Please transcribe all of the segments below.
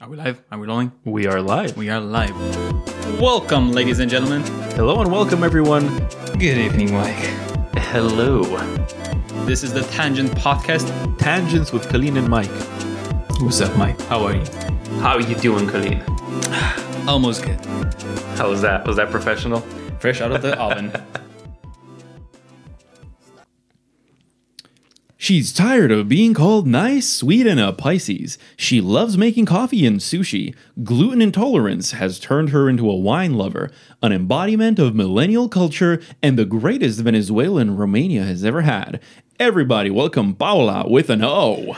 Are we live? Are we rolling? We are live. We are live. Welcome, ladies and gentlemen. Hello and welcome, everyone. Good evening, Mike. Hello. This is the Tangent Podcast. Tangents with Colleen and Mike. What's up, Mike? How are you? How are you doing, Colleen? Almost good. How was that? Was that professional? Fresh out of the oven. She's tired of being called nice, sweet, and a Pisces. She loves making coffee and sushi. Gluten intolerance has turned her into a wine lover, an embodiment of millennial culture, and the greatest Venezuelan Romania has ever had. Everybody, welcome Paola with an O.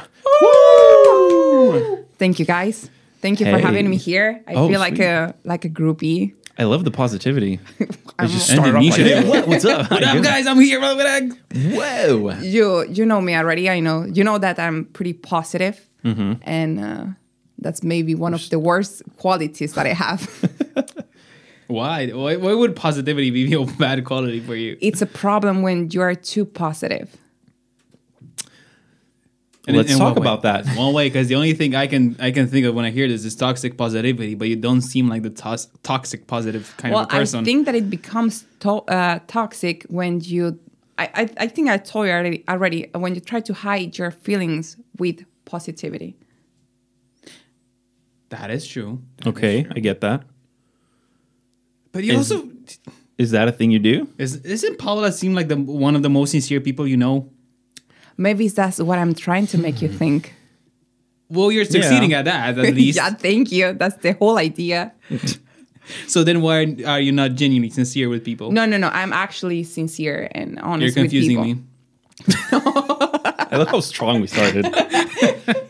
Woo! Thank you guys. Thank you for Hey. having me here. I Oh, feel like sweet. a like a groupie. I love the positivity. I just And started off like, Nisha. hey, what? What's up? What up, guys? I'm here. What up? Whoa. You you know me already. I know you know that I'm pretty positive, and uh, that's maybe one of the worst qualities that I have. Why? Why? Why would positivity be a bad quality for you? it's a problem when you are too positive. And in- Let's in talk what way? about that. One way, because the only thing I can I can think of when I hear this is toxic positivity, but you don't seem like the tos- toxic positive kind well, of a person. I think that it becomes to- uh, toxic when you. I, I I think I told you already already when you try to hide your feelings with positivity. that is true. Okay, I get that. But you Is- also Is that a thing you do? is isn't Paula seem like the one of the most sincere people you know? Maybe that's what I'm trying to make you think. Well, you're succeeding at that at least. yeah, thank you. That's the whole idea. So then, why are you not genuinely sincere with people? No, no, no. I'm actually sincere and honest. you're confusing with me. people. I love how strong we started.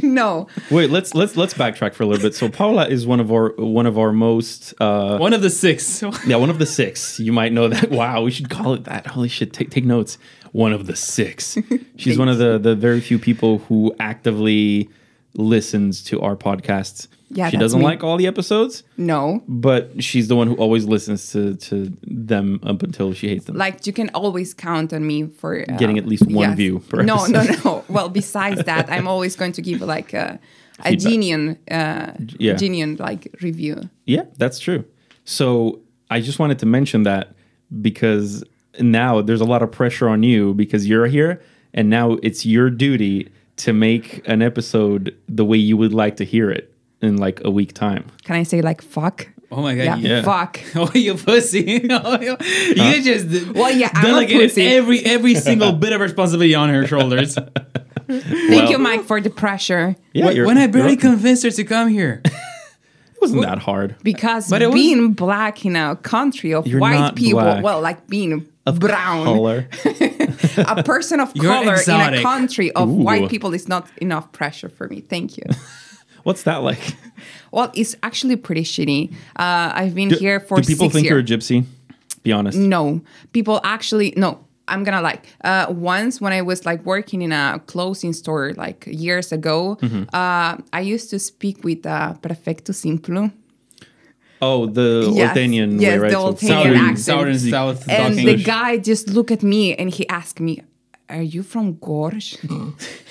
No, Wait, let's let's let's backtrack for a little bit. So Paula is one of our one of our most uh One of the six. Oh yeah, one of the six. You might know that. Wow, we should call it that. Holy shit, take take notes. One of the six. She's one of the the very few people who actively listens to our podcasts. Yeah, she that's doesn't me. like all the episodes, no. but she's the one who always listens to to them up until she hates them. Like you can always count on me for uh, Getting at least one view per no, no, episode. no. Well, besides that, I'm always going to give like a, a Feedback. genuine, uh, yeah. genuine like review. Yeah, that's true. So I just wanted to mention that because now there's a lot of pressure on you because you're here and now it's your duty to make an episode the way you would like to hear it in like a week time. Can I say like fuck? Oh my god. yeah, you- Uh, yeah. fuck. Oh, you pussy! Oh, you you just Well, yeah, I'm a delegated pussy. every every single bit of responsibility on her shoulders. Thank Well- you, Mike, for the pressure. Yeah, when, you're- when I barely you're- convinced her to come here, it wasn't that hard. Because But it was- being black in a country of You're white not people, black. well, like being brown, Color. a person of You're color in exotic. a country of Ooh. white people is not enough pressure for me. Thank you. What's that like? well, it's actually pretty shitty. Uh, I've been here for Do people six think years. you're a gypsy? Be honest. no, people actually no. I'm gonna like uh, once when I was like working in a clothing store like years ago. Mm-hmm. Uh, I used to speak with uh, Perfecto Simplu. Oh, the Yes, Oltenian yes, way, right? the So Oltenian southern- accent. southern south And talking. the guy just looked at me and he asked me, Are you from Gorj?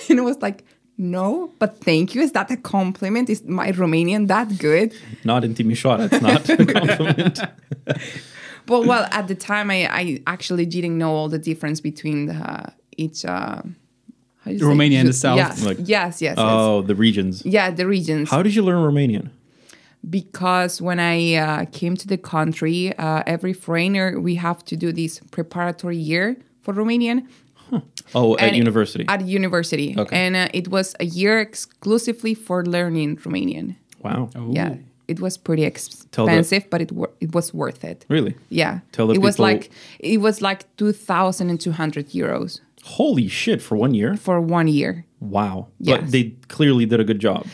and I was like, No, but thank you. Is that a compliment? Is my Romanian that good? Not in Timișoara. It's not a compliment. But well, at the time, I, I actually didn't know all the difference between uh, each. Uh, how you say? Romania and the South. Yes, Like- yes, yes. yes. Oh, the regions. yeah, the regions. How did you learn Romanian? because when I uh, came to the country, uh, every foreigner, we have to do this preparatory year for Romanian. Oh, at And- university. At university. Okay. And uh, it was a year exclusively for learning Romanian. wow. Yeah. It was pretty ex- Tell the- expensive, but it wor- it was worth it. Really? Yeah. Tell the it was people- like it was like 2200 euros Holy shit for one year? for one year. Wow. But Yes. they clearly did a good job.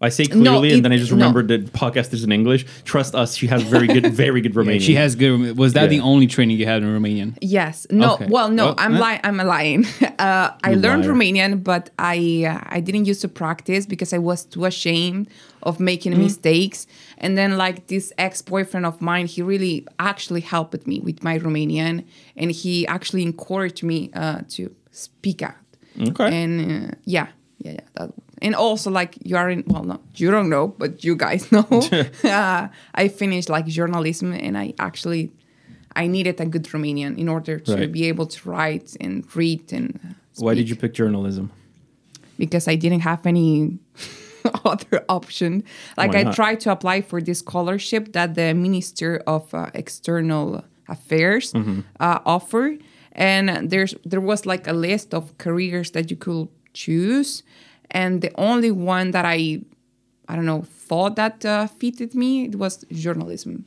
I say clearly, No, it- and then I just no. remembered that podcast is in English. Trust us, she has very good, very good Romanian. she has good. Was that the Yeah. only training you had in Romanian? Yes. No. Okay. Well, no. Well, I'm eh. lying. I'm lying. Uh, I learned liar. Romanian, but I uh, I didn't used to practice because I was too ashamed of making Mm. mistakes. And then like this ex boyfriend of mine, he really actually helped me with my Romanian, and he actually encouraged me uh, to speak out. Okay. And uh, yeah, yeah, yeah. That, and also like you are in well no you don't know but you guys know uh, i finished like journalism and i actually i needed a good romanian in order to Right. be able to write and read and uh, Why did speak you pick journalism? because I didn't have any other option. Like Why I not? tried to apply for this scholarship that the Minister of uh, External Affairs Mm-hmm. uh, offer, and there's there was like a list of careers that you could choose, and the only one that I, I don't know, thought that uh, fitted me it was journalism.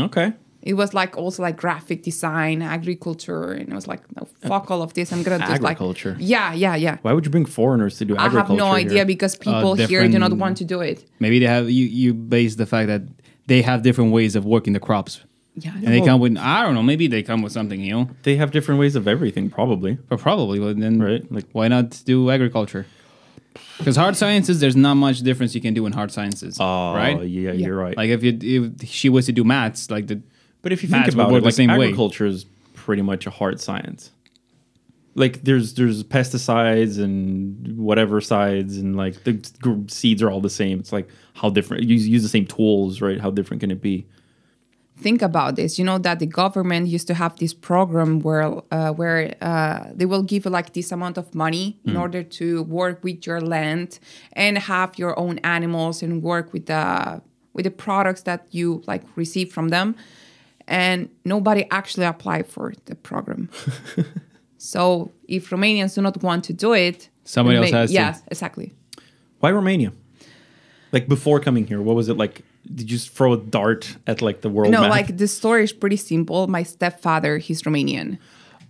Okay. It was like also like graphic design, agriculture, and I was like, no, fuck all of this. I'm gonna just like Uh, Agriculture. Yeah, yeah, yeah. Why would you bring foreigners to do I have agriculture? no here? idea because people here do not different- want to do it. Maybe they have you. You base the fact that they have different ways of working the crops. Yeah, I and they know. come with I don't know. Maybe they come with something new, they have different ways of everything, probably. but probably. But then, Right, like- Like, why not do agriculture? Because hard sciences, there's not much difference you can do in hard sciences. Oh, right? Yeah, Yeah. you're right. Like if you if she was to do maths, like the but if you maths think would about work it, the like same way. agriculture is pretty much a hard science. Like there's there's pesticides and whatever sides and like the gr- seeds are all the same. It's like how different you use the same tools, right? How different can it be? think about this. You know that the government used to have this program where uh, where uh, they will give you like this amount of money Hmm. in order to work with your land and have your own animals and work with the with the products that you like receive from them. And nobody actually applied for the program. so if Romanians do not want to do it, Somebody else may- has to. Yes, exactly. Why Romania? Like before coming here, what was it like? Did you just throw a dart at like the world? No, map? like the story is pretty simple. My stepfather, he's Romanian.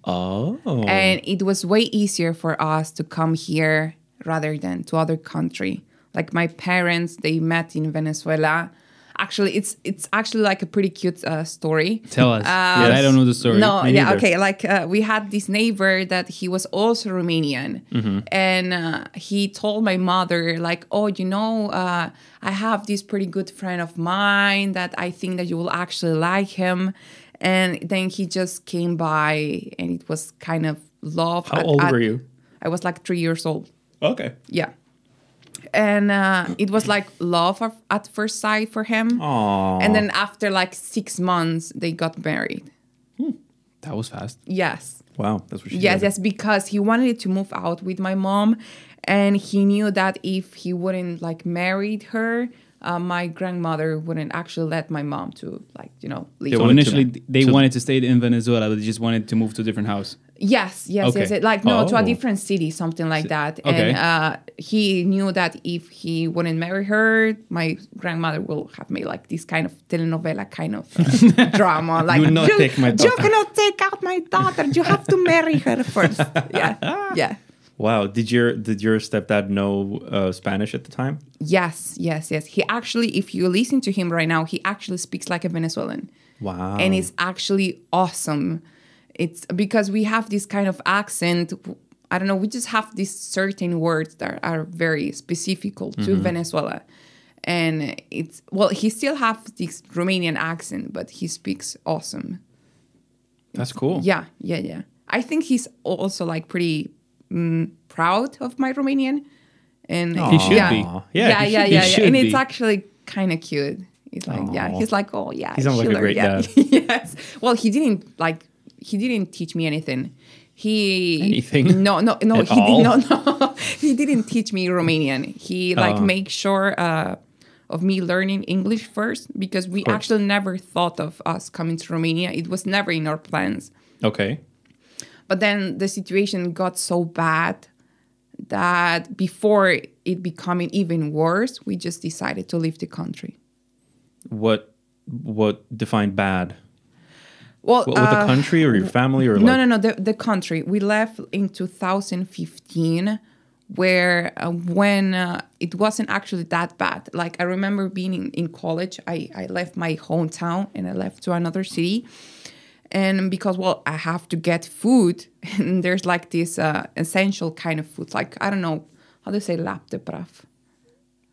oh, And it was way easier for us to come here rather than to other country. Like my parents, they met in Venezuela. Actually, it's it's actually like a pretty cute uh, story. tell us. Uh, Yeah, I don't know the story. No, Me yeah, neither. okay. Like uh, we had this neighbor that he was also Romanian, Mm-hmm. and uh, he told my mother like, "Oh, you know, uh, I have this pretty good friend of mine that I think that you will actually like him." And then he just came by, and it was kind of love. How old were you? I was like three years old. okay. Yeah. And uh, it was like love of- at first sight for him. Aw. And then after like six months, they got married. that was fast. Yes. Wow, that's what she Yes, did. yes, because he wanted to move out with my mom, and he knew that if he wouldn't like married her, uh, my grandmother wouldn't actually let my mom to like you know leave. So wanted to- initially, they to- wanted to stay in Venezuela, but they just wanted to move to a different house. Yes, yes, Okay. yes, yes. Like no, to a Oh. different city, something like that. okay. And uh, he knew that if he wouldn't marry her, my grandmother will have made like this kind of telenovela kind of uh, drama. Like will not take my You daughter." cannot take out my daughter. You have to marry her first. Yeah, yeah. Wow, did your did your stepdad know uh, Spanish at the time? Yes, yes, yes. He actually, if you listen to him right now, he actually speaks like a Venezuelan. Wow, And it's actually awesome. It's because we have this kind of accent. I don't know, we just have these certain words that are very specific to Venezuela. And it's, well, he still has this Romanian accent, but he speaks awesome. That's cool. Yeah, yeah, yeah. I think he's also like pretty mm, proud of my Romanian, and He should yeah. be. Yeah, yeah, he should be. yeah, yeah, He yeah. should And be. it's actually kind of cute. He's like, yeah, Aw. he's like, oh yeah, He sounds like a Schiller, great yeah. dad. yes. Well, he didn't like he didn't teach me anything. He Anything? No, no, no. At he all? did not. No, he didn't teach me Romanian. He like make sure. uh of me learning English first because we course. actually never thought of us coming to Romania. It was never in our plans. okay. But then the situation got so bad that before it becoming even worse, we just decided to leave the country. What what defined bad? Well, What, with uh, the country or your family or no, like, no, no, the, the country. We left in 2015, where uh, when uh, it wasn't actually that bad. Like, I remember being in, in college, I, I left my hometown and I left to another city. And because, well, I have to get food, and there's like this uh, essential kind of food, like, I don't know, how do you say lap de praf?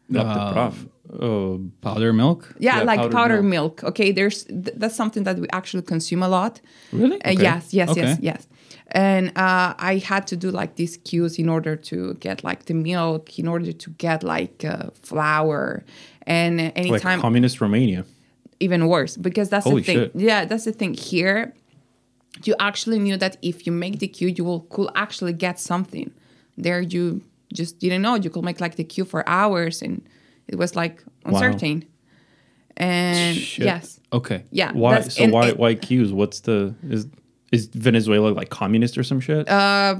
not the prof. Oh, Powder milk. yeah, Yeah, like powdered powdered, milk. Okay, there's th- that's something that we actually consume a lot. Really? Uh, Okay. Yes, yes, Okay. yes, yes. and uh, I had to do like these cues in order to get like the milk, in order to get like uh, flour, and Like anytime communist Romania. even worse because that's Holy the thing. shit. Yeah, that's the thing here. You actually knew that if you make the queue, you will could actually get something. There, you just didn't know. You could make like the queue for hours, and it was like uncertain. And Shit. yes, Okay. yeah. Why? that's- so and- why? and- why Q's? What's the is? Is Venezuela like communist or some shit? Uh,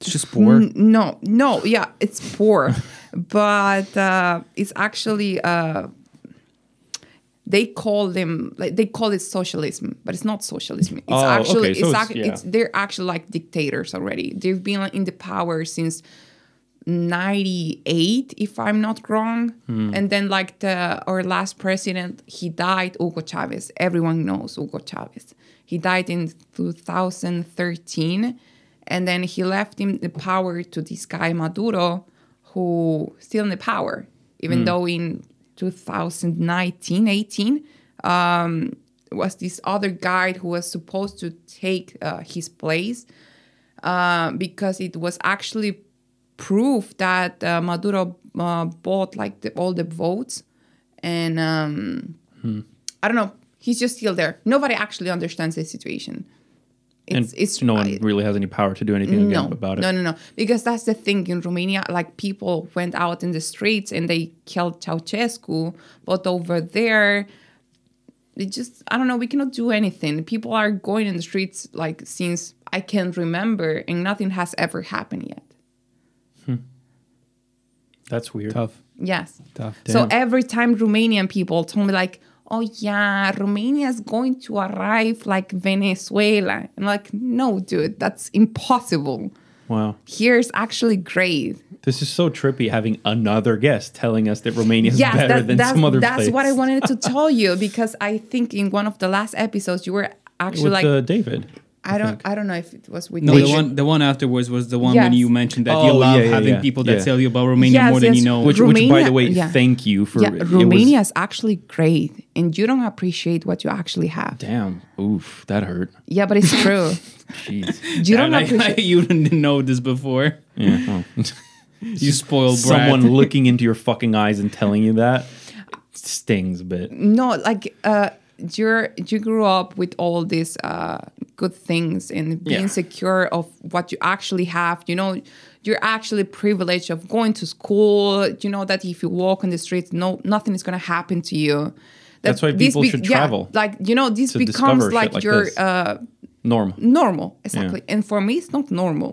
It's just poor. N- No, no, yeah, it's poor, but uh, it's actually uh, they call them like they call it socialism, but it's not socialism. It's Oh, actually okay, so it's, it's- ac- yeah. it's they're actually like dictators already. They've been in the power since 98 if i'm not wrong and then like the our last president he died hugo chavez everyone knows hugo chavez he died in 2013 and then he left him the power to this guy maduro who still in the power even though in 2019 18 was this other guy who was supposed to take uh, his place uh, because it was actually proof that uh, Maduro uh, bought like the, all the votes, and um, Hmm. I don't know. He's just still there. Nobody actually understands the situation. It's, and it's no I- one really has any power to do anything no, again about it. No, no, no. Because that's the thing in Romania. Like people went out in the streets and they killed Ceausescu, but over there, it just I don't know. We cannot do anything. People are going in the streets like since I can remember, and nothing has ever happened yet. That's weird. Tough. Yes. Tough. So Damn. every time Romanian people told me like, "Oh yeah, Romania is going to arrive like Venezuela," I'm like, "No, dude, that's impossible. Wow. Here's actually great." This is so trippy having another guest telling us that Romania is yes, better that- than that's, some other that's place. what I wanted to tell you because I think in one of the last episodes you were actually With like uh, David. I don't I don't know if it was with No, you. the one the one afterwards was the one when Yes. you mentioned that you Oh, love yeah, yeah, having yeah. people that Yeah. tell you about Romania Yes, more than yes. you know. Which, which, by Romania- the way, yeah. thank you for yeah, it was- Romania is actually great and you don't appreciate what you actually have. damn. Oof, that hurt. Yeah, but it's true. Jeez. You don't And I- appreciate you didn't know this before. yeah. oh. well, You spoiled brat. someone looking into your fucking eyes and telling you that stings a bit. no like uh you're you grew up with all these uh good things and being Yeah. secure of what you actually have you know you're actually privileged of going to school you know that if you walk on the streets no nothing is going to happen to you That That's why this people should travel like you know this to discover becomes shit like, like your this. uh Norm. normal exactly and for me it's not normal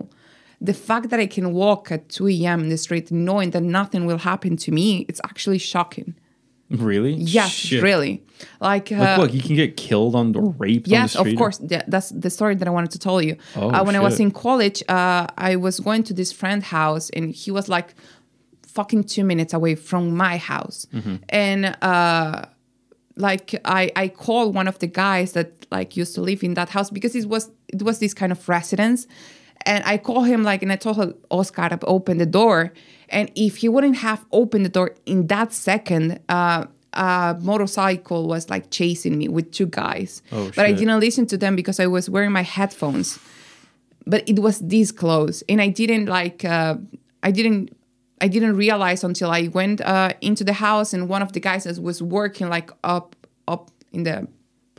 the fact that i can walk at 2 a.m in the street knowing that nothing will happen to me it's actually shocking Really? yes Shit. really like, uh, Like, look, you can get killed on the raped. on the Yes, of street. course. Th- That's the story that I wanted to tell you. Oh, uh, when I was shit. in college, uh, I was going to this friend's house, and he was like fucking two minutes away from my house. Mm-hmm. And uh, like, I I called one of the guys that like used to live in that house because it was it was this kind of residence. And I called him like, and I told her, Oscar, to open the door. And if he wouldn't have opened the door in that second, uh, a motorcycle was like chasing me with two guys. Oh, but I shit. didn't listen to them because I was wearing my headphones. But it was this close, and I didn't like. Uh, I didn't. I didn't realize until I went uh, into the house, and one of the guys that was working like up up in the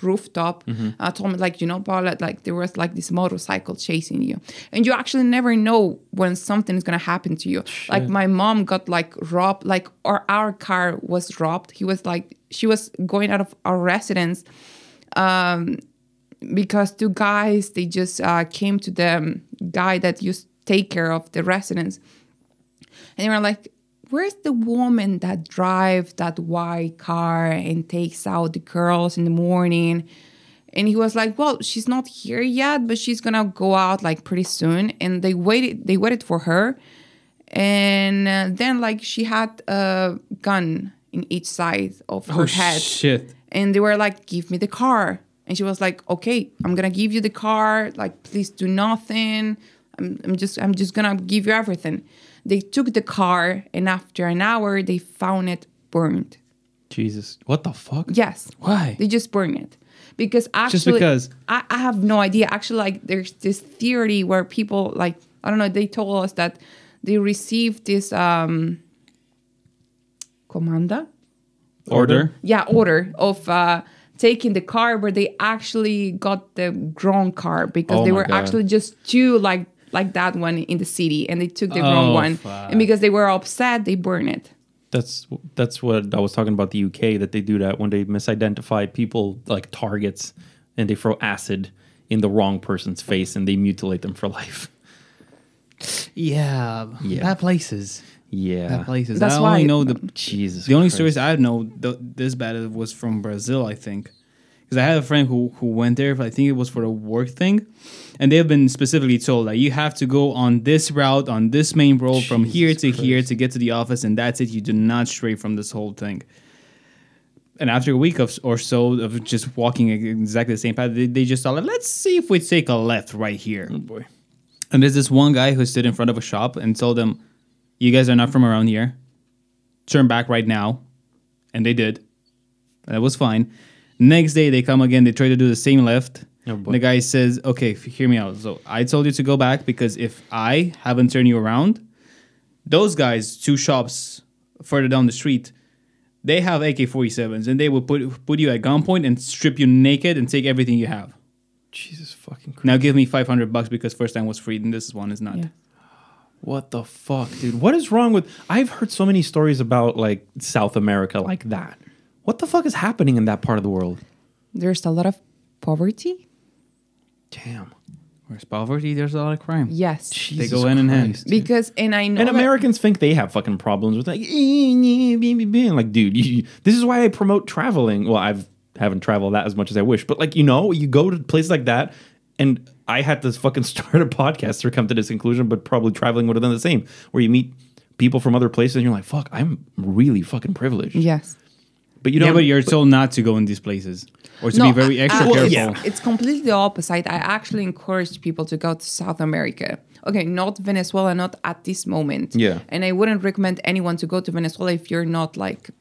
rooftop uh, told me like you know paula like there was like this motorcycle chasing you and you actually never know when something is going to happen to you like my mom got like robbed like or our car was robbed he was like she was going out of our residence because two guys they just uh, came to the um, guy that used to take care of the residents and they were like where's the woman that drive that white car and takes out the girls in the morning and he was like well she's not here yet but she's gonna go out like pretty soon and they waited they waited for her and uh, then like she had a gun in each side of her Oh head shit! and they were like give me the car and she was like okay i'm gonna give you the car like please do nothing i'm, I'm just i'm just gonna give you everything they took the car and after an hour they found it burned Jesus, what the fuck? Yes. Why? They just burn it. Because actually, because. I, I have no idea. Actually, like there's this theory where people like I don't know. They told us that they received this um, commanda, Order. yeah, order of uh, taking the car, but they actually got the wrong car because Oh they my were God. actually just two like like that one in the city, and they took the wrong Oh, one, fuck. and because they were upset, they burn it. That's that's what I was talking about the UK that they do that when they misidentify people like targets and they throw acid in the wrong person's face and they mutilate them for life. Yeah, Yeah. That places. Yeah. That places. That's I why- only know the Jesus. the only Christ. stories I know th- this bad was from Brazil, I think, because I had a friend who who went there. I think it was for a work thing, and they've been specifically told that you have to go on this route on this main road from here to here to get to the office, and that's it. You do not stray from this whole thing. And after a week of s- or so of just walking exactly the same path, they, they just thought, like, let's see if we take a left right here. Oh, boy. And there's this one guy who stood in front of a shop and told them, "You guys are not from around here. Turn back right now." And they did. That was fine. Next day they come again. They try to do the same left. Oh, boy. and the guy says, "Okay, f- hear me out. So I told you to go back because if I haven't turned you around, those guys, two shops further down the street, they have AK-47s and they will put put you at gunpoint and strip you naked and take everything you have." Jesus fucking Christ. Now give me 500 bucks because first time was free and this one is not. Yeah. What the fuck, dude? What is wrong with I've heard so many stories about like South America like that. What the fuck is happening in that part of the world? There's a lot of poverty. Damn. Where's poverty? There's a lot of crime. Yes, they go hand in hand. because and I know And that- Americans think they have fucking problems with like, like, dude, you, this is why I promote traveling. Well, I've haven't traveled that as much as I wish, but like, you know, you go to places like that, and I had to fucking start a podcast to come to this conclusion, but probably traveling would have done the same, where you meet people from other places, and you're like, fuck, I'm really fucking privileged. Yes. but you Yeah, don't. but you're told not to go in these places or to be very I- extra I- careful. yeah. It's completely the opposite. I actually encourage people to go to South America. Okay, not Venezuela, not at this moment. Yeah. And I wouldn't recommend anyone to go to Venezuela if you're not like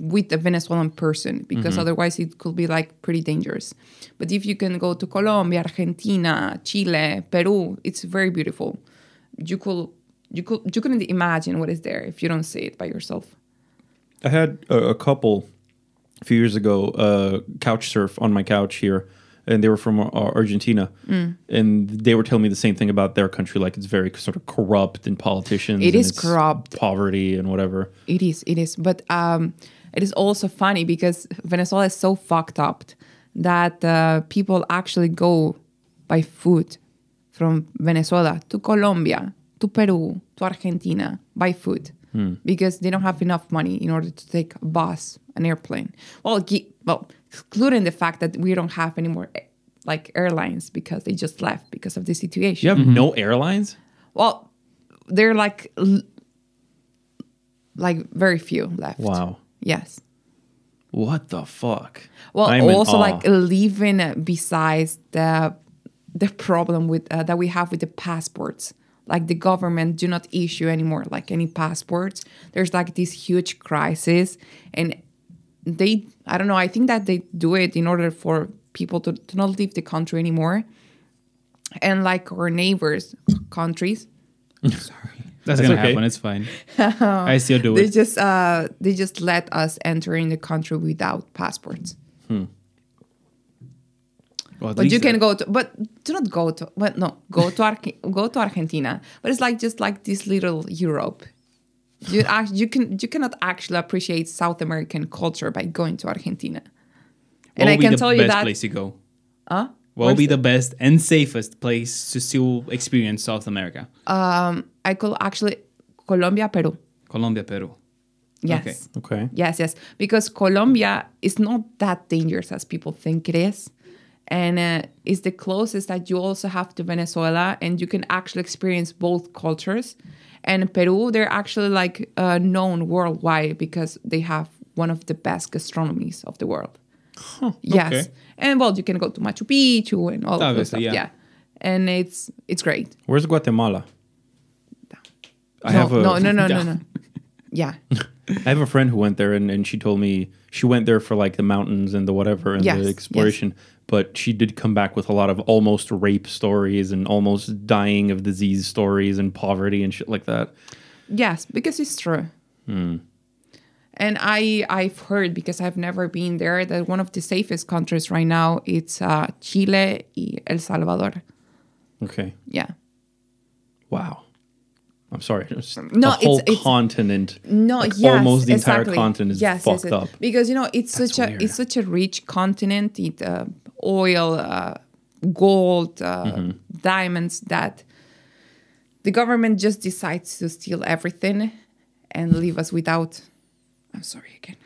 with a Venezuelan person, because Mm-hmm. otherwise it could be like pretty dangerous. But if you can go to Colombia, Argentina, Chile, Peru, it's very beautiful. You could you could you couldn't imagine what is there if you don't see it by yourself. I had a, a couple a few years ago uh, couch surf on my couch here, and they were from uh, Argentina, Mm. and they were telling me the same thing about their country, like it's very sort of corrupt and politicians. It and is it's corrupt. poverty and whatever. It is, it is. But um, it is also funny because Venezuela is so fucked up that uh, people actually go by foot from Venezuela to Colombia, to Peru, to Argentina by foot because they don't have enough money in order to take a bus, an airplane. Well, ge- well, excluding the fact that we don't have any more eh, like airlines because they just left because of the situation You have no airlines. well they're like l- like very few left Wow, yes what the fuck? well I'm in also awe. like leaving uh, besides the the problem with uh, that we have with the passports like the government do not issue anymore like any passports there's like this huge crisis and they i don't know i think that they do it in order for people to, to not leave the country anymore and like our neighbors countries That's, That's gonna okay. happen. It's fine. I still do they it. just uh they just let us enter in the country without passports Well, at but least you can that- go to but do not go to but no go to Arge- go to argentina but it's like just like this little europe you act, you can you cannot actually appreciate south american culture by going to argentina What and i would be can the tell you best that place to go. Huh? What would be the best and safest place to still experience South America? i call actually colombia peru Colombia, Peru. yes Okay. okay. Yes, yes. Because Colombia is not that dangerous as people think it is. And uh, it's the closest that you also have to Venezuela, and you can actually experience both cultures. And Peru, they're actually like uh, known worldwide because they have one of the best gastronomies of the world. yes, okay. and well, you can go to Machu Picchu and all of that stuff. Obviously, Yeah. yeah. and it's it's great. Where's Guatemala? I no, have a no, no, no, no, no. Yeah. I have a friend who went there and, and she told me she went there for like the mountains and the whatever and Yes, the yes. exploration. But she did come back with a lot of almost rape stories and almost dying of disease stories and poverty and shit like that. Yes, because it's true. Hmm. And I I've heard because I've never been there that one of the safest countries right now it's uh, Chile y El Salvador. Okay. Yeah. Wow. I'm sorry. Just No, a whole it's- it's- continent. No, like, yes, almost the entire exactly. continent is Yes, yes, fucked yes. up. because you know it's such a weird. it's such a rich continent. It uh, oil, uh, gold, uh, Mm-hmm. diamonds that the government just decides to steal everything and leave us without. I'm sorry again.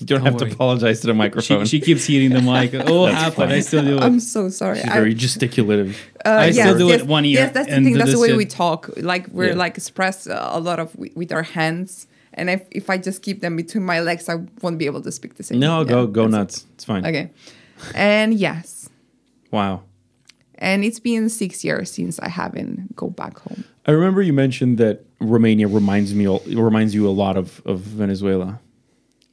you don't, have worry. to apologize to the microphone. She, she keeps hitting the mic. Oh, happened. I still do it. I'm so sorry. She's I- very gesticulative. I still Uh, yes, do yes, it one ear. Yes, that's the and thing. do That's the this way shit. we talk. Like we're Yeah. like express uh, a lot of wi- with our hands. And if, if I just keep them between my legs, I won't be able to speak the same. no, Yeah, go go that's it. nuts. It's fine. Okay, and yes, Wow. and it's been six years since I haven't go back home. I remember you mentioned that Romania reminds me reminds you a lot of, of Venezuela.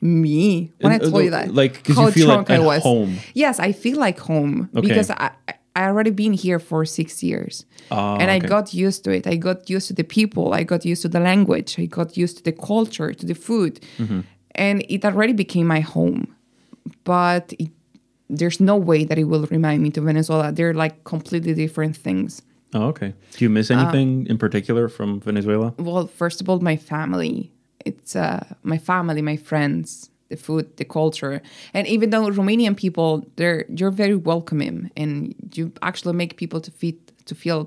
Me And, when I uh, told you that, like, 'cause you how feel drunk at- I at was. home. Yes, I feel like home Okay. because I I- I already been here for six years, Ah, and I okay. got used to it. I got used to the people. I got used to the language. I got used to the culture, to the food, Mm-hmm. and it already became my home. But it, there's no way that it will remind me to Venezuela. They're like completely different things. Oh, okay. Do you miss anything in particular from Venezuela? well first of all my family it's uh, my family my friends the food the culture and even though romanian people they're you're very welcoming and you actually make people to fit to feel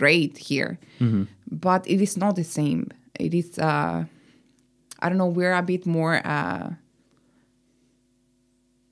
great here Mm-hmm. but it is not the same it is uh i don't know we're a bit more uh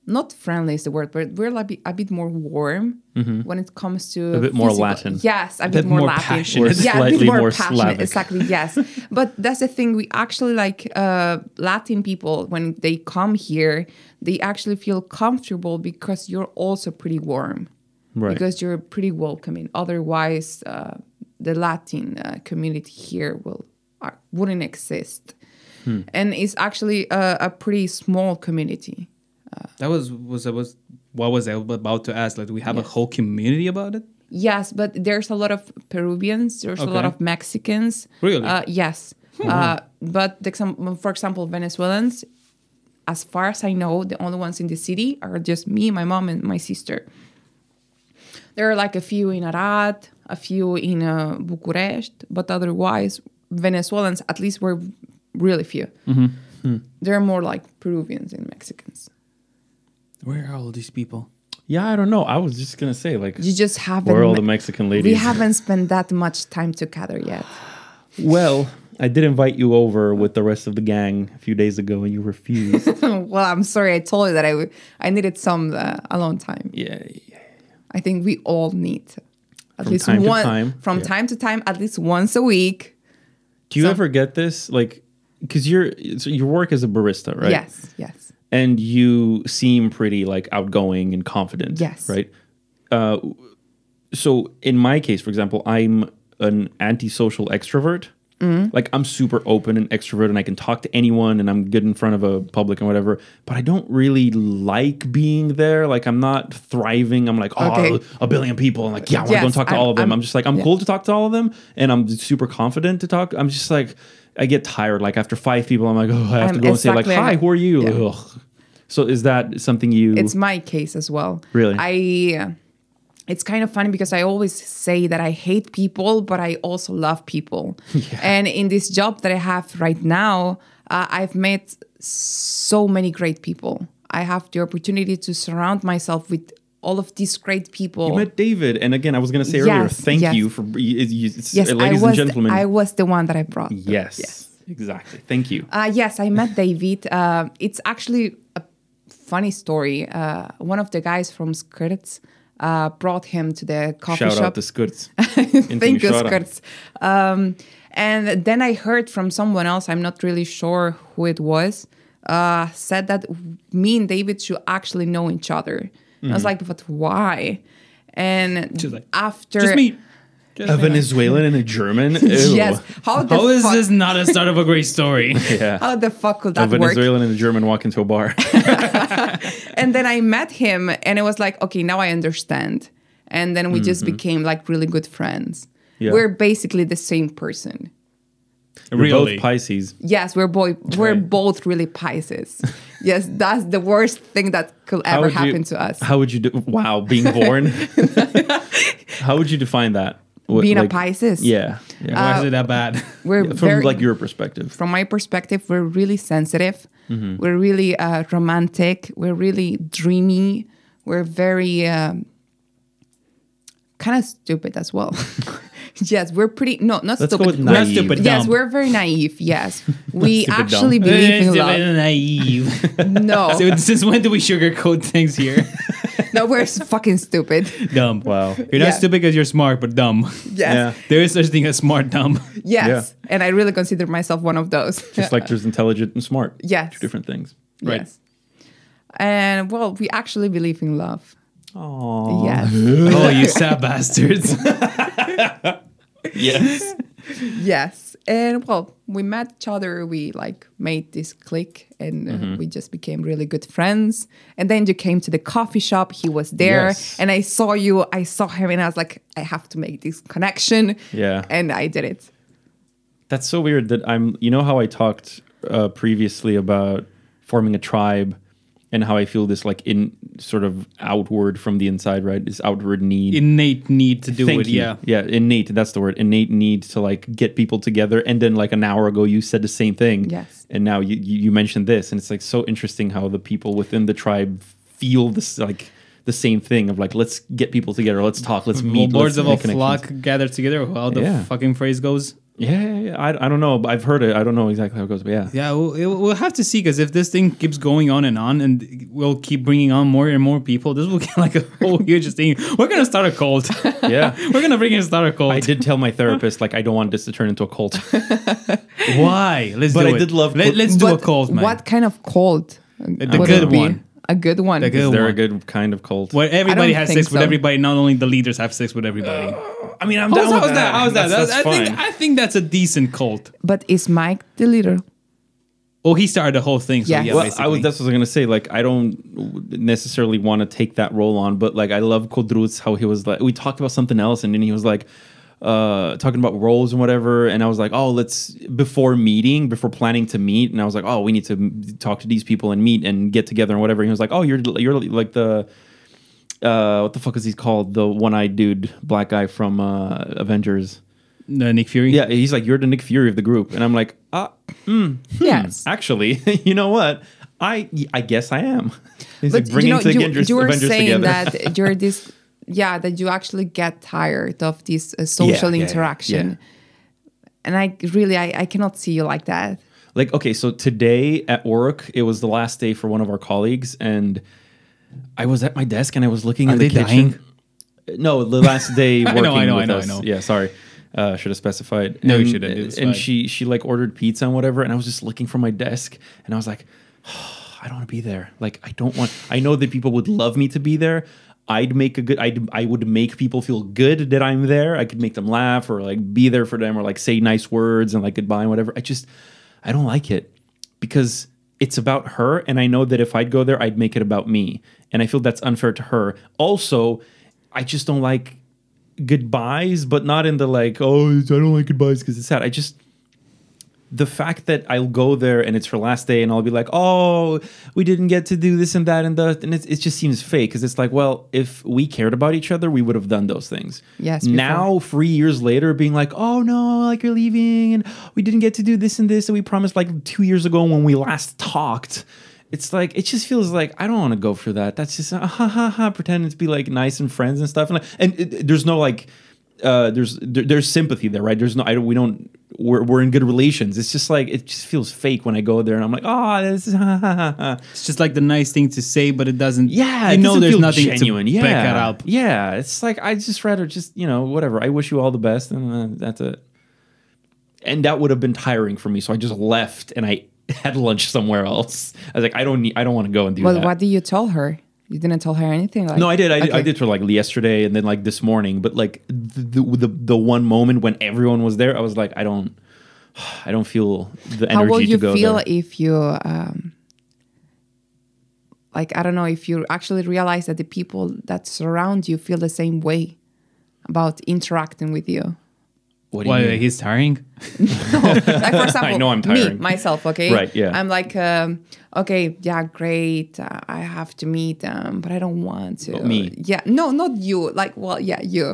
not friendly is the word, but we're a bit, a bit more warm when it comes to Mm-hmm. A bit more Latin. Yes, a, bit, more, Latin. passionate. Or Yeah, a slightly bit more, more passionate. Slavic. Exactly. Yes, but that's the thing. We actually like uh, Latin people when they come here. They actually feel comfortable because you're also pretty warm Right. because you're pretty welcoming. Otherwise, uh, the Latin uh, community here will uh, wouldn't exist, Hmm. and it's actually a, a pretty small community. That was was was what was I about to ask? Like, do we have a whole community about it? Yes, but there's a lot of Peruvians. There's a lot Okay. of Mexicans. Really? Uh, yes. Hmm. Uh, but the, exam- for example, Venezuelans, as far as I know, the only ones in the city are just me, my mom, and my sister. There are like a few in Arad, a few in uh, Bucharest, but otherwise, Venezuelans, at least, were really few. Mm-hmm. Hmm. They're more like Peruvians and Mexicans. Where are all these people? yeah, I don't know. I was just gonna say like You just haven't. where are all the met- Mexican we ladies? haven't spent that much time together yet. well, I did invite you over with the rest of the gang a few days ago, and you refused. well, I'm sorry. I told you that I w- I needed some uh, alone time. yeah. I think we all need at From least time to one time, from yeah. time to time, at least once a week. Do you So- ever get this? Like, because you're so you work as a barista, right? Yes, yes. and you seem pretty like outgoing and confident. Yes. Right. Uh, so in my case, for example, I'm an antisocial extrovert. Mm-hmm. Like I'm super open and extrovert, and I can talk to anyone, and I'm good in front of a public and whatever. But I don't really like being there. Like I'm not thriving. I'm like, oh, Okay. a billion people, and like, yeah, I want to go Yes, and talk to I'm- all of them. I'm, I'm- just like, I'm yeah. cool to talk to all of them, and I'm super confident to talk. I'm just like, I get tired. Like after five people, I'm like, oh, I have to I'm go and say like, hi, exactly- who are you? Yeah. Ugh. So is that something you? It's my case as well. Really? I. It's kind of funny because I always say that I hate people, but I also love people. And in this job that I have right now, uh, I've met so many great people. I have the opportunity to surround myself with all of these great people. you met David, and again, I was going to say earlier, Yes, thank yes. you for you- you- it's- Yes, I Uh, ladies was. and gentlemen. The, I was the one that I brought. them. yes, exactly. Thank you. Uh, yes, I met David. Uh, it's actually a funny story. Uh, one of the guys from Skirts uh, brought him to the coffee Shout shop. out to Skurts. Thank you, Skirts. Um, and then I heard from someone else. I'm not really sure who it was. Uh, said that me and David should actually know Mm-hmm. each other. And I was like, but why? And She's like, after Just me. a Venezuelan and a German. Ew. Yes. How the How is fuck, this not a start of a great story? Yeah. How the fuck could A that work? Venezuelan and a German walk into a bar. And then I met him, and it was like, okay, now I understand. And then we just became like really good friends. Mm-hmm. Yeah. We're basically the same person. We're really? both Pisces. Yes, we're both we're Right. both really Pisces. yes, that's the worst thing that could ever would you- happen to us. How would you do? Wow, being born. how would you define that? What, Being a like- Pisces. Yeah. yeah. Uh, Why is it that bad? We're From very, like your perspective. from my perspective, we're really sensitive. Mm-hmm. We're really uh, romantic. We're really dreamy. We're very um, kind of stupid as well. yes, we're pretty. No, not Let's stupid. go with We're- naive. stupid. Yes, dumb. we're very naive. Yes, we Stupid dumb. actually believe in love. naive. No, So since when do we sugarcoat things here? no, we're s- fucking stupid. dumb. Wow. You're not Yeah. stupid because you're smart, but dumb. Yes, There is such thing as smart dumb. yes, and I really consider myself one of those. Just like there's intelligent and smart. Yes. Two different things. Right. Yes. And well, we actually believe in love. Aww. Yes. oh, you sad bastards. Yes. yes. And well, we met each other. We like made this click and uh, Mm-hmm. we just became really good friends. And then you came to the coffee shop. He was there Yes. and I saw you. I saw him and I was like, I have to make this connection. Yeah. And I did it. That's so weird that I'm, you know, how I talked uh, previously about forming a tribe and how I feel this like in sort of outward from the inside, right? This outward need. Innate need to do Thank it. you. Yeah. Yeah. Innate. That's the word. Innate need to like get people together. And then like an hour ago, you said the same thing. Yes. And now you, you you mentioned this. And it's like so interesting how the people within the tribe feel this like the same thing of like, let's get people together. Let's talk. Let's Well, meet. boards of let's a make connections. flock gather together. or How the Yeah. fucking phrase goes. Yeah. yeah, yeah. I, I don't know. but I've heard it. I don't know exactly how it goes, but yeah. Yeah, we'll, it- we'll have to see because if this thing keeps going on and on, and we'll keep bringing on more and more people, this will get like a whole huge thing. We're gonna start a cult. Yeah. We're gonna bring in start a cult. I did tell my therapist like I don't want this to turn into a cult. Why? Let's But do I it. did love- Let, us do a But cult, man. What kind of cold? uh, The good one. A good one. The good Is there a one. good kind of cult? Where everybody I don't has think sex with so. everybody, not only the leaders have sex with everybody. I mean, I'm how's, down with how's that? How's that? That's, that's I think fine. I think that's a decent cult. But is Mike the leader? Oh, he started the whole thing. So Yes. yeah, well, basically. I was that's what I was gonna say. Like, I don't necessarily want to take that role on, but like, I love Kodruz how he was like. We talked about something else, and then he was like, uh, talking about roles and whatever. And I was like, oh, let's before meeting, before planning to meet, and I was like, oh, we need to m- talk to these people and meet and get together and whatever. And he was like, oh, you're you're like the. Uh, what the fuck is he called? The one-eyed dude, black guy from uh, Avengers. Uh, Nick Fury. Yeah, he's like, you're the Nick Fury of the group, and I'm like, ah, Yes. Actually, you know what? I I guess I am. He's like you bringing know, the you- Avengers, you were Avengers saying together. that you're this, yeah, that you actually get tired of this uh, social yeah, yeah, interaction. yeah. And I really, I, I cannot see you like that. like, okay, so today at work, it was the last day for one of our colleagues, and I was at my desk and I was looking Are in they the kitchen. dying? No, the last day I working know, I know, I with know, I us. know. Yeah, sorry. Uh, should have specified. No, you And- shouldn't. It was And fine. she she like ordered pizza and whatever, and I was just looking for my desk, and I was like, I don't want to be there. Like I don't want. I know that people would love me to be there. I'd make a good. I'd I would make people feel good that I'm there. I could make them laugh or like be there for them or like say nice words and like goodbye and whatever. I just I don't like it because it's about her and I know that if I'd go there I'd make it about me and I feel that's unfair to her. Also, I just don't like goodbyes, but not in the like oh I don't like goodbyes because it's sad. I just the fact that I'll go there and it's her last day and I'll be like, oh, we didn't get to do this and that and the and it, it just seems fake because it's like, well, if we cared about each other, we would have done those things. Yes, before. Now, three years later, being like, oh no, like you're leaving and we didn't get to do this and this and we promised like two years ago when we last talked. It's like it just feels like I don't want to go through that. That's just ah, ha ha ha, pretending to be like nice and friends and stuff. And like, and it, it- there's no like uh, there's there, there's sympathy there, right? There's no, I don't, we don't, we're, we're in good relations. It's just like it just feels fake when I go there and I'm like, oh, this is, ha, ha, ha, ha." It's just like the nice thing to say, but it doesn't. yeah, you it know, doesn't there's feel nothing genuine. to yeah, back it up. yeah. It's like I just rather just you know whatever. I wish you all the best, and uh, that's it. And that would have been tiring for me, so I just left and I had lunch somewhere else. I was like, I don't need, I don't want to go and do Well, that. what do you tell her? You didn't tell her anything. Like, No, I did. I, I Okay. did for like yesterday and then like this morning. But like the, the the one moment when everyone was there, I was like, I don't, I don't feel the energy How will to you go feel there. if you, um, like, I don't know, if you actually realize that the people that surround you feel the same way about interacting with you? What do you Why mean? he's tiring? like for example, know I'm me tiring. myself. Okay, Right, yeah. I'm like, um, okay, yeah, great. Uh, I have to meet them, but I don't want to. Not me. Yeah, no, not you. Like, well, yeah, you.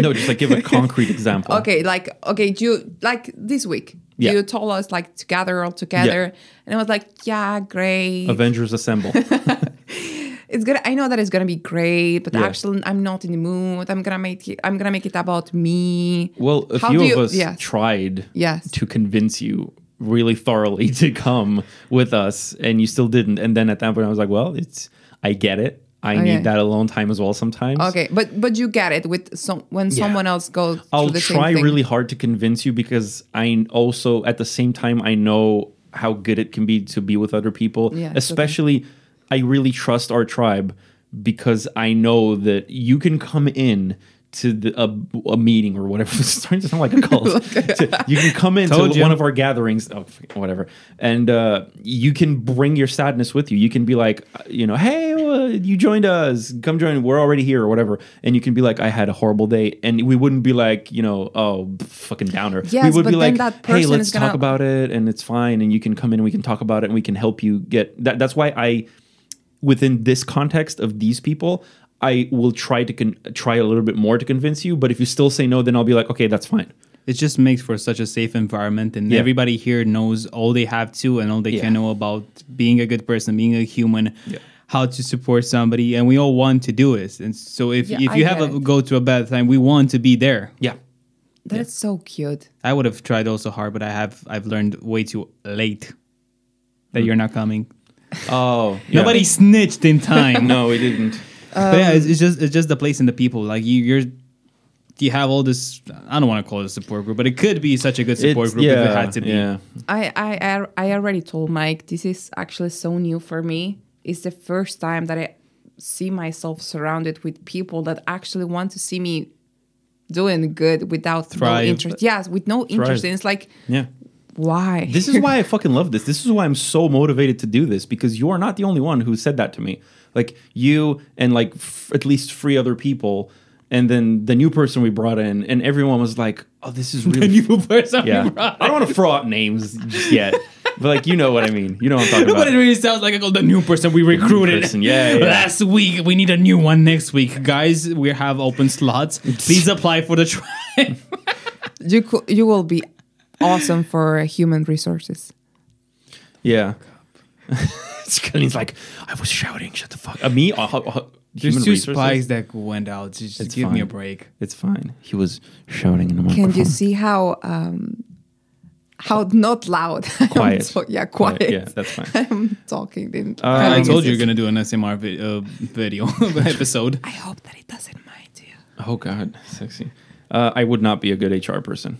no, just like give a concrete example. okay, like, okay, you like this week. Yeah. You told us like to gather all together, and I was like, yeah, great. Avengers Assemble. it's gonna. I know that it's gonna be great, but Yeah. actually, I'm not in the mood. I'm gonna make it. I'm gonna make it about me. Well, a How few do of you- us yes. tried Yes. to convince you really thoroughly to come with us, and you still didn't. And then at that point, I was like, well, it's I get it. I Okay. need that alone time as well sometimes. Okay, but but you get it with some when someone else goes. I'll through the same try thing. really hard to convince you because I also at the same time I know how good it can be to be with other people. Yeah, it's okay. Especially I really trust our tribe because I know that you can come in to the, a, a meeting or whatever. It's starting to sound like a cult. To- you can come in to Told you. one of our gatherings, oh, f- whatever, and uh, you can bring your sadness with you. You can be like, uh, you know, hey, uh, you joined us. Come join. We're already here or whatever. And you can be like, I had a horrible day. And we wouldn't be like, you know, oh, fucking downer. we Yes, would but be like, then that hey, person let's is gonna- talk about it and it's fine. And you can come in and we can talk about it and we can help you get that. That's why I within this context of these people, I will try to con- try a little bit more to convince you. But if you still say no, then I'll be like, okay, that's fine. It just makes for such a safe environment, and Yeah. everybody here knows all they have to and all they Yeah. can know about being a good person, being a human, how to support somebody, and we all want to do this. And so, if Yeah, if I you have get a it. go to a bad time, we want to be there. Yeah. That's so cute. I would have tried also hard, but I have I've learned way too late Mm. that you're not coming. Oh, Nobody snitched in time. No, we didn't. but yeah, it's, it's just it's just the place and the people. Like you, you're you have all this. I don't want to call it a support group, but it could be such a good support It's- group if it had to be. Yeah. I, I I I already told Mike this is actually so new for me. It's the first time that I see myself surrounded with people that actually want to see me doing good without Thrive. no interest. Yes, with no interest. Thrive. And it's like Yeah. why? This is why I fucking love this. This is why I'm so motivated to do this because you are not the only one who said that to me. Like you and like f- at least three other people, and then the new person we brought in, and everyone was like, "Oh, this is really." You person, yeah. I don't want to throw out names just yet, but like you know what I mean. You know what I'm talking But about. it really sounds like I called the new person we recruited. person, yeah, yeah. Last week, we need a new one next week. Guys, we have open slots. Please apply for the trial. you cou- you will be awesome for human resources. Yeah. Scully's like, I was shouting, shut the fuck. Uh, me? Uh, hu- hu- human There's two resources? spies that went out. Just It's give me a fine. break. It's fine. He was shouting in the microphone. Can you see how um how not loud? I am Quiet. so- yeah, quiet. Yeah, that's fine. I'm talking. Then I told you you're going to do an SMR vi- uh, video episode. I hope that it doesn't mind you. Oh God, sexy. Uh, I would not be a good HR person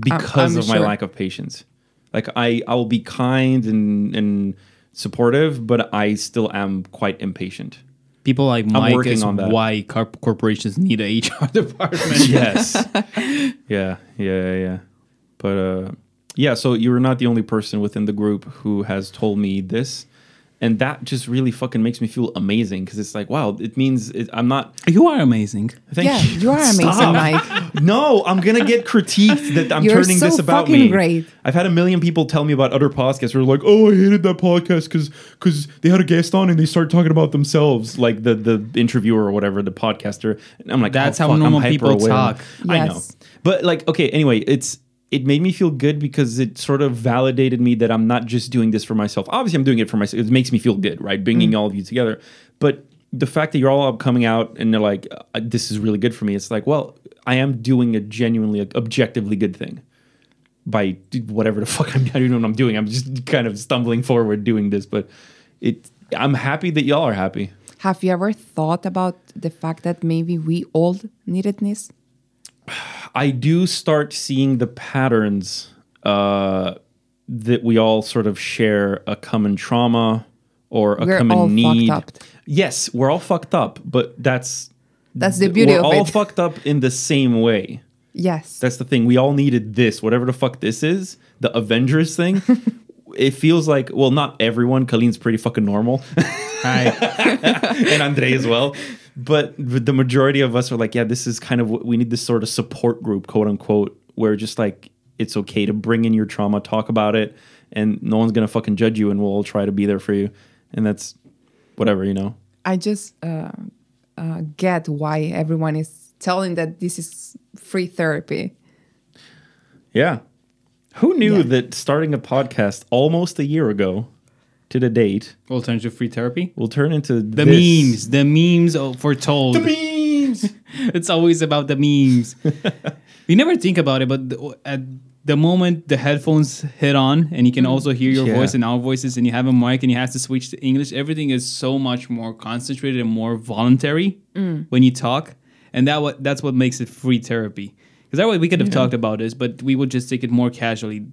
because I'm of my sure. lack of patience. Like I, I will be kind and and supportive, but I still am quite impatient. People like Mike working is on that. why corp- corporations need a HR department. Yes. yeah, yeah, yeah, yeah. But uh, yeah, so you're not the only person within the group who has told me this. And that just really fucking makes me feel amazing because it's like, wow, it means it, I'm not. You are amazing. Thank yeah, you. you are amazing, Stop. Mike. no, I'm gonna get critiqued that I'm You're turning so this about fucking me. great. I've had a million people tell me about other podcasts who are like, "Oh, I hated that podcast because because they had a guest on and they started talking about themselves, like the the interviewer or whatever, the podcaster." And I'm like, That's "Oh, how fuck, I'm normal hyper people aware." talk. I know, Yes. but like, okay, anyway, it's. It made me feel good because it sort of validated me that I'm not just doing this for myself. Obviously, I'm doing it for myself. It makes me feel good, right? Bringing all of you together. But the fact that you're all up coming out and they're like, uh, this is really good for me, it's like, well, I am doing a genuinely, like, objectively good thing by d- whatever the fuck I'm, I don't know what I'm doing. I'm just kind of stumbling forward doing this, but it. I'm happy that y'all are happy. Have you ever thought about the fact that maybe we all needed this? I do start seeing the patterns uh, that we all sort of share a common trauma or a We're come and all fucked need. up. Yes, we're all fucked up, but that's That's the beauty we're of all it. fucked up in the same way. yes. That's the thing. We all needed this, whatever the fuck this is, the Avengers thing. it feels like, well, not everyone. Colleen's pretty fucking normal, Hi. and Andre as well. But the majority of us are like, yeah, this is kind of what we need this sort of support group, quote unquote, where just like it's okay to bring in your trauma, talk about it, and no one's gonna fucking judge you, and we'll all try to be there for you. And that's whatever, you know. I just uh, uh, get why everyone is telling that this is free therapy. Yeah. Who knew Yeah. that starting a podcast almost a year ago to the date Alternative free therapy. will turn into The memes. The memes oh, foretold. memes. it's always about the memes. you never think about it, but the, at the moment the headphones hit on and you can also hear your Yeah. voice and our voices, and you have a mic and you have to switch to English, everything is so much more concentrated and more voluntary when you talk, and that what that's what makes it free therapy. Because that way we could have talked about this, but we would just take it more casually.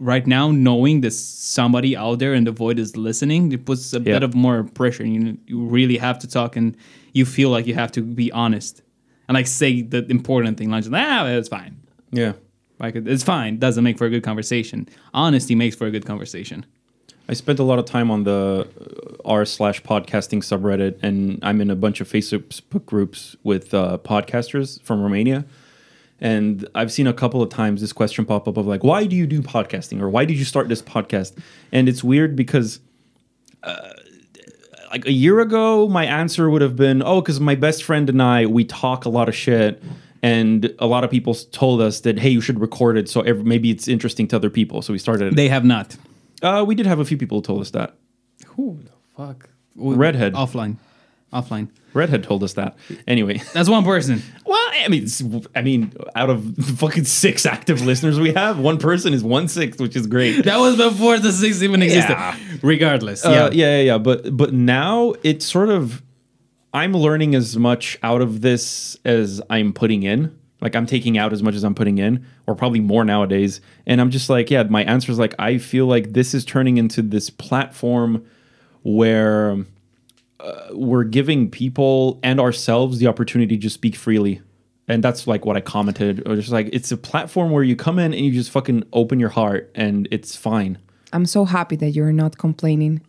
Right now, knowing that somebody out there in the void is listening, it puts a bit of more pressure. You, you really have to talk, and you feel like you have to be honest and like say the important thing. Like, ah, it's fine. yeah. Like, it- it's fine. Doesn't make for a good conversation. Honesty makes for a good conversation. I spent a lot of time on the uh, r slash podcasting subreddit, and I'm in a bunch of Facebook groups with uh, podcasters from Romania. And I've seen a couple of times this question pop up of like, why do you do podcasting or why did you start this podcast? And it's weird because uh, like a year ago, my answer would have been, oh, because my best friend and I, we talk a lot of shit. And a lot of people s- told us that, hey, you should record it. So every, maybe it's interesting to other people. So we started it. They have not. Uh, we did have a few people who told us that. Who the fuck? Redhead. Offline. Offline. Redhead told us that. Anyway. That's one person. Well, I mean, it's- I mean, out of the fucking six active listeners we have, one person is one sixth, which is great. That was before the six even existed. Yeah. Uh, Regardless. yeah. yeah. yeah, yeah, yeah. But but now it's sort of I'm learning as much out of this as I'm putting in. Like I'm taking out as much as I'm putting in, or probably more nowadays. And I'm just like, yeah, my answer is like I feel like this is turning into this platform where uh, we're giving people and ourselves the opportunity to just speak freely. And that's like what I commented. Or just like it's a platform where you come in and you just fucking open your heart and it's fine. I'm so happy that you're not complaining.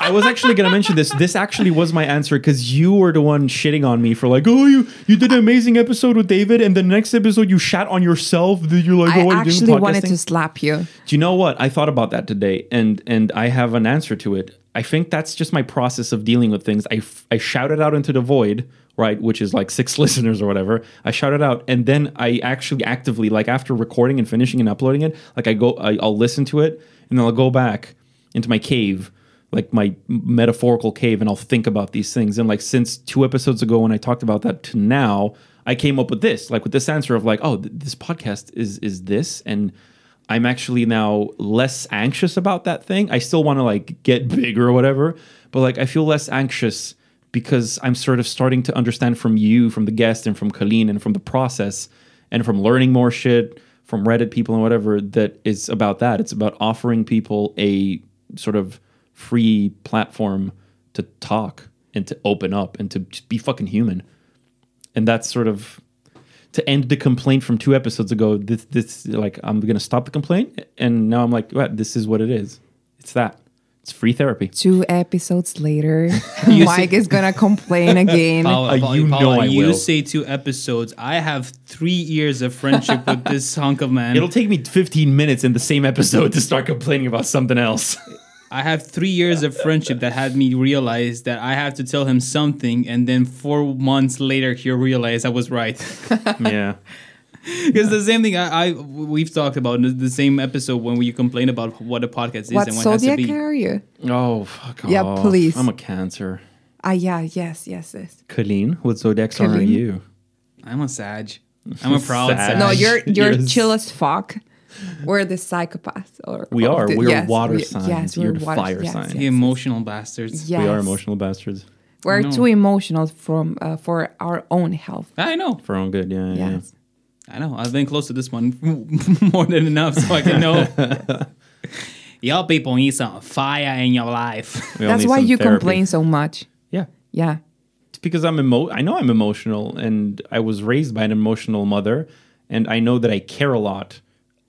I was actually going to mention this. This actually was my answer because you were the one shitting on me for like, oh, you you did an amazing episode with David, and the next episode you shat on yourself. That you're like, oh, I I'm doing actually wanted podcasting?" to slap you. Do you know what? I thought about that today, and and I have an answer to it. I think that's just my process of dealing with things. I f- I shout it out into the void, right, which is like six listeners or whatever. I shout it out, and then I actually actively, like after recording and finishing and uploading it, like I go, I, I'll listen to it, and then I'll go back into my cave, like my metaphorical cave, and I'll think about these things. And like since two episodes ago when I talked about that to now, I came up with this, like with this answer of like, oh, th- this podcast is is this, and I'm actually now less anxious about that thing. I still want to like get big or whatever, but like I feel less anxious because I'm sort of starting to understand from you, from the guest, and from Colleen, and from the process, and from learning more shit from Reddit people and whatever that it's about that. It's about offering people a sort of free platform to talk and to open up and to just be fucking human. And that's sort of to end the complaint from two episodes ago. This, this, like, I'm gonna stop the complaint, and now I'm like, what? This is what it is. It's that. It's free therapy. Two episodes later, Mike is gonna complain again. Paula, Uh, Paula, you Paula, know I you will. say two episodes. I have three years of friendship with this hunk of man. It'll take me 15 minutes in the same episode to start complaining about something else. I have three years of friendship that had me realize that I have to tell him something, and then four months later, he realized I was right. yeah. Because the same thing I, I we've talked about in the- the same episode when we complain about what a podcast is what and what it has to zodiac be. are you? Oh, fuck Yeah, off. please. I'm a cancer. Ah, yeah, yes, yes, yes. Colleen, what zodiac sign are Colleen? you? I'm a Sag. I'm a proud Sag. Sag. No, Ah, you're you're yes. chill as fuck. We're the psychopath, or We of are. the- We're yes, water we- signs. Yes, You're we're the water, fire yes, sign. yes, the yes. emotional bastards. Yes. We are emotional bastards. We're No. too emotional from uh, for our own health. I know. For our own good, yeah, yeah. yeah. Yes. I know. I've been close to this one more than enough, so I can know. Y'all people need some fire in your life. We all That's need why some you therapy. complain so much. Yeah. Yeah. It's because I'm emo I know I'm emotional and I was raised by an emotional mother and I know that I care a lot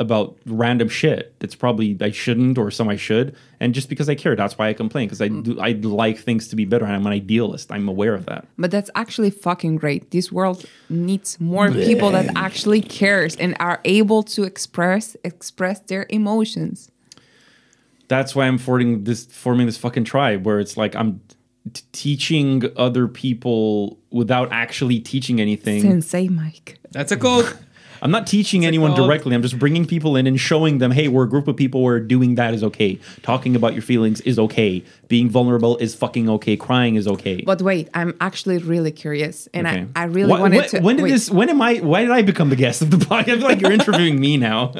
about random shit that's probably I shouldn't or some I should and just because I care that's why I complain because I do I like things to be better and I'm an idealist I'm aware of that But that's actually fucking great. This world needs more people that actually cares and are able to express express their emotions. that's why I'm forming this forming this fucking tribe where it's like I'm t- teaching other people without actually teaching anything Sensei Mike. That's a code. I'm not teaching anyone called? directly. I'm just bringing people in and showing them, hey, we're a group of people where doing that is okay. Talking about your feelings is okay. Being vulnerable is fucking okay. Crying is okay. But wait, I'm actually really curious, and Okay. I, I really Why- wanted when, to. When did wait. this? When am I? Why did I become the guest of the podcast? I feel like you're interviewing me now.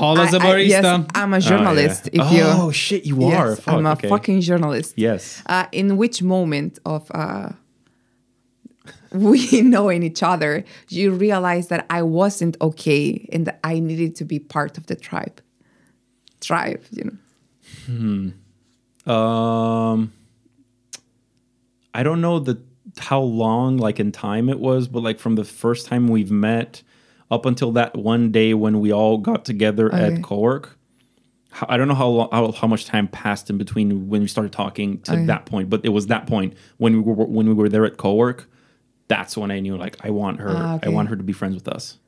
Paula I, I, Zabarista. yes, I'm a journalist. Oh, If you, yeah. oh shit, you Yes, are. Fuck, I'm a okay. fucking journalist. Yes. Uh, in which moment of uh, we knowing each other, you realize that I wasn't okay and that I needed to be part of the tribe. Tribe, you know. Um, I don't know the how long, like in time, it was, but like from the first time we've met up until that one day when we all got together Okay. at cowork. h- I don't know how long, how, how much time passed in between when we started talking to Okay. that point, but it was that point when we were when we were there at cowork. That's when I knew, like, I want her. Ah, I okay. want her to be friends with us.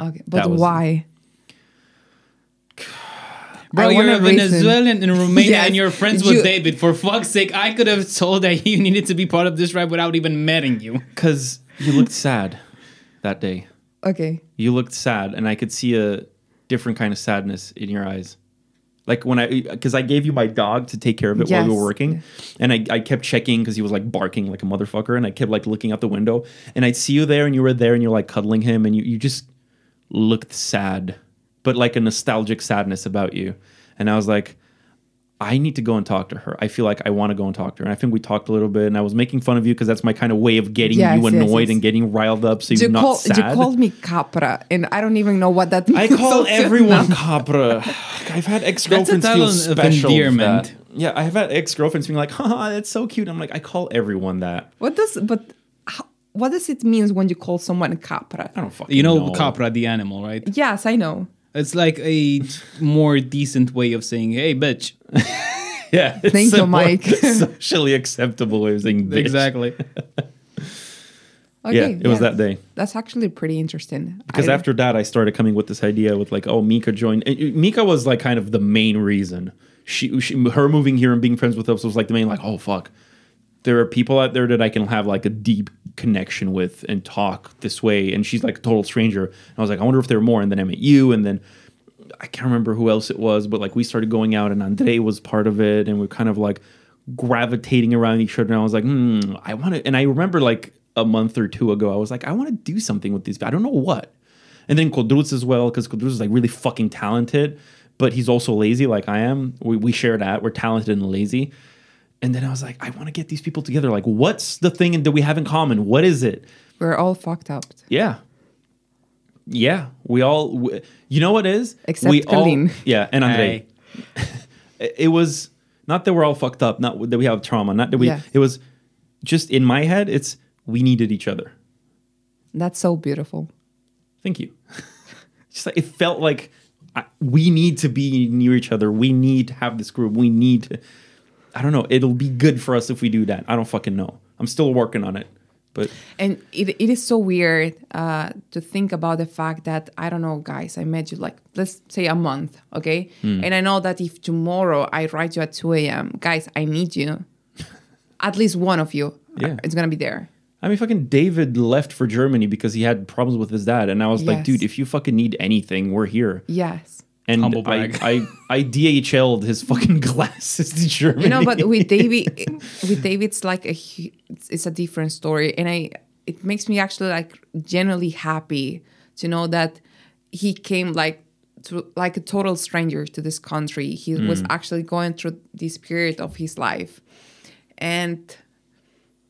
Okay, but That was- why? Bro, I you're want a a reason. Venezuelan in Romania Yes, and you're friends with you- David. For fuck's sake, I could have told that you needed to be part of this ride without even meeting you. Because you looked sad that day. Okay, you looked sad and i could see a different kind of sadness in your eyes like when i because i gave you my dog to take care of it while we Yes. were working and I, I kept checking because he was like barking like a motherfucker and i kept like looking out the window and i'd see you there and you were there and you're like cuddling him and you, you just looked sad but like a nostalgic sadness about you and i was like I need to go and talk to her. I feel like I want to go and talk to her. And I think we talked a little bit, and I was making fun of you because that's my kind of way of getting Yes, you yes, annoyed yes. and getting riled up so you're you, not call, you sad. called me Capra, and I don't even know what that means. I call So- everyone Cabra. I've had ex girlfriends That's a feel talent of special. endearment. Endearment. Yeah, I have had ex girlfriends being like, "Haha, that's so cute." I'm like, I call everyone that. What does but how, what does it mean when you call someone Capra? I don't fucking. You know, Capra, the animal, right? Yes, I know. It's like a more decent way of saying, hey, bitch. Yeah, it's Thank a you, more Mike. socially acceptable way of saying bitch. Exactly. Okay, yeah, it was that day. That's actually pretty interesting. Because I- after that, I started coming with this idea with like, oh, Mika joined. and, uh, Mika was like kind of the main reason. She, she, her moving here and being friends with us was like the main, like, oh fuck, there are people out there that I can have like a deep connection with and talk this way. And she's like a total stranger. And I was like, I wonder if there are more. And then I met you, and then I can't remember who else it was, but like we started going out, and Andre was part of it, and we are kind of like gravitating around each other. And I was like, hmm, I want to. And I remember like a month or two ago, I was like, I want to do something with these. but I don't know what. And then Kodruz as well, because Kodruz is like really fucking talented, but he's also lazy, like I am. We, we share that. We're talented and lazy. And then I was like, I want to get these people together. Like, what's the thing that we have in common? What is it? we're all fucked up. Yeah. Yeah. We all, w you know what it is? Except we all- Colleen. yeah. And Andre. Hey. It- It was not that we're all fucked up, not that we have trauma, not that we, Yeah. it was just in my head, it's we needed each other. That's so beautiful. Thank you. just like, it felt like I, we need to be near each other. We need to have this group. We need to, I don't know. It'll be good for us if we do that. I don't fucking know. I'm still working on it, but And it, it is so weird uh, to think about the fact that, I don't know, guys, I met you like, let's say a month, okay? And I know that if tomorrow I write you at 2 a.m., guys, I need you. At least one of you uh, Yeah. is going to be there. I mean, fucking David left for Germany because he had problems with his dad, and I was like, Yes. dude, if you fucking need anything, we're here. Yes. And Humble I, brag. I, I DHL'd his fucking glasses to Germany. You know, but with David, with David, it's like a hu- it's, it's a different story, and I it makes me actually like genuinely happy to know that he came like to like a total stranger to this country. He was actually going through this period of his life, and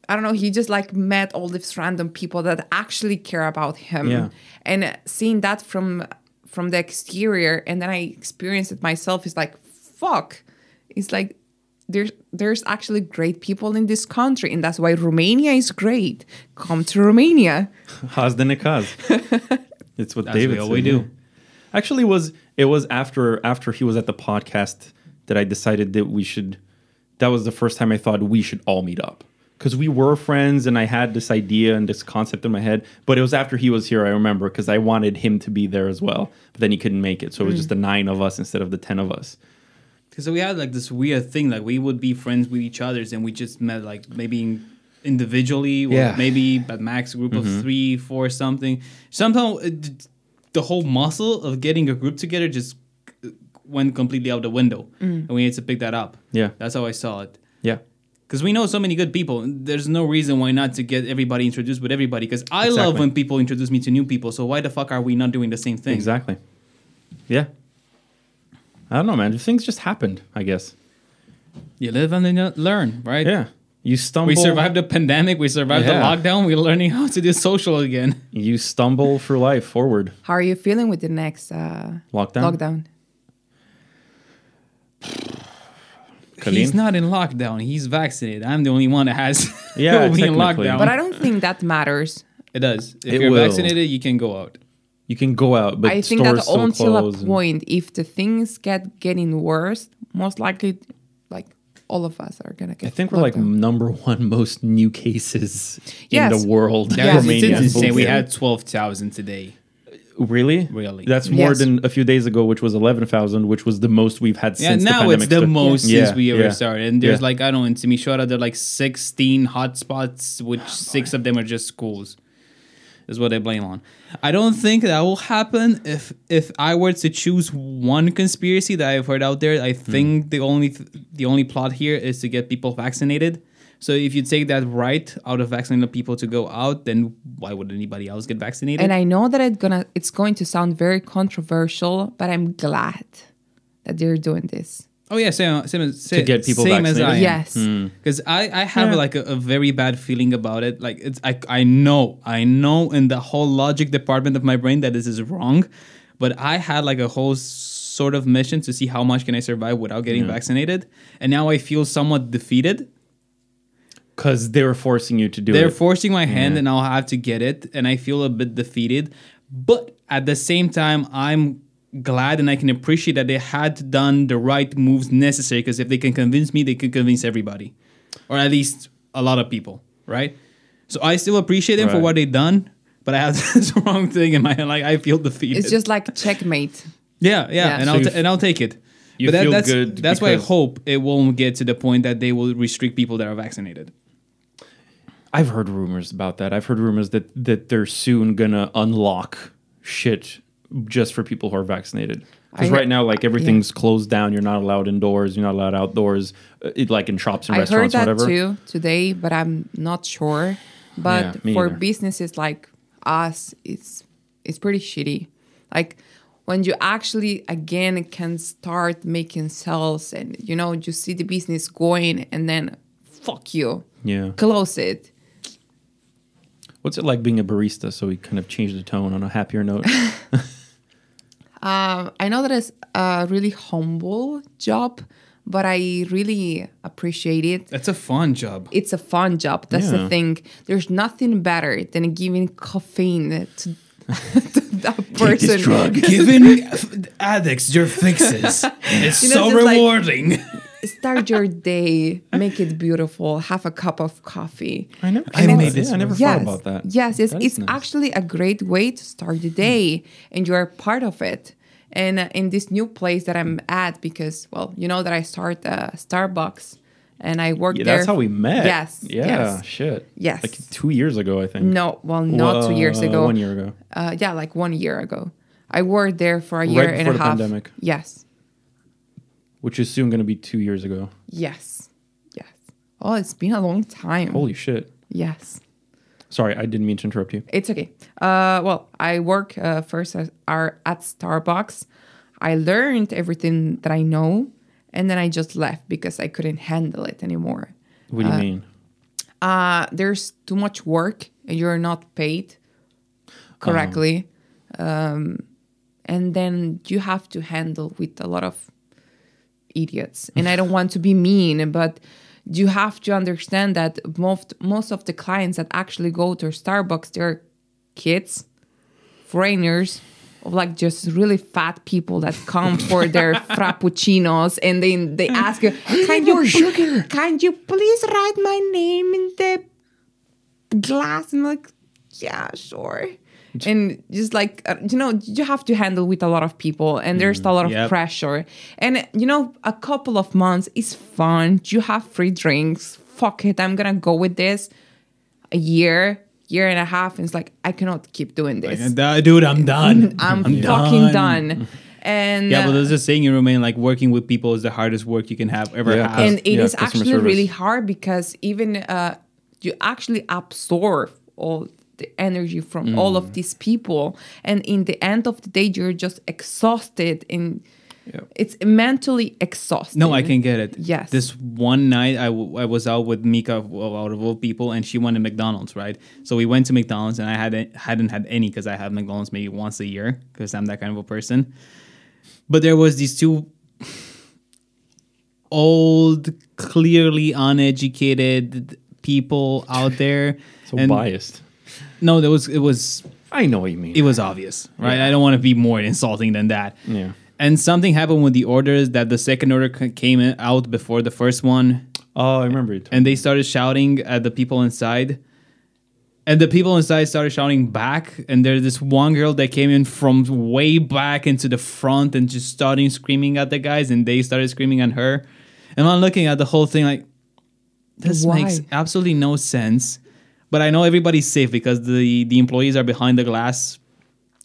I don't know, he just like met all these random people that actually care about him. Yeah. And uh, seeing that from from the exterior and then I experienced it myself is like fuck. It's like there's there's actually great people in this country, and that's why Romania is great. Come to Romania. Haz de Nikaz. It's what That's David what said, we yeah. do. Actually, it was it was after after he was at the podcast that I decided that we should. That was the first time I thought we should all meet up because we were friends, and I had this idea and this concept in my head. But it was after he was here, I remember, because I wanted him to be there as well, but then he couldn't make it, so it was just the Mm. nine of us instead of the ten of us. Because we had like this weird thing, like we would be friends with each others, and we just met like maybe in- individually, or Yeah. maybe at max a group Mm-hmm. of three, four, something. Somehow it, d- the whole muscle of getting a group together just c- went completely out the window, and we had to pick that up. Yeah. that's how I saw it. Yeah, Because we know so many good people, there's no reason why not to get everybody introduced with everybody. Because I love Exactly. when people introduce me to new people. So why the fuck are we not doing the same thing? exactly. Yeah, I don't know, man. Things just happened, I guess. You live and then you learn, right? Yeah, you stumble. We survived the pandemic. We survived Yeah. the lockdown. We're learning how to do social again. You stumble through life forward. How are you feeling with the next uh, Lockdown. lockdown? He's not in lockdown. He's vaccinated. I'm the only one that has. Yeah, will be in technically. lockdown. But I don't think that matters. it does. If It you're will. vaccinated, you can go out. You can go out, but I think stores that still until a close. and- point, if the things get getting worse, most likely, like all of us are gonna get. I think we're like lockdown. number one most new cases in Yes. the world. That Yeah. was- Romania it's insane. We Bulgaria. had twelve thousand today. really, Really. That's more Yes. than a few days ago, which was eleven thousand, which was the most we've had Yeah, since. the now pandemic it's the started. most Yeah, since we ever yeah. started. And there's Yeah. like I don't know in Timisoara there are like sixteen hotspots, which Ah, six of them are just schools. Is what I blame on. I don't think that will happen if if I were to choose one conspiracy that I've heard out there. I Hmm. think the only th- the only plot here is to get people vaccinated. So if you take that right out of vaccinating people to go out, then why would anybody else get vaccinated? And I know that it's gonna it's going to sound very controversial, but I'm glad that they're doing this. Oh yeah, same, same as To get people same as I am. vaccinated? Hmm. Yes. because I I have Yeah. like a, a very bad feeling about it. Like it's I I know I know in the whole logic department of my brain that this is wrong, but I had like a whole sort of mission to see how much can I survive without getting vaccinated, and now I feel somewhat defeated. because they were forcing you to do They're it. forcing my hand, and I'll have to get it, and I feel a bit defeated. But at the same time, I'm glad and I can appreciate that they had done the right moves necessary because if they can convince me, they can convince everybody, or at least a lot of people, right? So I still appreciate them for Right. what they've done, but I have this wrong thing in my head. Like I feel defeated. It's just like checkmate. Yeah, yeah, Yeah. and So I'll you ta- f- and I'll take it. you but that, feel that's good that's why I because- hope it won't get to the point that they will restrict people that are vaccinated. I've heard rumors about that. I've heard rumors that that they're soon gonna unlock shit just for people who are vaccinated. Because I- right now, like everything's closed down. You're not allowed indoors. You're not allowed outdoors. uh, It, like in shops and I heard restaurants, that whatever. too today, but I'm not sure. But Yeah, me for either. businesses like us, it's it's pretty shitty. Like when you actually again can start making sales and you know you see the business going and then fuck you. Yeah. Close it. What's it like being a barista? So we kind of changed the tone on a happier note. Um, I know that it's a really humble job, but I really appreciate it. That's a fun job. It's a fun job. That's Yeah. the thing. There's nothing better than giving caffeine to, to that person. giving f- addicts your fixes. It's You know, so just like- rewarding. Start your day, make it beautiful, have a cup of coffee. I never, I I made made this this. I never yes, thought about that. Yes, yes. That is it's nice. actually a great way to start the day, and you are part of it. And uh, in this new place that I'm at, because well, you know that I start uh, Starbucks, and I work Yeah, there. that's how we met. Yes. Yeah. Yes. Shit. Yes. Like two years ago, I think. No, well, not two years Wha- ago. One year ago. Uh, yeah, like one year ago. I worked there for a year and before a the half. pandemic. Yes. Which is soon going to be two years ago. Yes. Yes. Oh, it's been a long time. Holy shit. Yes. Sorry, I didn't mean to interrupt you. It's okay. Uh, well, I work uh, first as, are at Starbucks. I learned everything that I know, and then I just left because I couldn't handle it anymore. What do you mean? Uh, there's too much work, and you're not paid correctly, um, and then you have to handle with a lot of idiots, and I don't want to be mean, but you have to understand that most most of the clients that actually go to Starbucks, they're kids, foreigners, of like just really fat people that come for their frappuccinos, and then they ask you, "Can you sugar? Can you please write my name in the glass and like yeah sure and just like uh, you know you have to handle with a lot of people and there's a lot of yep. pressure and uh, you know a couple of months is fun you have free drinks fuck it i'm gonna go with this a year year and a half and it's like i cannot keep doing this And that- dude, I'm done. i'm, fucking done, and Yeah, but uh, there's a saying in Romanian like working with people is the hardest work you can have ever Yeah, have. cus- and it is yeah, customer actually service. really hard because even uh, you actually absorb all the energy from all Mm. of these people and in the end of the day you're just exhausted and it's mentally exhausting No, I can get it. Yes. This one night, I, w- I was out with Mika of- of- out of all people, and she wanted McDonald's, right? So we went to McDonald's, and I hadn't hadn't had any because I have McDonald's maybe once a year because I'm that kind of a person. But there was these two old, clearly uneducated people out there. So and- biased. No, there was it was I know what you mean. it was obvious, right? I don't want to be more insulting than that. Yeah. And something happened with the orders that the second order c- came in- out before the first one, oh, I remember it. and they started shouting at the people inside. And the people inside started shouting back. And there's this one girl that came in from way back into the front and just starting screaming at the guys, and they started screaming at her. And I'm looking at the whole thing like, this Why? makes absolutely no sense. But I know everybody's safe because the the employees are behind the glass,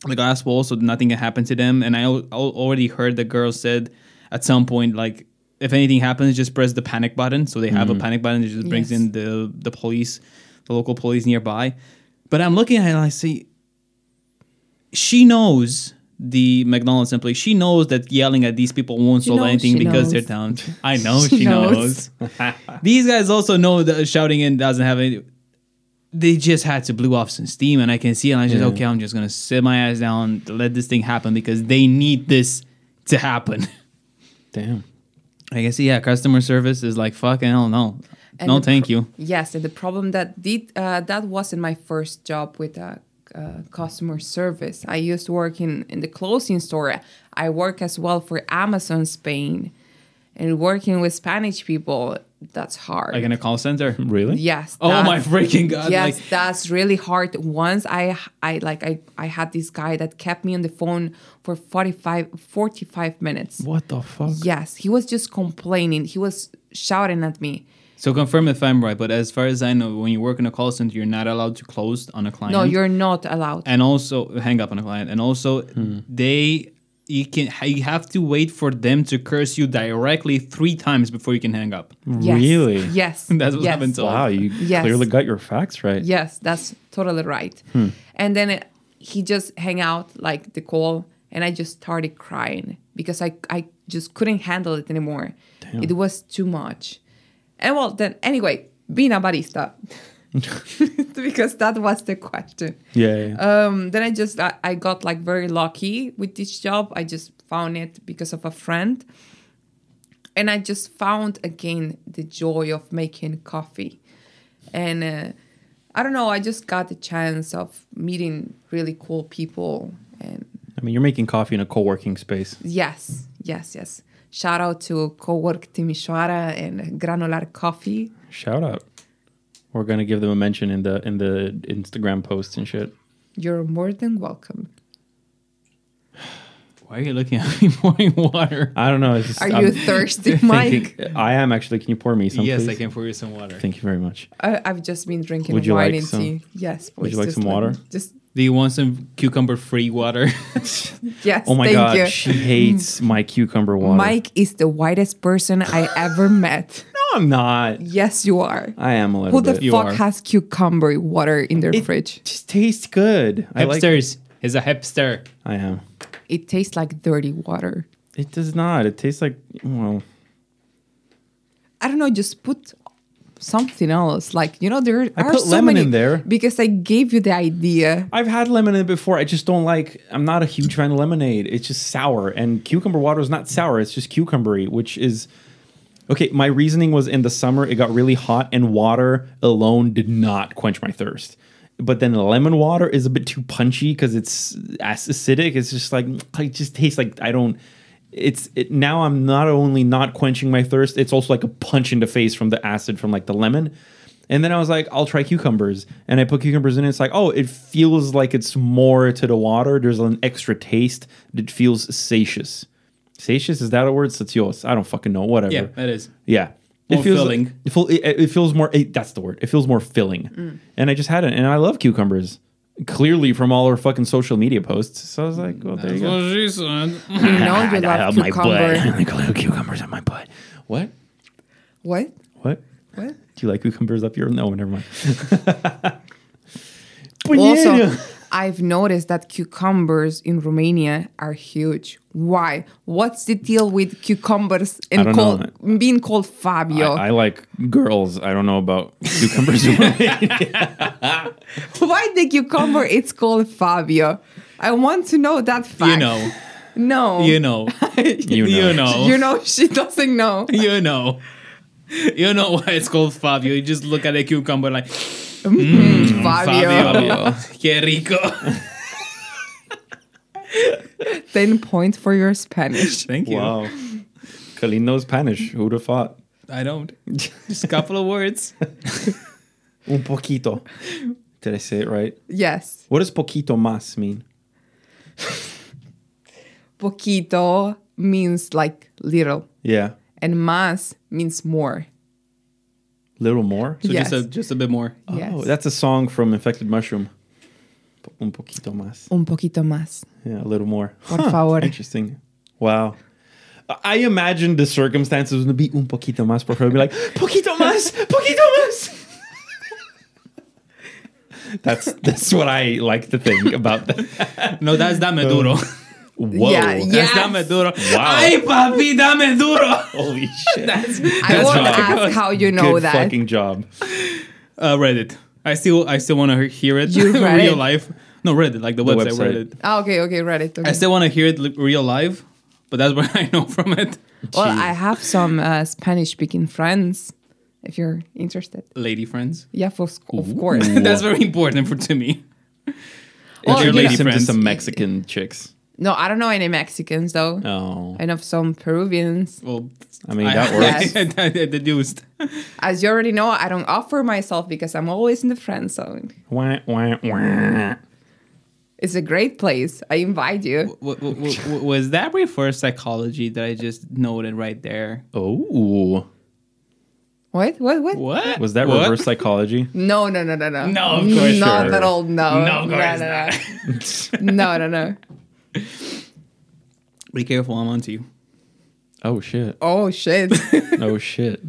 the glass wall, so nothing can happen to them. And I al- al- already heard the girl said at some point like. If anything happens, just press the panic button. So they have a panic button that just brings Mm. Yes. in the the police, the local police nearby. But I'm looking at it and I see she knows the McDonald's employee. She knows that yelling at these people won't She solve knows, anything she because knows. they're down. I know she, She knows. knows. these guys also know that shouting in doesn't have any. They just had to blew off some steam, and I can see, it, and I just okay. I'm just gonna sit my ass down, let this thing happen because they need this to happen. Damn. I can see, yeah, customer service is like fucking hell no, And no, the thank pro- you. Yes, and the problem that did uh, that wasn't my first job with uh, uh, customer service. I used to work in in the clothing store. I work as well for Amazon Spain, and working with Spanish people that's hard. Like in a call center. Really? yes. Oh that's- my freaking god! Yes, like, that's really hard. Once I I like I I had this guy that kept me on the phone for 45 45 minutes. What the fuck? Yes, he was just complaining. He was shouting at me. So confirm if I'm right, but as far as I know, when you work in a call center, you're not allowed to close on a client. No, you're not allowed. and also hang up on a client, and also they you can you have to wait for them to curse you directly three times before you can hang up. Yes. Really? Yes. That's what yes. happened to Wow, you Yes. clearly got your facts right. Yes, that's totally right. And then it, he just hang out like the call, and I just started crying because I I just couldn't handle it anymore. It was too much. And well, then anyway, being a barista, because that was the question. Yeah. yeah. Um, then I just I, I got like very lucky with this job. I just found it because of a friend, and I just found again the joy of making coffee, and uh, I don't know. I just got the chance of meeting really cool people, and I mean, you're making coffee in a co-working space. yes, yes, yes. Shout out to Cowork Timisoara and Granular Coffee. Shout out. We're gonna give them a mention in the in the Instagram posts and shit. You're more than welcome. Why are you looking at me pouring water? I don't know. It's just, Are I'm you thirsty, Mike? thinking, I am actually. Can you pour me some? yes, please? I can pour you some water. Thank you very much. I, I've just been drinking Would you wine like and some- tea. Yes, please. you like just some let me- water? Just Do you want some cucumber free water? Yes. Oh my thank god, You. she hates my cucumber water. Mike is the whitest person I ever met. no, I'm not. Yes, you are. I am a little Who the bit. You fuck are. has cucumber water in their It fridge? just tastes good. I like. Hipsters. He's a hipster. I am. It tastes like dirty water. It does not. It tastes like well. I don't know. Just put something else. Like you know, there I are put so lemon many in there. because I gave you the idea. I've had lemon in it before. I just don't like. I'm not a huge fan of lemonade. It's just sour, and cucumber water is not sour. It's just cucumbery, which is okay. My reasoning was in the summer it got really hot, and water alone did not quench my thirst. But then lemon water is a bit too punchy because it's as- acidic. It's just like it just tastes like I don't. It's it, now I'm not only not quenching my thirst, it's also like a punch in the face from the acid from like the lemon. And then I was like, I'll try cucumbers. And I put cucumbers in. It's like, oh, it feels like it's more to the water. There's an extra taste that feels satious. Satious? Is that a word? Satios. I don't fucking know. Whatever. Yeah, that is. Yeah. More filling. It, feel- it- it feels more, it- that's the word. It feels more filling. Mm. And I just had it. And I love cucumbers. Clearly from all our fucking social media posts. So I was like, well, there you go. she said. You know, you I love love my cucumber. butt. I love cucumbers on my butt. What? What? What? What? Do you like cucumbers up your? No, never mind. Also, I've noticed that cucumbers in Romania are huge. Why? What's the deal with cucumbers I and don't called, being called Fabio? I, I like girls. I don't know about cucumbers. Why the cucumber? It's called Fabio. I want to know that fact. You know, No. you know, you you know, You know, she doesn't know. you know, you know why it's called Fabio. You just look at a cucumber like Fabio. Hmm, Fabio, que rico. Ten points for your Spanish. Thank you. Wow. Colleen knows Spanish. Who'd have thought? I don't. Just a couple of words. Un poquito. Did I say it right? Yes. What does poquito más mean? Poquito means like little, Yeah. and mas means more. Little more? So yes. just a, just a bit more. yes. Oh, that's a song from Infected Mushroom. Po- Un poquito más. Un poquito más. Yeah, a little more. Por favor. Interesting. Wow. I- I imagine the circumstances would be un poquito más, por favor. Be like, poquito más, poquito más. that's that's what I like to think about that. No, that's Um, dame duro. Whoa. Yeah, yeah. That's dame duro. Wow. Ay, papi, dame duro. Holy shit. I won't right. ask how you know Good that. fucking job. Uh, Reddit. I still I still want to hear it. You read real it? life. No, Reddit, like the, website, website. Reddit. Ah, okay, okay, Reddit. Okay. I still want to hear it li- real live, but that's what I know from it. well, I have some uh, Spanish-speaking friends, if you're interested. Lady friends. Yeah, for, of course. that's very important for to me. Well, Your you lady Introduce him to friends. some Mexican chicks. No, I don't know any Mexicans though. Oh. I know some Peruvians. Well, I mean, that works. I, I, deduced. As you already know, I don't offer myself because I'm always in the friend zone. Wah, wah, wah. It's a great place. I invite you. W- w- w- w- was that reverse psychology that I just noted right there? Oh. What? What? What? What Was that What? reverse psychology? No, no, no, no, no. No, of course not not. at all. No, No, of course no, no, no, no, no. Be careful, I'm onto you. Oh, shit. Oh shit! Oh, shit.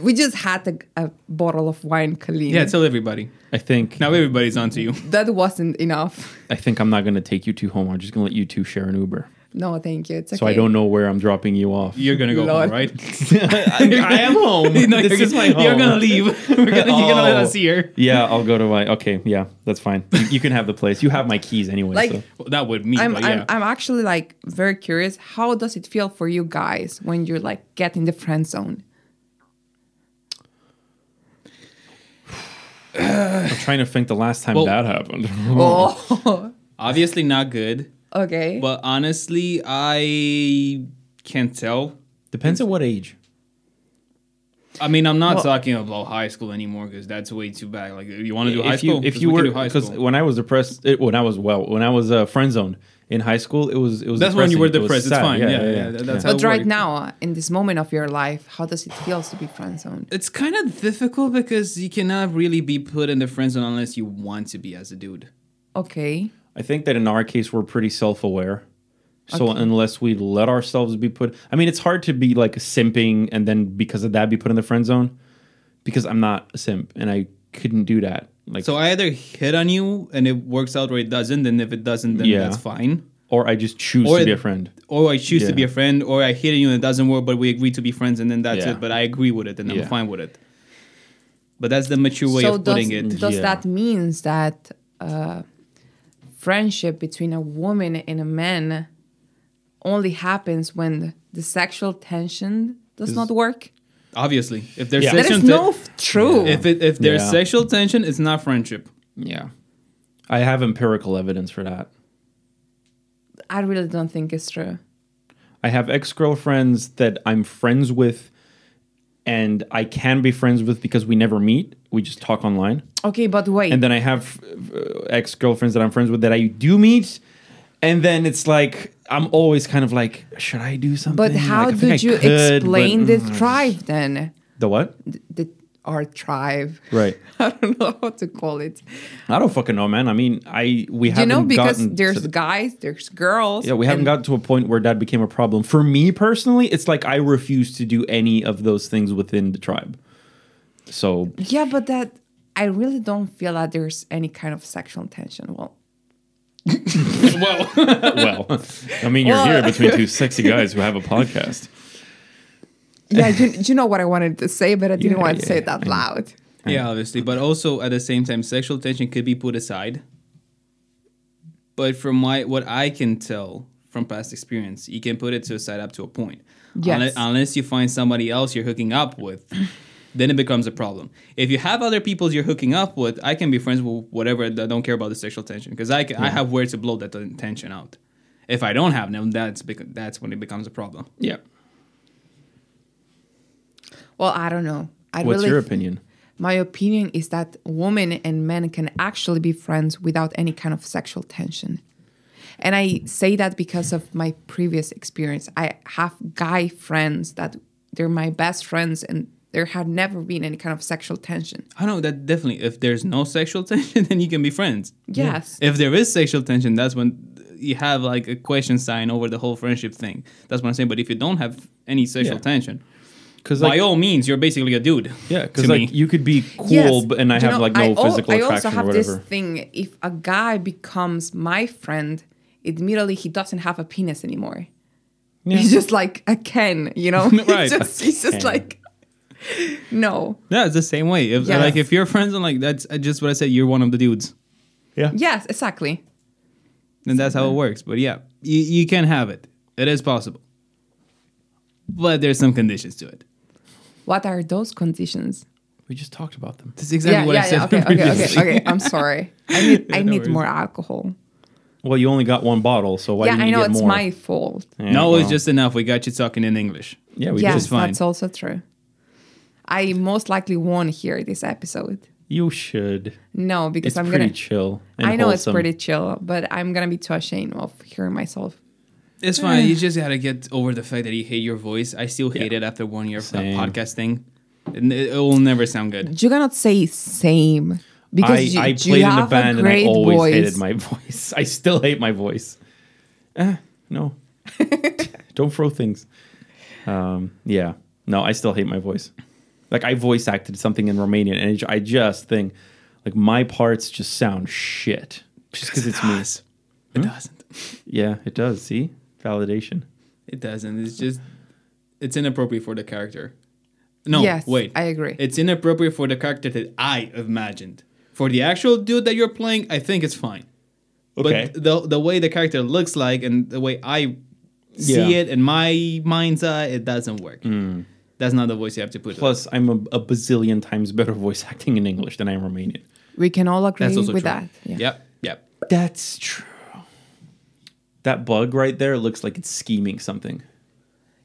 we just had a, a bottle of wine, Colleen. Yeah, tell everybody. I think Now everybody's onto you. that wasn't enough. I think I'm not going to take you two home. I'm just going to let you two share an Uber. No, thank you. It's okay. So I don't know where I'm dropping you off. You're gonna go Lord. home, right? I am home. No, this you're, is my you're gonna home. leave. We're gonna, You're gonna let Oh. us here. Yeah, I'll go to my. Okay, yeah, that's fine. You, you can have the place. You have my keys anyway. Like- so. Well, that would mean, I'm, but I'm, yeah. I'm actually like very curious. How does it feel for you guys when you're like get in the friend zone? I'm trying to think the last time Well- that happened. Hmm. Oh, Obviously not good, okay. but honestly, I can't tell. Depends on what age. I mean, I'm not Well- talking about high school anymore because that's way too bad. Like, you want to do high If you school? if 'Cause you we can were do high because school. when I was depressed, it, when I was well, when I was uh, friend zoned in high school, it was it was. That's when you depressing. were It was depressed. It's sad. fine. Yeah, yeah, that- that's how- But right work. now, uh, in this moment of your life, how does it feel to be friend zoned? it's kind of difficult because you cannot really be put in the friend zone unless you want to be as a dude. Okay. I think that in our case, we're pretty self aware. So unless we let ourselves be put, I mean, it's hard to be like simping and then because of that be put in the friend zone, because I'm not a simp and I couldn't do that. Like, So I either hit on you and it works out or it doesn't, and if it doesn't, then Yeah. that's fine. or I just choose Or- to be a friend. Or I choose Yeah. to be a friend, or I hit on you and it doesn't work, but we agree to be friends, and then that's Yeah. it. But I agree with it, and Yeah. I'm fine with it. But that's the mature way so of does, putting it. does Yeah. that means that uh, friendship between a woman and a man only happens when the sexual tension does not work? Obviously, if there's Yeah. That sexual is te- no f- true. if it, if there's Yeah. sexual tension, it's not friendship. Yeah. I have empirical evidence for that. I really don't think it's true. I have ex girlfriends that I'm friends with and I can be friends with because we never meet. We just talk online. Okay, but wait. And then I have ex girlfriends that I'm friends with that I do meet. And then it's like, I'm always kind of like, should I do something? but how Like, I think did I you could, but- mm, explain the tribe then? The what? The our tribe. Right. I don't know what to call it. I don't fucking know, man. I mean, I we You haven't know, because gotten to there's the- guys, there's girls. yeah, we haven't and- gotten to a point where that became a problem. For me personally, it's like I refuse to do any of those things within the tribe. So Yeah, but that I really don't feel that there's any kind of sexual tension. Well, well, I mean, you're here between two sexy guys who have a podcast. yeah, you, you know what I wanted to say, but I didn't want to say it that loud. Yeah, obviously, but also at the same time, sexual tension could be put aside. But from my what I can tell from past experience, you can put it to a side up to a point. Yes. Unle- unless you find somebody else you're hooking up with, then it becomes a problem. If you have other people you're hooking up with, I can be friends with whatever. I don't care about the sexual tension because I, can, I have where to blow that ten- tension out. If I don't have them, that's bec- that's when it becomes a problem. Yeah. Well, I don't know. I What's really your th- opinion? My opinion is that women and men can actually be friends without any kind of sexual tension. And I say that because of my previous experience. I have guy friends that they're my best friends and there had never been any kind of sexual tension. I know that definitely. If there's no sexual tension, then you can be friends. Yes. If there is sexual tension, that's when you have like a question sign over the whole friendship thing. That's what I'm saying. But if you don't have any sexual Yeah. tension, Because by like, all means, you're basically a dude. yeah, to because me. like you could be cool, but, and I You have know, like no I al- physical I also attraction have or whatever. this thing. If a guy becomes my friend, immediately he doesn't have a penis anymore. He's just like a Ken, you know. Right. He's just, he's just Ken. like no. yeah, it's the same way. If Yeah. like if you're friends and like that's uh, just what I said, you're one of the dudes. Yes, exactly. Then that's how it works. But yeah, you, you can have it. It is possible. But there's some conditions to it. What are those conditions? We just talked about them. That's exactly what I said. Okay, okay, okay, previously. okay. I'm sorry. I need I No need worries. more alcohol. Well, you only got one bottle, so why yeah, do you I know get it's more? my fault. Yeah, No, well, it's just enough. We got you talking in English. yeah, we yes, just fine. that's also true. I most likely won't hear this episode. you should. No, because It's I'm pretty gonna chill. and I know wholesome. it's pretty chill, but I'm gonna be too ashamed of hearing myself. It's fine. Eh. You just gotta get over the fact that you hate your voice. I still hate Yeah. it after one year of that Same. podcasting. And It, it will never sound good. You cannot say same because I, you, I you played in have a band a and I great always voice. hated my voice. I still hate my voice. Eh, no. Don't throw things. Um, yeah. No, I still hate my voice. Like I voice acted something in Romanian and I just think like my parts just sound shit. Just because it's me. It doesn't. Yeah, it does. See? Validation. It doesn't. It's just it's inappropriate for the character. No, Yes, wait. I agree. It's inappropriate for the character that I imagined. For the actual dude that you're playing, I think it's fine. Okay. But the the way the character looks like and the way I see Yeah. Hmm. it in my mind's eye, it doesn't work. That's not the voice you have to put. on. Plus, I'm a, a bazillion times better voice acting in English than I am Romanian. We can all agree That's with also true. that. Yeah. Yep. Yep. That's true. That bug right there looks like it's scheming something.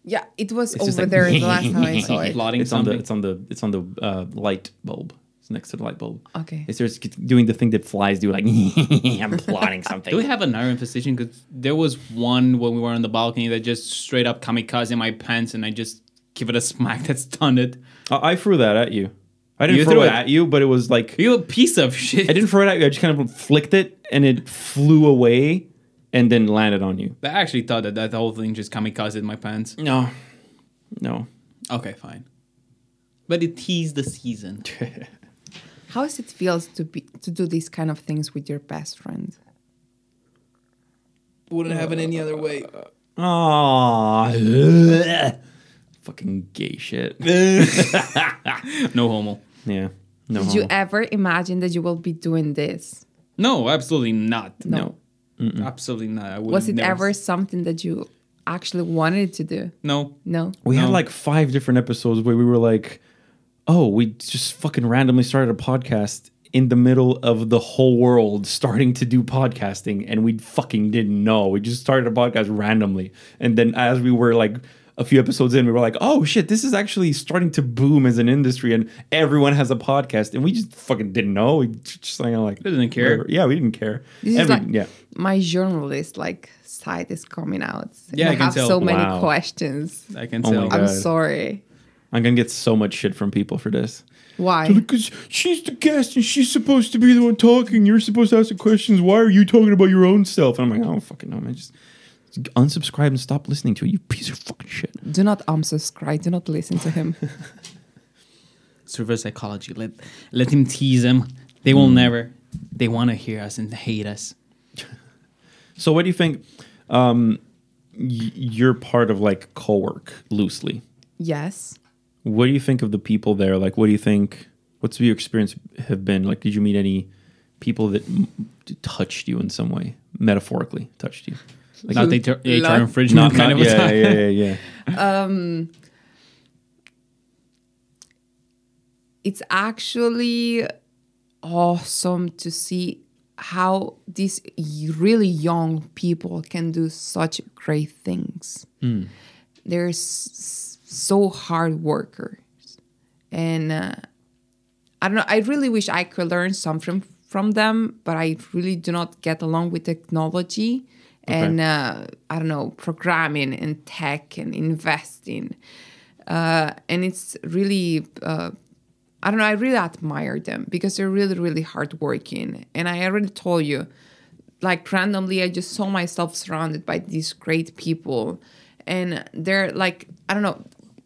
Yeah, it was just over like- there the last time I saw it. Plotting it's on the something. it's on the it's on the uh, light bulb. It's next to the light bulb. Okay. It's just doing the thing that flies do, like I'm plotting something. Do we have an iron position? Because there was one when we were on the balcony that just straight up kamikaze my pants, and I just give it a smack that stunned it. I, I threw that at you. I didn't You throw threw it, it. at you, but it was like You a piece of shit. I didn't throw it at you. I just kind of flicked it, and it flew away, and then landed on you. I actually thought that that whole thing just kamikaze my pants. No, no. Okay, fine. But it teased the season. How does it feels to be to do these kind of things with your best friend? Wouldn't have it any other way. Ah, fucking gay shit. No homo. Yeah. No Did you homo. ever imagine that you will be doing this? No, absolutely not. No. Absolutely not. I would Was it never ever s- something that you actually wanted to do? No. No. We had No. like five different episodes where we were like, oh, we just fucking randomly started a podcast in the middle of the whole world starting to do podcasting and we fucking didn't know. We just started a podcast randomly. And then as we were like a few episodes in, we were like, oh shit, this is actually starting to boom as an industry and everyone has a podcast. And we just fucking didn't know. We just like, like We didn't care. whatever. Yeah, we didn't care. This is Every- like yeah. my journalist like side is coming out. Yeah, I and I can have tell. so many Wow. questions. I can Oh my tell. God. I'm sorry. I'm gonna get so much shit from people for this. Why? Because she's the guest and she's supposed to be the one talking. You're supposed to ask the questions. Why are you talking about your own self? And I'm like, I don't fucking know, man. Just unsubscribe and stop listening to it, you piece of fucking shit. Do not unsubscribe. Do not listen to him. It's reverse psychology. Let let him tease them. They will Mm. never. They want to hear us and hate us. So, what do you think? Um, y- you're part of like co-work loosely. yes. What do you think of the people there? Like, what do you think? What's your experience have been like? Did you meet any people that m- touched you in some way, metaphorically touched you? Like, Not they ter- Lot- HR infringement not, kind not of yeah, attack. yeah, yeah, yeah. it's actually awesome to see how these y- really young people can do such great things. They're s- so hard workers, and uh, I don't know. I really wish I could learn something from them, but I really do not get along with technology and uh, I don't know programming and tech and investing. Uh, and it's really uh, I don't know. I really admire them because they're really, really hardworking. And I already told you, like randomly, I just saw myself surrounded by these great people, and they're like, I don't know,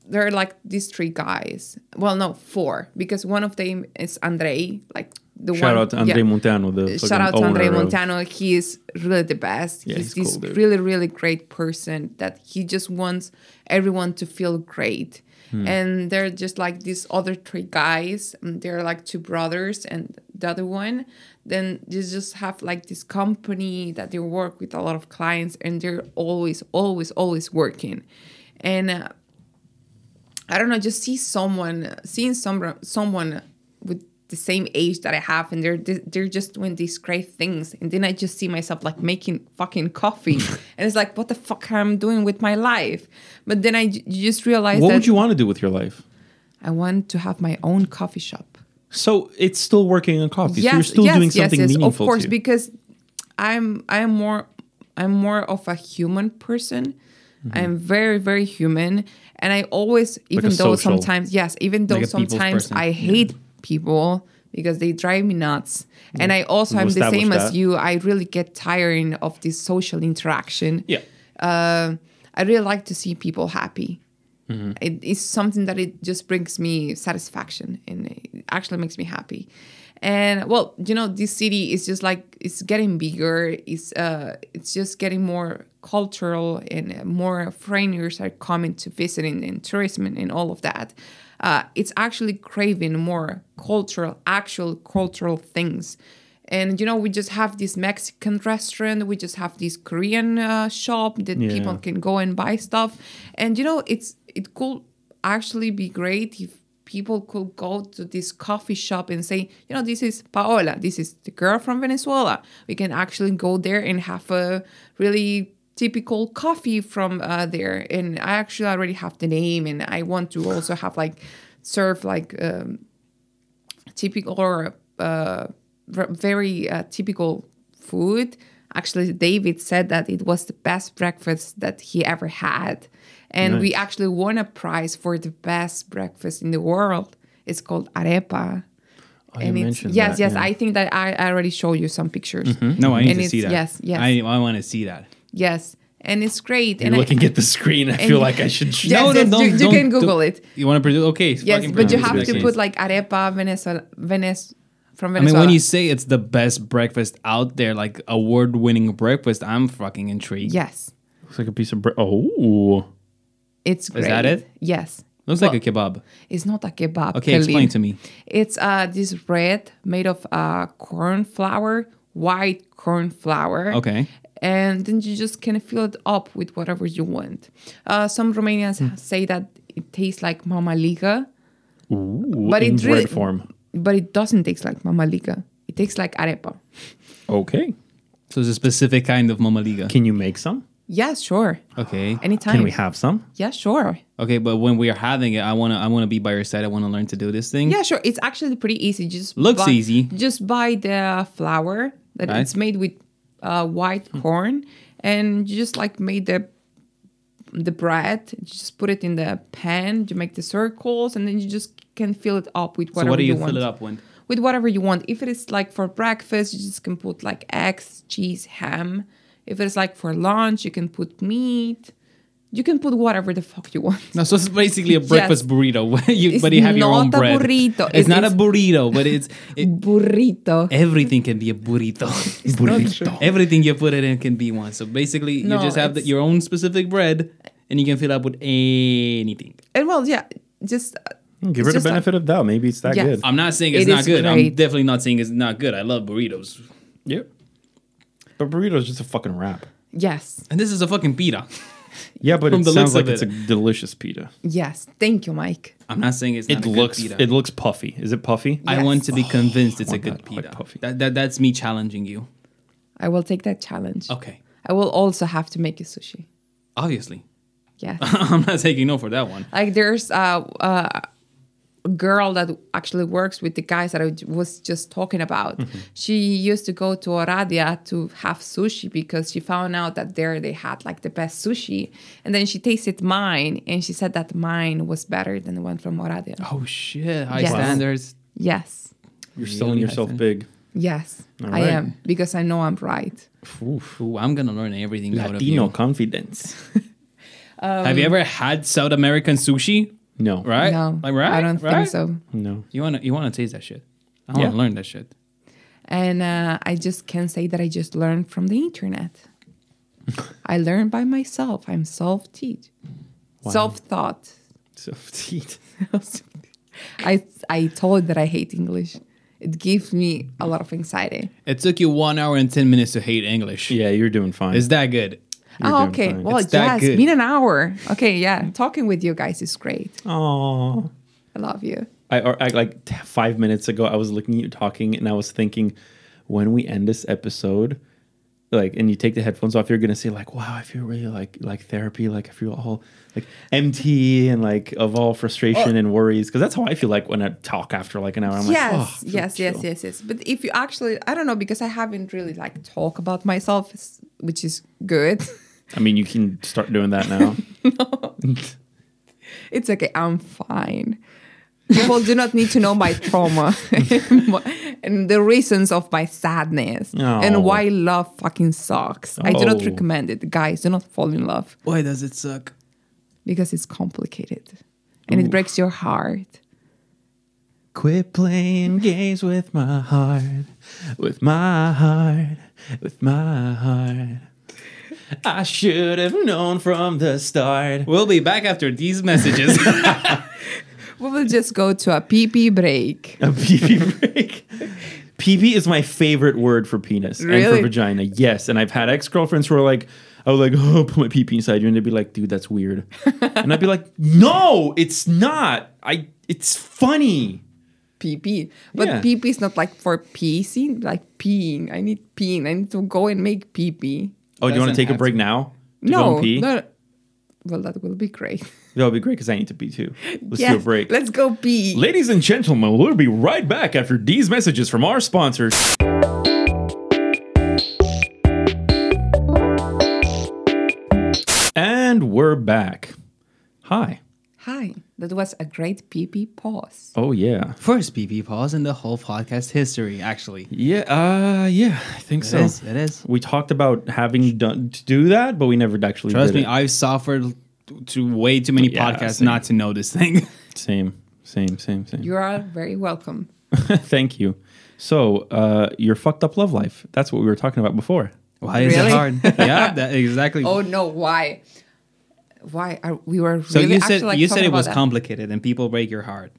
they're like these three guys. Well, no, four because one of them is Andrei, like the Shout one. out to Andre yeah. Montano, the fucking Shout out to Andre owner of- Montano. He is really the best. Yeah, he's he's this cool, dude. really, really great person that he just wants everyone to feel great. Hmm. And they're just like these other three guys. and They're like two brothers and the other one. Then they just have like this company that they work with a lot of clients and they're always, always, always working. And uh, I don't know, just see someone, seeing some someone with the same age that I have, and they're they're just doing these great things, and then I just see myself like making fucking coffee, and it's like, what the fuck am I doing with my life? But then I j- just realized What that would you want to do with your life? I want to have my own coffee shop. So it's still working on coffee. so you're Yes, still yes, doing yes, something yes, meaningful. of course, to you. because I'm I'm more I'm more of a human person. I'm very very human, and I always even Mm-hmm. a though social- sometimes yes, even though Like a people's sometimes person, I yeah. hate people because they drive me nuts, and I also I'm the established same as that. you. I really get tiring of this social interaction. Yeah. Uh, I really like to see people happy. It is something that it just brings me satisfaction and it actually makes me happy. And well, you know, this city is just like it's getting bigger. It's uh, it's just getting more cultural and more foreigners are coming to visiting and tourism and, and all of that. Uh, it's actually craving more cultural, actual cultural things and you know we just have this mexican restaurant we just have this korean uh, shop that Yeah. people can go and buy stuff and you know it's it could actually be great if people could go to this coffee shop and say you know this is paola this is the girl from venezuela we can actually go there and have a really typical coffee from uh, there and i actually already have the name and i want to also have like serve like um, typical or uh, r- very uh, typical food. Actually, David said that it was the best breakfast that he ever had, and we actually won a prize for the best breakfast in the world. It's called arepa. Oh, you and it's, mentioned yes, that, yes, yeah. I think that I, I already showed you some pictures. Mm-hmm. No, I need And to see it's- that. yes, yes. I, I want to see that. Yes, and it's great. You're and I- looking at the screen. I feel like I should. Yes, No, no, yes, don't- you, you don't- can Google don't- it. You want to produce? Okay, it's Yes, fucking but you produce have it. to Exactly. put like arepa Venezuela, Venez, from I mean, Venezuela. when you say it's the best breakfast out there, like award-winning breakfast, I'm fucking intrigued. yes. Looks like a piece of bread. Oh, It's great. Is that it? Yes. Looks like a kebab. It's not a kebab. Okay, explain Khalid. to me. It's uh, this bread made of uh, corn flour, white corn flour. Okay. And then you just can fill it up with whatever you want. Uh, some Romanians Hmm. say that it tastes like mamaliga, Ooh, But in it really- bread form. but it doesn't taste like mamaliga. It tastes like arepa. Okay. So it's a specific kind of mamaliga. Can you make some? Yeah, sure. Okay. Anytime. Can we have some? yeah, sure. Okay, but when we are having it, I wanna I wanna be by your side. I wanna learn to do this thing. Yeah, sure. It's actually pretty easy. Just Looks buy, easy. Just buy the flour Right. that Hmm. it's made with uh, white corn, and you just like made the the bread. You just put it in the pan. You make the circles, and then you just can fill it up with So whatever what do you, want. fill it up with? With whatever you want. If it is like for breakfast, you just can put like eggs, cheese, ham. If it's like for lunch, you can put meat. You can put whatever the fuck you want. No, so it's basically a breakfast burrito. you, It's but you have your own not a bread. burrito. It's, It not a is- burrito, but it's it, Burrito. everything can be a Eh, burrito. Burrito. everything you put it in can be one. So basically, No, you just have the, it's- your own specific bread, and you can fill up with anything. And well, yeah, just uh, Give it's it a just benefit of doubt. Maybe it's that Yes. good. I'm not saying it's It not is good. I'm great. definitely not saying it's not good. I love burritos, Yep. But burrito is just a fucking wrap. Yes, and this is a fucking pita. Yeah, but From it the sounds looks of like it's a it. delicious pita. yes. Thank you, Mike. I'm not saying it's not It a looks good pita. it Oh looks puffy. Is it puffy? I want to be convinced it's a want good that, like pita. puffy. That, that that's me challenging you. I will take that challenge. Okay, I will also have to make you sushi. obviously, Yes. I'm not taking no for that one. like there's a, a girl that actually works with the guys that I was just talking about. She used to go to Oradea to have sushi because she found out that there they had like the best sushi. And then she tasted mine and she said that mine was better than the one from Oradea. Oh shit! High Yes. standards. Yes. You're selling yourself big. Yes. I right. am because I know I'm right. Oof. Ooh, I'm gonna learn everything out of Latino you. confidence. Have you ever had South American sushi? No. Right? Um, No, Like, right? I don't Right? think so. No. You wanna you wanna taste that shit? I wanna Yeah. learn that shit. And uh, I just can say that I just learned from the internet. I learned by myself. I'm self-teach, self-taught. So teeth. I I told that I hate English. It gives me a lot of anxiety. It took you one hour and ten minutes to hate English. Yeah, you're doing fine. It's that good. You're oh, doing okay. fine. Well, It's that yes, good. been an hour. Okay, yeah. Talking with you guys is great. Aw. I love you. I, or I like t- five minutes ago, I was looking at you talking, and I was thinking, when we end this episode, like, and you take the headphones off, you're gonna say like, "Wow, I feel really like like therapy, like I feel all like MT and like of all frustration and worries," because that's how I feel like when I talk after like an hour. I'm Oh. yes, like, "Oh, I feel yes, yes, chill." yes, yes. But if you actually, I don't know, because I haven't really like talk about myself, s- which is good. I mean, you can start doing that now. It's okay. I'm fine. People do not need to know my trauma and my- and the reasons of my sadness Oh. and why love fucking sucks. I do not Oh. recommend it. Guys, do not fall in love Why does it suck? because it's complicated and it breaks your heart. Quit playing games with my heart, with my heart, with my heart. I should have known from the start. We'll be back after these messages. We will just go to a pee pee break. A PP break. PP is my favorite word for penis and for Really? vagina. Yes, and I've had ex girlfriends who are like, I was like, oh, put my PP inside you, and they'd be like, dude, that's weird, and I'd be like, no, it's not. I, it's funny. Pee pee. But Yeah. pee pee is not like for peeing, like peeing. I need peeing. I need to go and make pee pee. Oh, do you want Doesn't to take a have break now? To go No, and pee? no. Well, that will be great. that would be great because I need to pee too. Let's do a Yes, break. Let's go pee. Ladies and gentlemen, we'll be right back after these messages from our sponsors. And we're back. Hi. Hi, that was a great PP pause. Oh yeah. First PP pause in the whole podcast history, actually. Yeah, uh yeah, I think so. is, it is. We talked about having done to do that, but we never actually Trust did me, it. I've suffered to way too many Yeah, podcasts same. not to know this thing. same, same, same, same. You are very welcome. Thank you. So, uh your fucked up love life. That's what we were talking about before. Why is Really? it hard? yeah, that, exactly. Oh no, why? Oh, Why are we were So really you said actually like you said talking it was about that. complicated and people break your heart.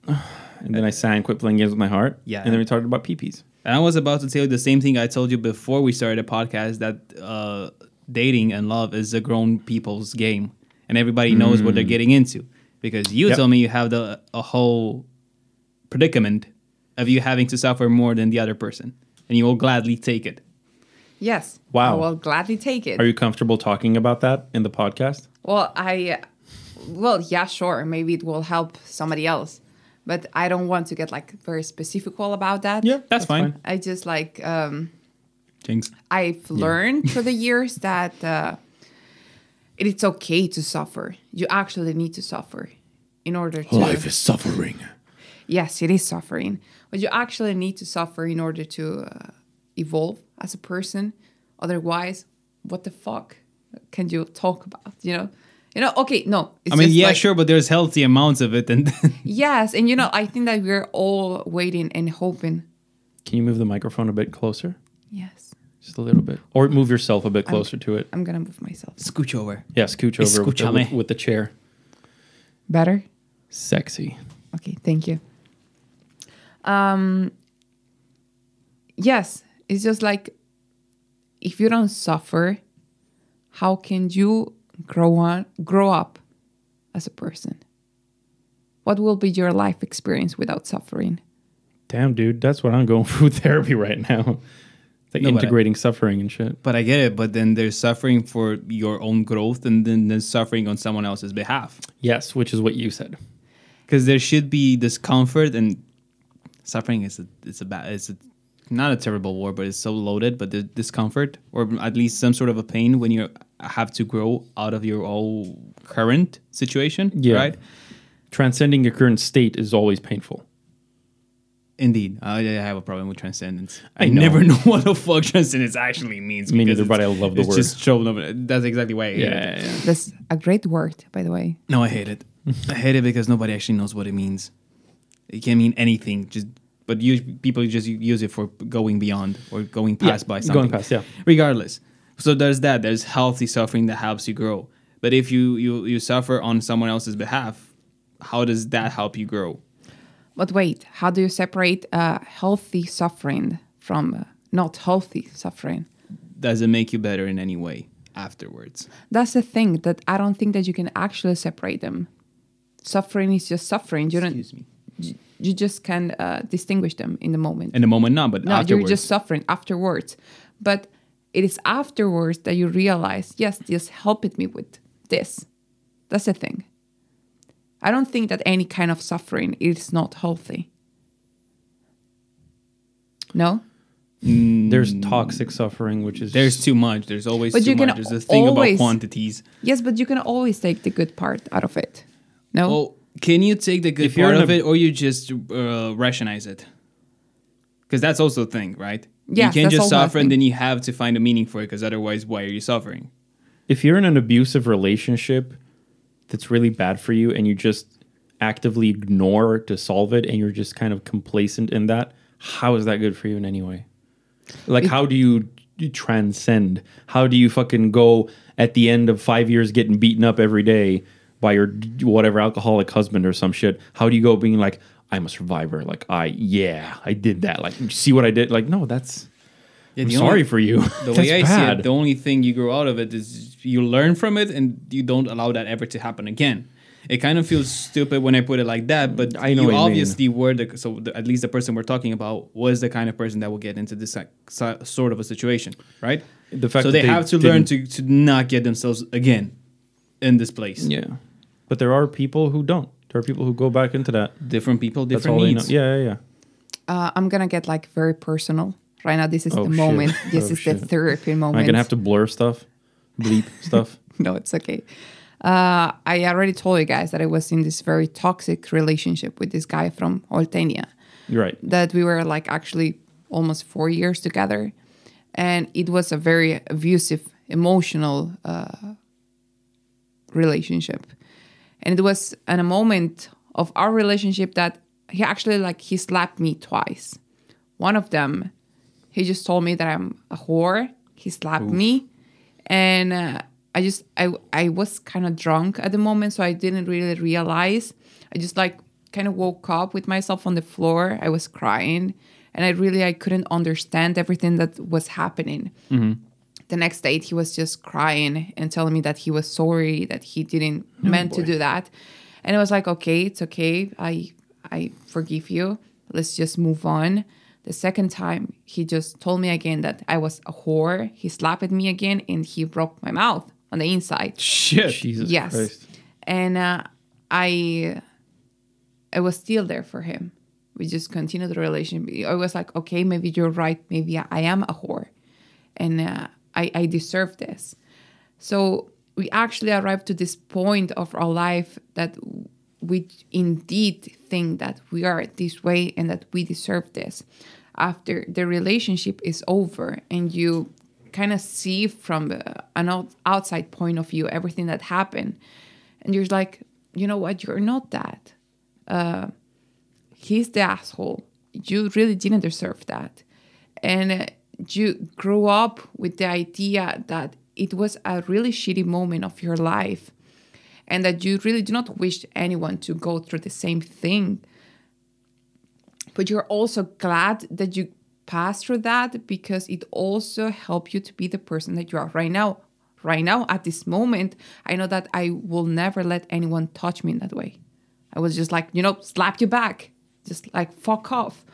And then I sang Quit Playing Games with My Heart. Yeah. And then we talked about peepees. And I was about to tell you the same thing I told you before we started the podcast that uh, dating and love is a grown people's game, and everybody knows what they're getting into. Because you Yep. told me you have the a whole predicament of you having to suffer more than the other person, and you will gladly take it. Yes. Wow. I will gladly take it. Are you comfortable talking about that in the podcast? well, I, well, yeah, sure. Maybe it will help somebody else, but I don't want to get like very specific all about that. that's, fine. I just like um, Jinx. I've learned through the years that uh, it's okay to suffer. You actually need to suffer in order to Life is suffering. yes, it is suffering, but you actually need to suffer in order to uh, evolve as a person. Otherwise, what the fuck can you talk about? You know, you know. Okay, no. It's I mean, just yeah, like- sure, but there's healthy amounts of it, and Yes, and you know, I think that we're all waiting and hoping. Can you move the microphone a bit closer? Yes, Just a little bit. Or move yourself a bit closer to it. I'm gonna move myself. scooch over. Yeah, scooch over with the, Escúchame. with, with the chair. Better. Sexy. Okay, thank you. Um, yes, it's just like if you don't suffer, how can you grow on grow up as a person? What will be your life experience without suffering? Damn, dude, that's what I'm going through with therapy right now. It's like No, but I- integrating suffering and shit. But I get it. But then there's suffering for your own growth, and then there's suffering on someone else's behalf. Yes, which is what you said. because there should be discomfort and suffering is a, it's a bad it's a, not a terrible word but it's so loaded but the discomfort or at least some sort of a pain when you have to grow out of your own current situation Yeah. right Transcending your current state is always painful. indeed I, I have a problem with transcendence i, know. never know what the fuck transcendence actually means Me because neither, but it's- I love the it's word. just shown over that's exactly why I hate it. That's a great word, by the way. no i hate it i hate it because nobody actually knows what it means it can mean anything just but you, people just use it for going beyond or going past by something going past, yeah. regardless so there's that there's healthy suffering that helps you grow but if you you you suffer on someone else's behalf how does that help you grow But wait, how do you separate uh, healthy suffering from uh, not healthy suffering? does it make you better in any way afterwards that's the thing that I don't think that you can actually separate them. Suffering is just suffering. You don't. excuse me You, you just can uh, distinguish them in the moment. in the moment not but no, afterwards you're just suffering afterwards. But it is afterwards that you realize, yes, this helped me with this. That's the thing. I don't think that any kind of suffering is not healthy. No. There's toxic suffering, which is there's too much there's always But too you can much there's a thing always- about quantities Yes, but you can always take the good part out of it. No. Well, can you take the good Oh. If you're part in of a- it, or you just uh, rationalize it? Because that's also a thing, right? Yes, you can't that's just also a suffer, and then thing. you have to find a meaning for it. Because otherwise, why are you suffering? if you're in an abusive relationship that's really bad for you and you just actively ignore to solve it and you're just kind of complacent in that, how is that good for you in any way? Like, how do you you transcend? How do you fucking go at the end of five years getting beaten up every day by your d- whatever alcoholic husband or some shit? How do you go being like, I'm a survivor? Like, I, yeah, I did that. Like, see what I did? Like, no, that's, I'm the sorry only- for you. The That's way I bad. see it, the only thing you grow out of it is you learn from it, and you don't allow that ever to happen again. It kind of feels stupid when I put it like that, but I you know what you mean. obviously were the so the, at least the person we're talking about was the kind of person that will get into this like, so- sort of a situation, right? The fact so that they, they have to learn to to not get themselves again in this place. Yeah. But there are people who don't. There are people who go back into that. different people, That's different all needs. they know. Yeah, yeah, yeah. uh, I'm gonna get like very personal right now. This is Oh, the shit. moment. This Oh, is the shit. therapy Am moment. I gonna have to blur stuff? Bleep stuff. No, it's okay. Uh, I already told you guys that I was in this very toxic relationship with this guy from Oltenia. You're right. That we were like actually almost four years together, and it was a very abusive, emotional uh, relationship, and it was in a moment of our relationship that he actually like he slapped me twice. One of them, he just told me that I'm a whore. He slapped me, and uh, I just I I was kind of drunk at the moment, so I didn't really realize. I just like kind of woke up with myself on the floor. I was crying, and I really I couldn't understand everything that was happening. The next day, he was just crying and telling me that he was sorry that he didn't meant to do that, and I was like, okay, it's okay. I I forgive you. Let's just move on. The second time, he just told me again that I was a whore. He slapped at me again and he broke my mouth on the inside. Shit. Jesus yes. Christ. And uh, I I was still there for him. We just continued the relationship. I was like, okay, maybe you're right. Maybe I am a whore. And uh, I, I deserve this. So we actually arrived to this point of our life that we indeed think that we are this way and that we deserve this. After the relationship is over and you kind of see from uh, an out- outside point of view everything that happened, and you're like, you know what, you're not that he's the asshole. You really didn't deserve that. And uh, you grew up with the idea that it was a really shitty moment of your life and that you really do not wish anyone to go through the same thing. But you're also glad that you passed through that because it also helped you to be the person that you are right now. Right now, at this moment, I know that I will never let anyone touch me in that way. I was just like, you know, slap you back, just like fuck off.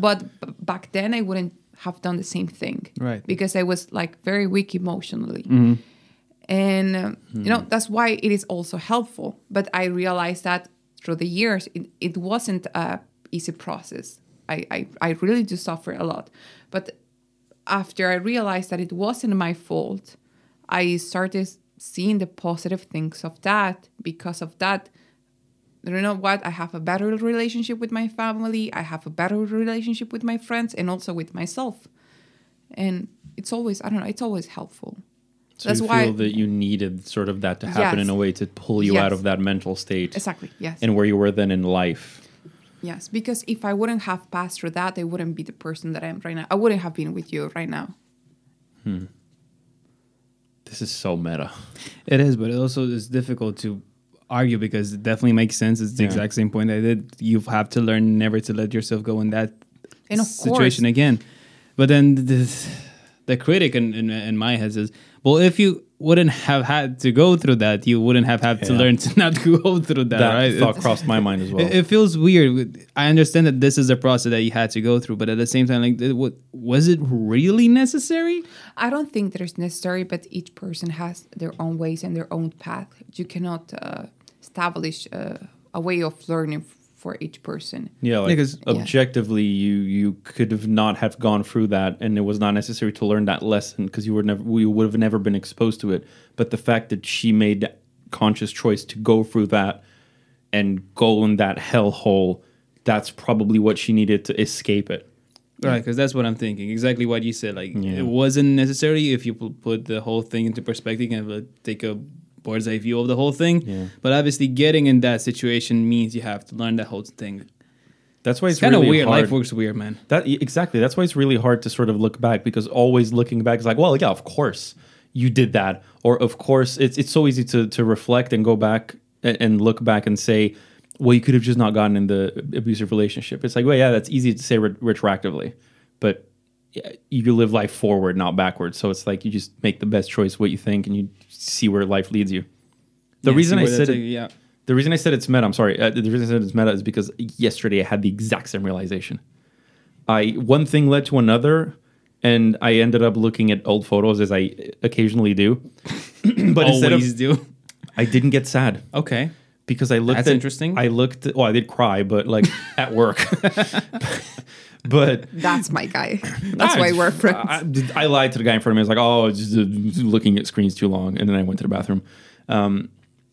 but b- back then, I wouldn't have done the same thing, Right. Because I was like very weak emotionally, and um, you know that's why it is also helpful. But I realized that through the years, it, it wasn't a easy process. I, I I really do suffer a lot, but after I realized that it wasn't my fault, I started seeing the positive things of that. Because of that, you know what? I have a better relationship with my family. I have a better relationship with my friends and also with myself. And it's always, I don't know, it's always helpful. So you feel that you needed sort of that to happen Yes. in a way to pull you Yes. out of that mental state exactly, yes. and where you were then in life. yes, because if I wouldn't have passed through that, I wouldn't be the person that I am right now. I wouldn't have been with you right now. This is so meta. It is, but it also is difficult to argue because it definitely makes sense. It's the Yeah. exact same point I did. You have to learn never to let yourself go in that And of situation course- again. But then the, the critic in, in, in my head says, well, if you wouldn't have had to go through that, you wouldn't have had to Yeah. learn to not go through that, That right? thought It- crossed my mind as well. it, it feels weird. I understand that this is a process that you had to go through, but at the same time, like, it, wa- was it really necessary? I don't think that it's necessary, but each person has their own ways and their own path. You cannot uh, establish uh, a way of learning f- for each person. yeah, like Because- Yeah. objectively, you you could have not have gone through that, and it was not necessary to learn that lesson because you were never you would have never been exposed to it. But the fact that she made conscious choice to go through that and go in that hellhole, that's probably what she needed to escape it. Right, because that's what I'm thinking. Exactly what you said. Like it wasn't necessary if you pu- put the whole thing into perspective and uh, take a bird's eye view of the whole thing. Yeah. But obviously, getting in that situation means you have to learn the whole thing. It's, That's why it's, kind of really weird. hard. Life works weird, man. That e, exactly. That's why it's really hard to sort of look back because always looking back is like, well, yeah, of course you did that, or of course it's it's so easy to to reflect and go back and, and look back and say, well, you could have just not gotten in the abusive relationship. It's like, well, yeah, that's easy to say re- retroactively, but yeah, you live life forward, not backwards. So it's like you just make the best choice what you think and you see where life leads you. The Yeah, reason see I where that's said like- it, yeah, the reason I said it's meta, I'm sorry. Uh, the reason I said it's meta is because yesterday I had the exact same realization. I one thing led to another, and I ended up looking at old photos as I occasionally do. but instead always of, do. I didn't get sad okay, because I looked. That's at, interesting. I looked. Well, I did cry, but like at work. but That's my guy. That's I- why we're friends. I, I lied to the guy in front of me. I was like, "Oh, it's just, uh, looking at screens too long," and then I went to the bathroom. Um,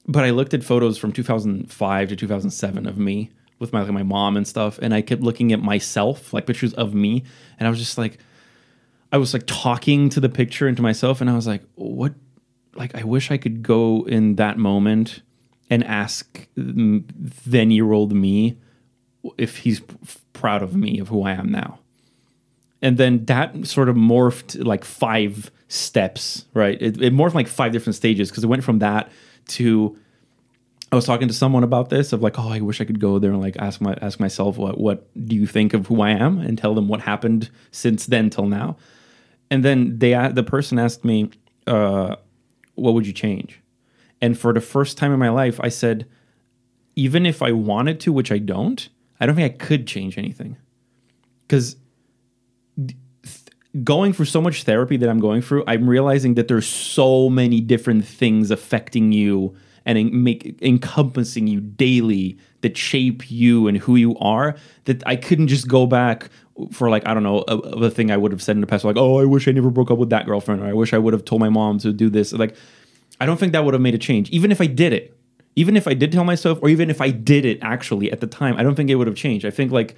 but I looked at photos from 2005 to 2007 of me with my like my mom and stuff, and I kept looking at myself, like pictures of me, and I was just like, I was like talking to the picture and to myself, and I was like, "What? Like, I wish I could go in that moment and ask then year old me if he's p- proud of me of who I am now." and then that sort of morphed like five steps, right? It, it morphed like five different stages because it went from that to I was talking to someone about this of like, oh, I wish I could go there and like ask my ask myself what what do you think of who I am and tell them what happened since then till now, and then they a- the person asked me, uh, what would you change? And for the first time in my life, I said, even if I wanted to, which I don't, I don't think I could change anything, because going through so much therapy that I'm going through, I'm realizing that there's so many different things affecting you and en- make encompassing you daily that shape you and who you are that I couldn't just go back for like I don't know a, a thing I would have said in the past like oh I wish I never broke up with that girlfriend or I wish I would have told my mom to do this like I don't think that would have made a change even if I did it even if I did tell myself or even if I did it actually at the time I don't think it would have changed I think like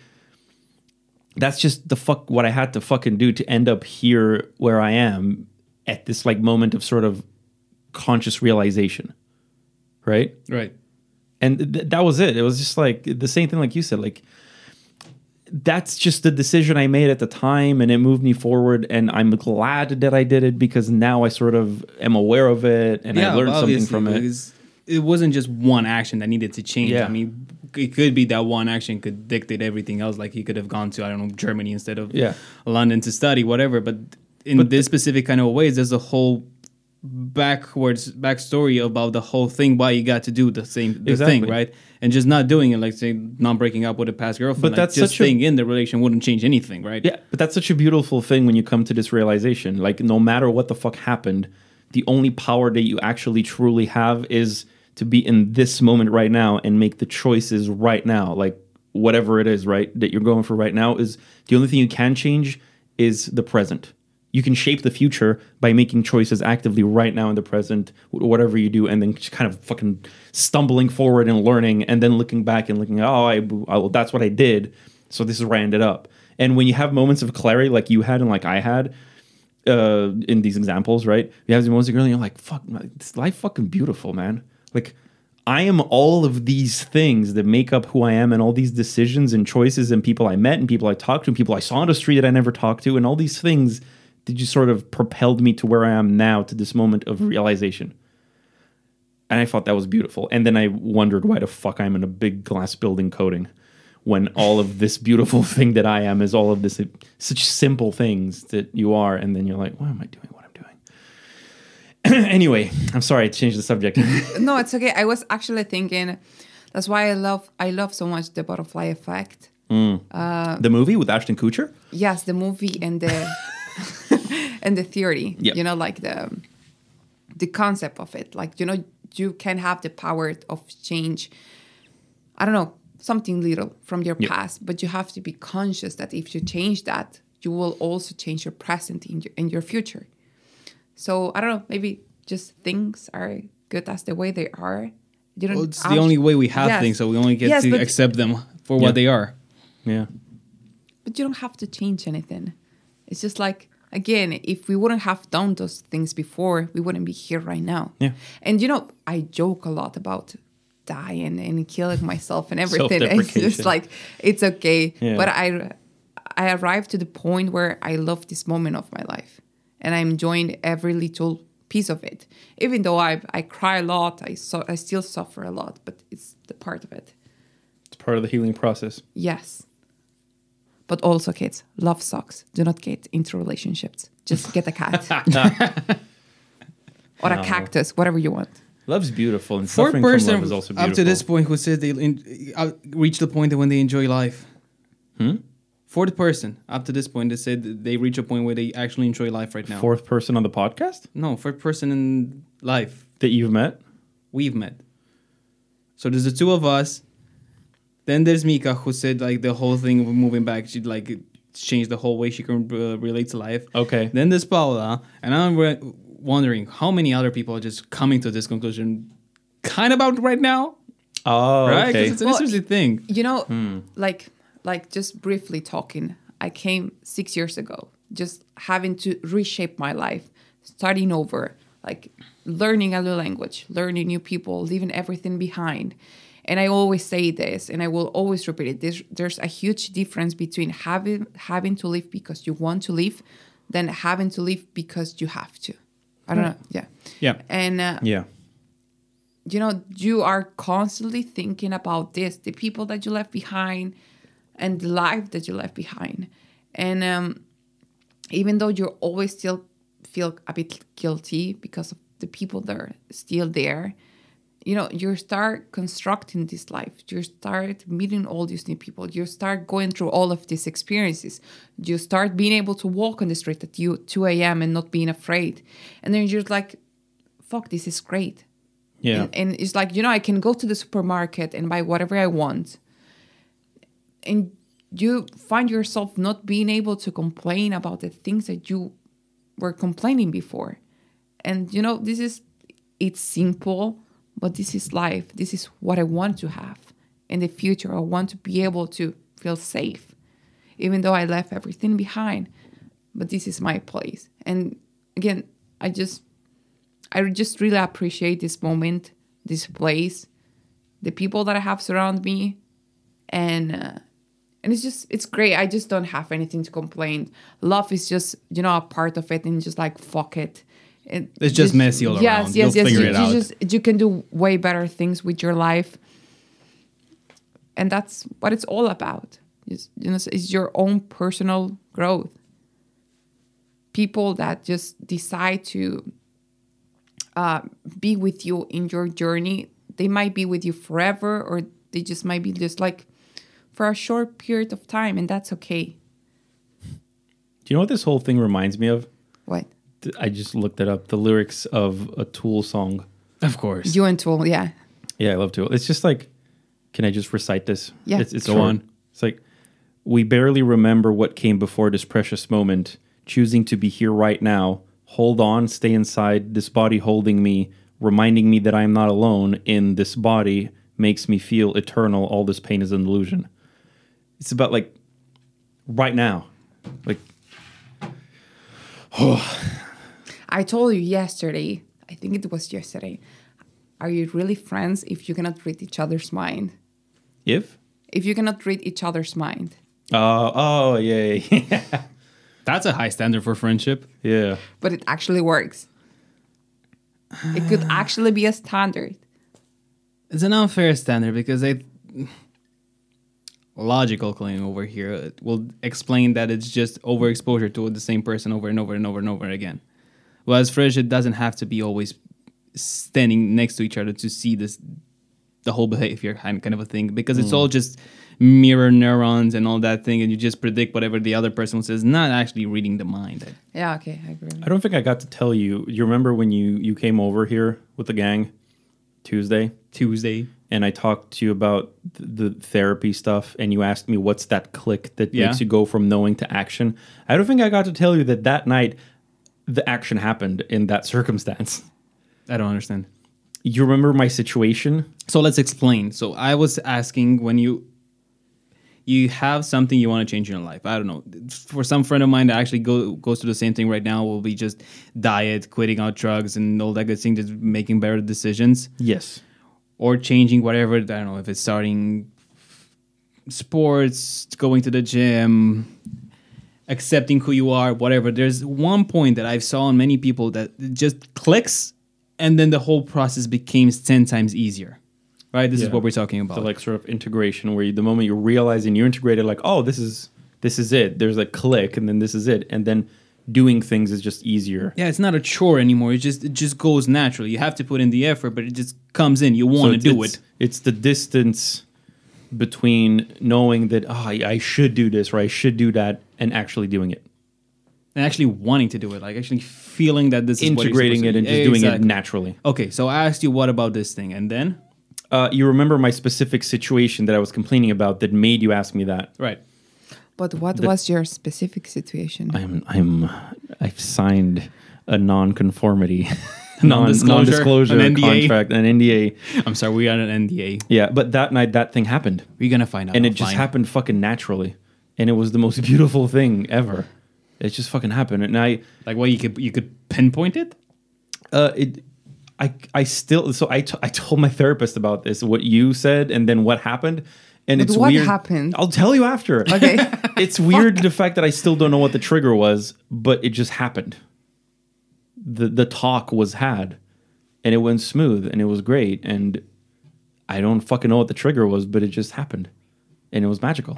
that's just the fuck what I had to fucking do to end up here where I am at this like moment of sort of conscious realization, right? Right. And th- that was it. It was just like the same thing, like you said, like that's just the decision I made at the time, and it moved me forward. And I'm glad that I did it because now I sort of am aware of it and I learned something obviously, from it. because It wasn't just one action that needed to change. Yeah. I mean, it could be that one action could dictate everything else. Like he could have gone to I don't know Germany instead of Yeah. London to study, whatever. But in this specific kind of ways, there's a whole backwards backstory about the whole thing why you got to do the same the Exactly. thing right and just not doing it like say not breaking up with a past girlfriend But like, that's just such a- staying in the relation wouldn't change anything right Yeah, but that's such a beautiful thing when you come to this realization. Like, no matter what the fuck happened, the only power that you actually truly have is to be in this moment right now and make the choices right now. Like, whatever it is, right, that you're going for right now is the only thing you can change is the present. You can shape the future by making choices actively right now in the present, wh- whatever you do, and then just kind of fucking stumbling forward and learning, and then looking back and looking, oh, I, oh, that's what I did, so this is where I ended up. And when you have moments of clarity like you had and like I had, uh, in these examples, right? You have these moments of clarity, and you're like, fuck, man, this life fucking beautiful, man. Like, I am all of these things that make up who I am, and all these decisions and choices, and people I met, and people I talked to, and people I saw on the street that I never talked to, and all these things that just sort of propelled me to where I am now, to this moment of realization. And I thought that was beautiful. And then I wondered why the fuck I'm in a big glass building coding when all of this beautiful thing that I am is all of this such simple things that you are. And then you're like, why am I doing what I'm doing? anyway, I'm sorry I changed the subject. no, it's okay. I was actually thinking that's why I love I love so much the butterfly effect. the movie with Ashton Kutcher? Yes, the movie and the and the theory. Yep. You know, like the the concept of it. Like, you know, you can have the power of change. I don't know, something little from your past, but you have to be conscious that if you change that, you will also change your present in your, in your future. So I don't know, maybe just things are good as the way they are. You don't Well, it's have- the only way we have Yes. things so we only get Yes, to but- accept them for Yeah. what they are Yeah. but you don't have to change anything. It's just like again, if we wouldn't have done those things before, we wouldn't be here right now. Yeah. And you know, I joke a lot about dying and killing myself and everything. it's Self-deprecation. just like it's okay. Yeah. But I I arrived to the point where I love this moment of my life. And I'm enjoying every little piece of it. Even though I I cry a lot, I so I still suffer a lot, but it's the part of it. It's part of the healing process. Yes. But also, kids, love sucks. Do not get into relationships. Just get a cat. or a cactus, whatever you want. Love's beautiful, and for a suffering from love person is also beautiful. up to this point who says they in, uh, reach the point that when they enjoy life Hmm? for the person up to this point that said that they reach a point where they actually enjoy life right now fourth person on the podcast no for a person in life that you've met? we've met so there's the two of us then there's mika who said like the whole thing of moving back she'd like changed the whole way she can uh, relate to life Okay. then there's paula and i'm re- wondering how many other people are just coming to this conclusion kind of about right now Oh, right? okay. Because it's an Well, interesting thing. You know, like, like just briefly talking, I came six years ago, just having to reshape my life, starting over, like learning a new language, learning new people, leaving everything behind. And I always say this, and I will always repeat it. There's, there's a huge difference between having having to leave because you want to leave, than having to leave because you have to. I don't know. Yeah. Yeah. And uh, Yeah. you know you are constantly thinking about this the people that you left behind and the life that you left behind and um, even though you always still feel a bit guilty because of the people that are still there you know you start constructing this life you start meeting all these new people you start going through all of these experiences you start being able to walk on the street at you 2 a.m and not being afraid and then you're just like fuck this is great Yeah. and, and it's like, you know, I can go to the supermarket and buy whatever I want. And you find yourself not being able to complain about the things that you were complaining before. And, you know, this is, it's simple, but this is life. This is what I want to have in the future. I want to be able to feel safe, even though I left everything behind. But this is my place. And again, I just I just really appreciate this moment, this place, the people that I have surround me, and uh, and it's just it's great. I just don't have anything to complain. Love is just you know a part of it, and just like fuck it. And It's just messy all around. You'll figure you, it you out. just you can do way better things with your life, and that's what it's all about. It's, you know, it's your own personal growth. People that just decide to be with you in your journey. They might be with you forever, or they just might be just like for a short period of time, and that's okay. Do you know what this whole thing reminds me of? What Th- I just looked it up. The lyrics of a Tool song. Of course. you and Tool, yeah, Yeah, I love Tool. It's just like, can I just recite this? Yeah. It's, it's Go short. on. It's like, we barely remember what came before this precious moment, choosing to be here right now. Hold on, stay inside. This body holding me, reminding me that I am not alone in this body, makes me feel eternal. All this pain is an illusion. It's about like right now. Like, I told you yesterday. I think it was yesterday. Are you really friends if you cannot read each other's mind? if? If you cannot read each other's mind, Oh, oh, yeah, yeah, yeah. That's a high standard for friendship. yeah. but it actually works. It could actually be a standard. It's an unfair standard because I logical claim over here it will explain that it's just overexposure to the same person over and over and over and over again. Whereas friendship doesn't have to be always standing next to each other to see this the whole behavior kind kind of a thing because it's all just mirror neurons and all that thing and you just predict whatever the other person says not actually reading the mind Yeah, okay, I agree. I don't think I got to tell you. You remember when you you came over here with the gang Tuesday, tuesday and I talked to you about th- the therapy stuff, and you asked me what's that click that Yeah. makes you go from knowing to action. I don't think I got to tell you that that night the action happened in that circumstance. i don't understand You remember my situation? so let's explain so i was asking when you you have something you want to change in your life i don't know for some friend of mine that actually go, goes through the same thing right now will be just diet quitting out drugs and all that good thing just making better decisions Yes. or changing whatever i don't know if it's starting sports going to the gym accepting who you are whatever there's one point that i've saw in many people that it just clicks and then the whole process becomes 10 times easier right this is Yeah. what we're talking about The like sort of integration where you, the moment you're realizing you integrated, like, oh, this is this is it. There's a click, and then this is it, and then doing things is just easier. yeah it's not a chore anymore it just it just goes naturally you have to put in the effort but it just comes in you So want to it's- do it's- it It's the distance between knowing that "Ah, I, I should do this or I should do that and actually doing it, and actually wanting to do it like actually feeling that this is what you're integrating supposed it to and be. just doing it Exactly. naturally. okay so i asked you what about this thing and then Uh, you remember my specific situation that I was complaining about that made you ask me that. right But what was your specific situation? I'm I'm I've signed a non-conformity, Non-disclosure, non disclosure an NDA. contract, an NDA. I'm sorry, we are an NDA. Yeah, but that night that thing happened, We're gonna find out. and it just offline. happened fucking naturally, and it was the most beautiful thing ever. It just fucking happened, and I. Like, well, you could you could pinpoint it. uh, it I I still so I, t- I told my therapist about this what you said and then what happened and But it's what weird. happened? I'll tell you after. Okay. it's weird the fact that I still don't know what the trigger was, but it just happened. The the talk was had, and it went smooth and it was great and I don't fucking know what the trigger was, but it just happened, and it was magical.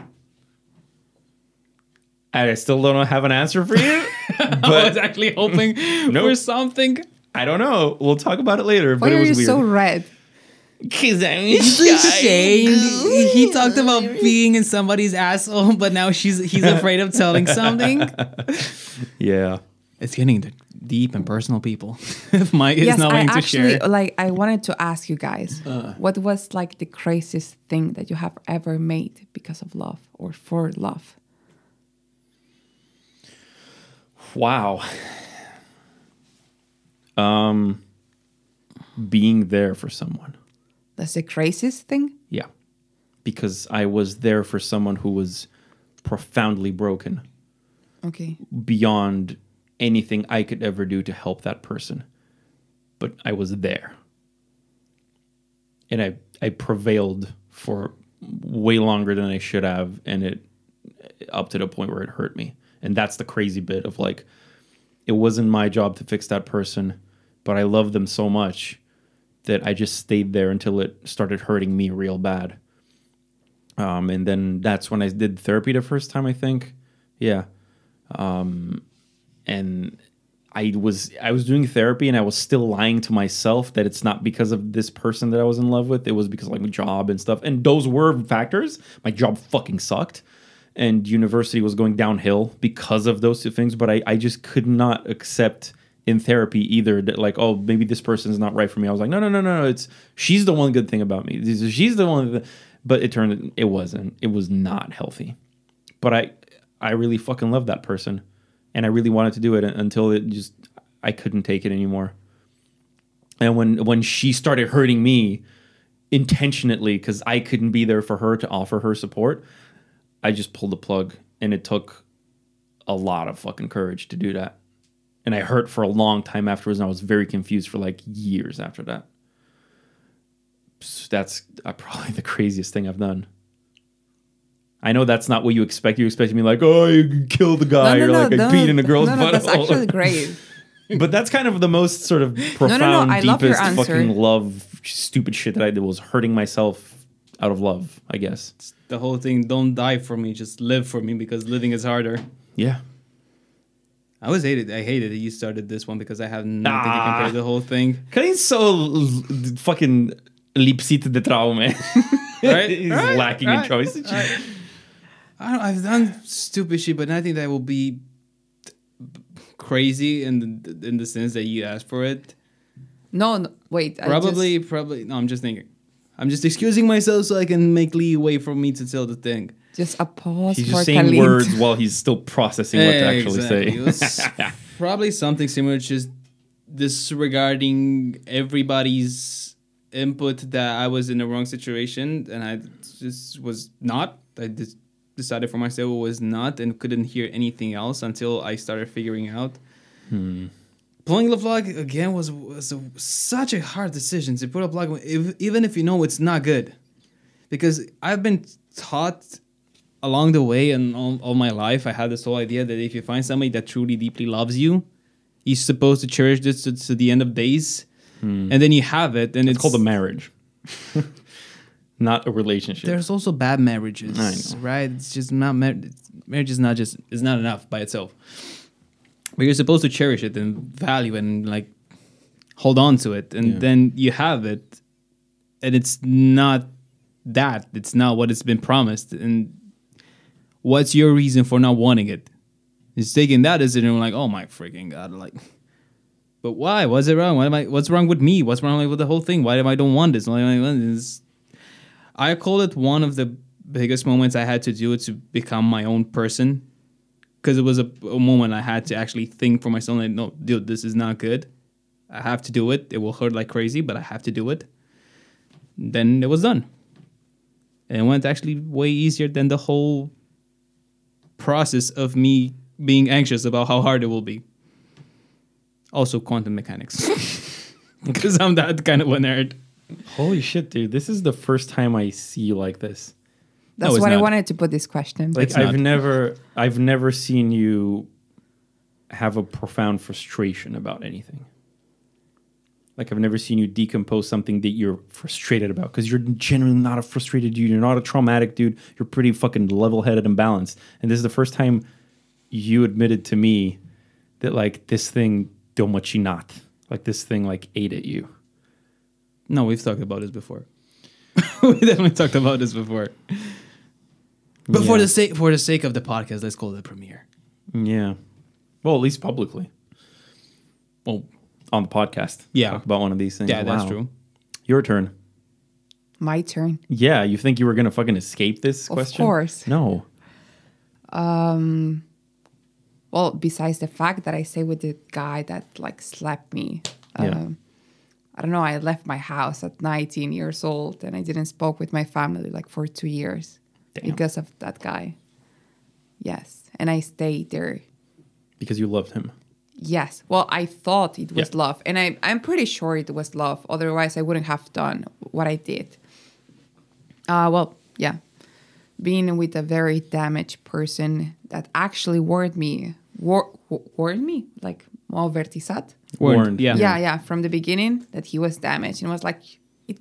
And I still don't have an answer for you, I but was actually hoping for something. I don't know. We'll talk about it later. Why But it are was you weird. so red? Cause I'm He talked about being in somebody's asshole, but now she's he's afraid of telling something. Yeah. It's getting the deep and personal, people. Mike is yes, not I willing to actually share. like. I wanted to ask you guys, Uh. what was like the craziest thing that you have ever made because of love or for love? Wow. Um, being there for someone. That's the craziest thing. Yeah. Because I was there for someone who was profoundly broken Okay. beyond anything I could ever do to help that person. But I was there. And I, I prevailed for way longer than I should have. And it up to the point where it hurt me. And that's the crazy bit of like, it wasn't my job to fix that person, but I loved them so much that I just stayed there until it started hurting me real bad. Um, and then that's when I did therapy the first time, I think. Yeah and I was I was doing therapy and I was still lying to myself that it's not because of this person that I was in love with. It was because of like my job and stuff. And those were factors. My job fucking sucked. And university was going downhill because of those two things. But I, I just could not accept in therapy either that like, oh, maybe this person's not right for me. I was like, no, no, no, no, no. It's she's the one good thing about me. This is- She's the one that, but it turned it wasn't. It was not healthy but I I really fucking love that person and I really wanted to do it until it just I couldn't take it anymore. And when when she started hurting me intentionally cuz I couldn't be there for her to offer her support, I just pulled the plug and it took a lot of fucking courage to do that. And I hurt for a long time afterwards and I was very confused for like years after that. So That's uh, probably the craziest thing I've done. I know that's not what you expect. You expect me like, oh, you killed the guy, or like I beat in a girl's no, no, That's butthole. actually great. but that's kind of the most sort of profound, I love your deepest answer. fucking love, stupid shit that I did was hurting myself out of love, I guess. the whole thing, don't die for me, just live for me because living is harder. Yeah. I always hated. I hated that you started this one because I have nothing to Ah. compare the whole thing. Kalin's so l- l- fucking lipsit de traume. Right? He's Right, lacking in right, choice. I don't, I've done stupid shit, but nothing that will be crazy in the, in the sense that you asked for it. No, no wait. I Probably, probably. No, I'm just thinking. I'm just excusing myself so I can make leeway for me to tell the thing. just, just a pause He's for just saying Khalid. words while he's still processing what to actually Exactly. It was say. probably something similar, just disregarding everybody's input that I was in the wrong situation and I just was not. I just decided for myself it was not and couldn't hear anything else until I started figuring out. Pulling the plug again was was a, such a hard decision to put a plug, if, even if you know it's not good, because I've been taught along the way and all, all my life, I had this whole idea that if you find somebody that truly deeply loves you, you're supposed to cherish this to, to the end of days, and then you have it, and it's, It's called a marriage, not a relationship. There's also bad marriages, I know. right? It's just not mar- marriage is not just is not enough by itself, but you're supposed to cherish it and value it and like hold on to it, and Yeah. then you have it, and it's not that it's not what it's been promised, and what's your reason for not wanting it? It's taking that as it and like, oh my freaking god, like. But why? Was it wrong? Why am I? What's wrong with me? What's wrong with the whole thing? Why am I don't want this? Why am I want this? I call it one of the biggest moments I had to do to become my own person, because it was a, a moment I had to actually think for myself. Like, no, dude, this is not good. I have to do it. It will hurt like crazy, but I have to do it. Then it was done, and it went actually way easier than the whole process of me being anxious about how hard it will be. Also, quantum mechanics. because I'm that kind of a nerd. Holy shit, dude! This is the first time I see you like this. That's it's what I not. wanted to put this question. Like It's I've not. never, I've never seen you have a profound frustration about anything. Like I've never seen you decompose something that you're frustrated about because you're generally not a frustrated dude. You're not a traumatic dude. You're pretty fucking level-headed and balanced. And this is the first time you admitted to me that like this thing domachinat, like this thing like ate at you. No, we've talked about this before. we definitely talked about this before. But for Yeah. the sake for the sake of the podcast, let's call it a premiere. Yeah. Well, at least publicly. Well, on the podcast. Yeah. Talk about one of these things. Yeah, that's Wow. true. Your turn. My turn. Yeah, you think you were going to fucking escape this Of question? course. No. Well, besides the fact that I stayed with the guy that like slapped me. um, Yeah. I don't know. I left my house at 19 years old and I didn't spoke with my family like for two years because of that guy. Yes, and I stayed there. Because you loved him. Yes. Well, I thought it was love, and I, I'm pretty sure it was love. Otherwise, I wouldn't have done what I did. Uh, well, yeah. Being with a very damaged person that actually warned me, war, wa- warned me, like malvertisat. Warned, Warned. yeah. Yeah, yeah, from the beginning that he was damaged and was like, it,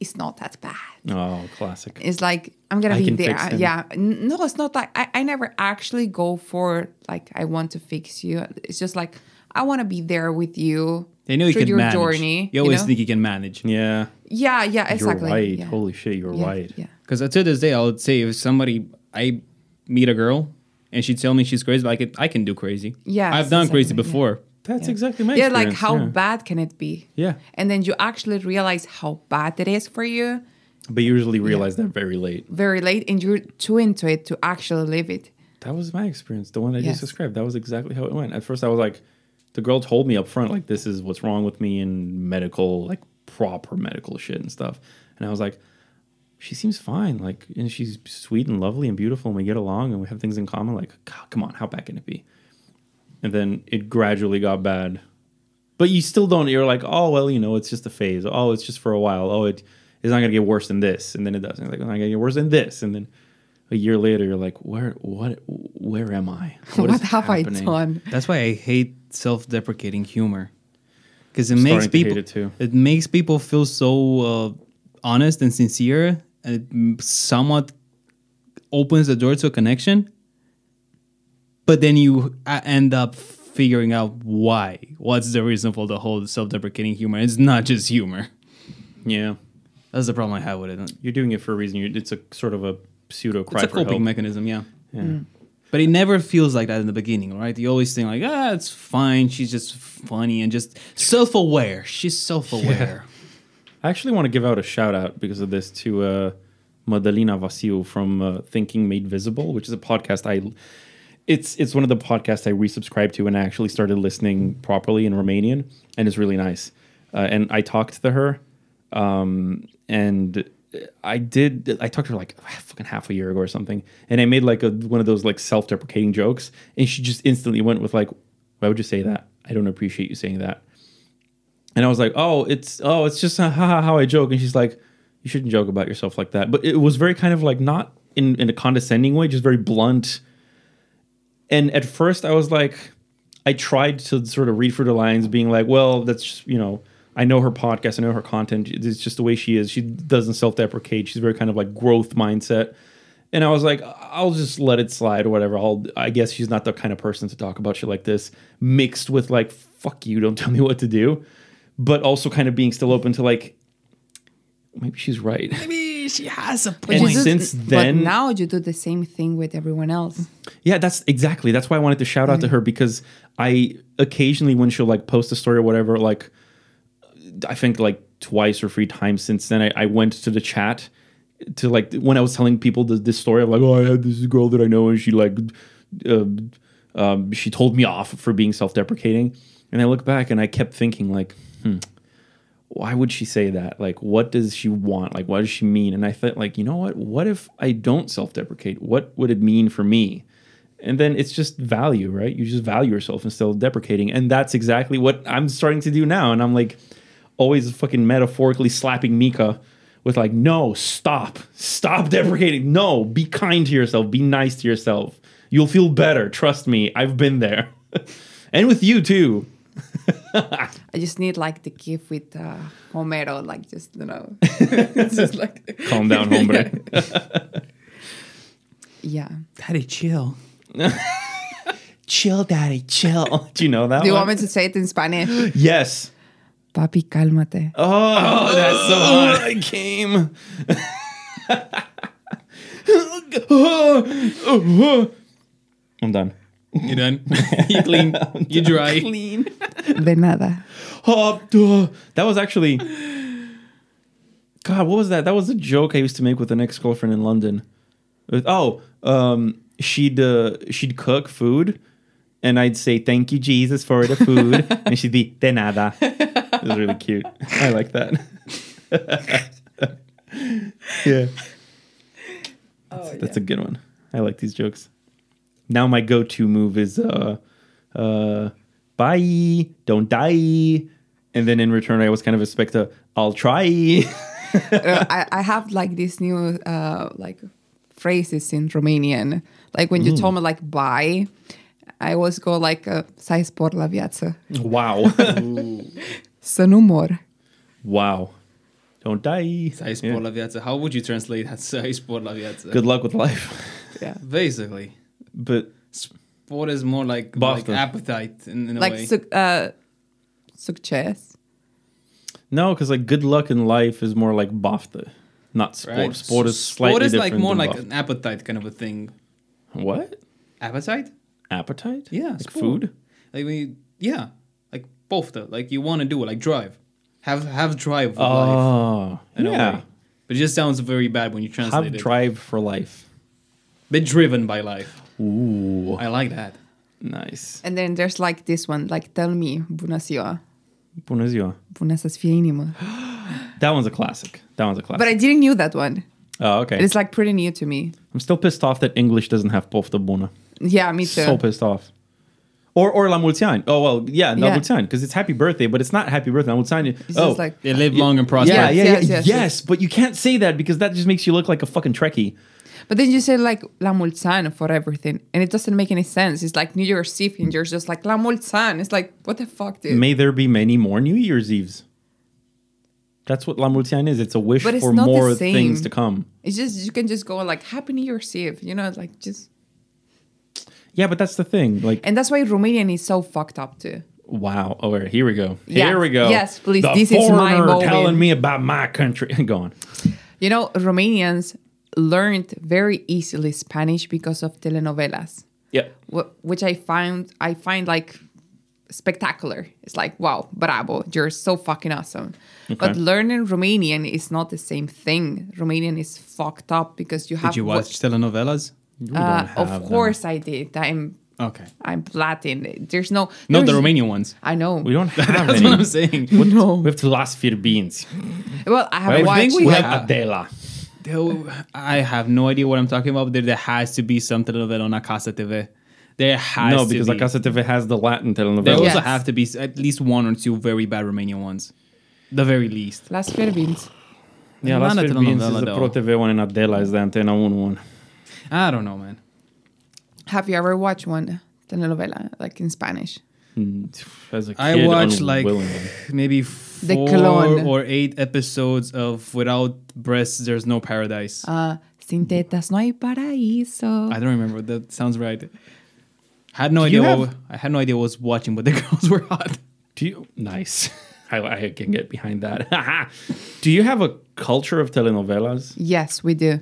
it's not that bad. Oh, classic. It's like I'm gonna I be can there. fix him. Yeah. N- No, it's not like I, I never actually go for like I want to fix you. It's just like I want to be there with you. They know you through can your manage. journey. you always know? think you can manage. Yeah. Yeah, yeah, You're exactly. right. Yeah. Holy shit, you're yeah, right. Yeah. Because to this day, I would say if somebody I meet a girl and she tell me she's crazy, but I can I can do crazy. Yes, I've done crazy exactly, yeah. before. That's Yeah. exactly my Yeah, like experience, how yeah. bad can it be? Yeah. And then you actually realize how bad it is for you But you usually realize that very late. very late, and you're too into it to actually live it. That was my experience. The one I Yes. just described. That was exactly how it went. At first, I was like, the girl told me up front, like, this is what's wrong with me and medical, like, proper medical shit and stuff. And I was like, she seems fine. Like, and she's sweet and lovely and beautiful, and we get along and we have things in common. Like, God, come on, how bad can it be? And then it gradually got bad. But you still don't. You're like, oh, well, you know, it's just a phase. Oh, it's just for a while. Oh, it is not going to get worse than this. And then it does. And it's like, oh, it's not going to get worse than this. And then a year later, you're like, where, what, where am I? What, is have I happening? done? That's why I hate self-deprecating humor because it starting makes to hate people it too. makes people feel so uh, honest and sincere, and it m- somewhat opens the door to a connection. But then you uh, end up figuring out why. What's the reason for the whole self-deprecating humor? It's not just humor. Yeah, That's the problem I have with it. It's you're doing it for a reason. You- It's a sort of a pseudo cry a for coping help. mechanism, yeah. yeah. But it never feels like that in the beginning, right? You always think like, ah, it's fine. She's just funny and just self-aware. She's self-aware. I actually want to give out a shout out because of this to uh, Madalina Vasil from uh, Thinking Made Visible, which is a podcast I. It's it's one of the podcasts I resubscribed to, and I actually started listening properly in Romanian, and it's really nice. Uh, and I talked to her, um, and I did. I talked to her like ah, fucking half a year ago or something, and I made like a, one of those like self-deprecating jokes, and she just instantly went with like, "Why would you say that? I don't appreciate you saying that." And I was like, "Oh, it's oh, it's just ha, ha, ha, how I joke." And she's like, "You shouldn't joke about yourself like that." But it was very kind of like not in in a condescending way, just very blunt. And at first, I was like, I tried to sort of read through the lines, being like, "Well, that's just, you know." I know her podcast. I know her content. It's just the way she is. She doesn't self-deprecate. She's very kind of like growth mindset. And I was like, I'll just let it slide or whatever. I'll, I guess she's not the kind of person to talk about shit like this, mixed with like, fuck you, don't tell me what to do. But also kind of being still open to like, maybe she's right. Maybe she has a But point. you And do- since but then- now you do the same thing with everyone else. Yeah, that's exactly. That's why I wanted to shout out to her because I occasionally, when she'll like post a story or whatever, like I think like twice or three times since then, I, I went to the chat to like when I was telling people the, this story of like, oh, I had this girl that I know and she like, uh, um, she told me off for being self deprecating. And I look back and I kept thinking, like, why would she say that? Like, what does she want? Like, what does she mean? And I thought, like, you know what? What if I don't self deprecate? What would it mean for me? And then it's just value, right? You just value yourself instead of deprecating. And that's exactly what I'm starting to do now. And I'm like, always fucking metaphorically slapping Mika with like, no, stop, stop deprecating. No, be kind to yourself, be nice to yourself. You'll feel better. Trust me, I've been there, and with you too. I just need like the gift with uh, Homero, like just you know, it's just like Calm down, hombre. yeah. Daddy, chill. chill, daddy, chill. Do you know that? Do you one? want me to say it in Spanish? yes. Papi, cálmate. Oh, that's so hot. I came. I'm done. You done? you clean. You dry. Clean. De nada. Oh, duh. that was actually. God, what was that? That was a joke I used to make with an ex girlfriend in London. With- oh, um, she'd uh, she'd cook food, and I'd say thank you Jesus for the food, and she'd be de nada. It was really cute. I like that. yeah, Oh, that's a good one. I like these jokes. Now my go-to move is uh, uh, bye, don't die, and then in return I always kind of expect a I'll try. Uh, I, I have like this new uh, like phrases in Romanian. Like when you told me like bye, I always go like uh, să ai spor la viață. Wow. Să nu mor. wow. Don't die. Size Yeah. por la viața. How would you translate that? Size por la viața. Good luck with life. Yeah. Basically, But sport is more like, like Boston. appetite in, in a Like way. suc uh, success. no, because like good luck in life is more like bafta, not sport. right? Sport is slightly Sport is different like more than like bafta. an appetite kind of a thing. what Appetite? appetite? Yeah, like sport. food. Like we, yeah, like both. the- Like you want to do it. Like drive. Have have drive with life. Oh, in a yeah. way. But it just sounds very bad when you translate Have it. drive for life. Be driven by life. Ooh, I like that. nice. And then there's like this one, like tell me, bună ziua. Bună ziua. Bună să-ți fie inima. That one's a classic. That one's a classic. But I didn't knew that one. oh, okay. It's like pretty new to me. I'm still pissed off that English doesn't have pofta bună. Yeah, me too. So pissed off. Or or la mulți ani. Oh well, yeah, la Yeah. mulți ani because it's happy birthday, but it's not happy birthday. La mulți ani. it's oh, just like They live long and prosper. yeah, yeah, Yes, yeah, yes, yes, yes, yes. but you can't say that because that just makes you look like a fucking Trekkie. But then you say like La Mulsan for everything, and it doesn't make any sense. It's like New Year's Eve, and you're just like La Mulsan. It's like what the fuck, dude? May there be many more New Year's Eves. That's what La Multian is. It's a wish But it's for not the more same. things to come. It's just you can just go like Happy New Year's Eve, you know, like just. Yeah, but that's the thing. Like, And that's why Romanian is so fucked up too. wow. Oh, here we go. Yes, Here we go. yes, please, The this is my foreigner moment. telling me about my country. go on. You know, Romanians learned very easily Spanish because of telenovelas. Yeah. wh- which I find I find like spectacular. It's like wow, bravo, you're so fucking awesome. But learning Romanian is not the same thing. Romanian is fucked up because you have. Did you what- watch telenovelas? Uh, don't have of them. course, I did. I'm Okay. I'm Latin. There's no Not the there's- Romanian ones. I know. We don't have That's any. what I'm saying. We have to last few beans. well, I Well, I haven't think watched. we We like- have- have Adela. There- I have no idea what I'm talking about, but there, there has to be some telenovela on Casa TV. There has No, to because be. La Casa TV has the Latin There telenovela. Yeah. also Yes. have to be s- at least one or two very bad Romanian ones. The very least. Las Fierbints. Not Yeah, Las a Beans telenovela, is the though. Pro TV one and Adela is the Antena 1 one. I don't know, man. Have you ever watched one telenovela like in Spanish? As a I kid, watched like unwillingly. maybe The four Clone. or eight episodes of Without Breasts, There's No Paradise. Uh, Sin tetas no hay paraíso. I don't remember. That sounds right. Had no Do you idea. What, have- I had no idea what I was watching, but the girls were hot. Do you nice? I, I can get behind that. Do you have a culture of telenovelas? yes, we do.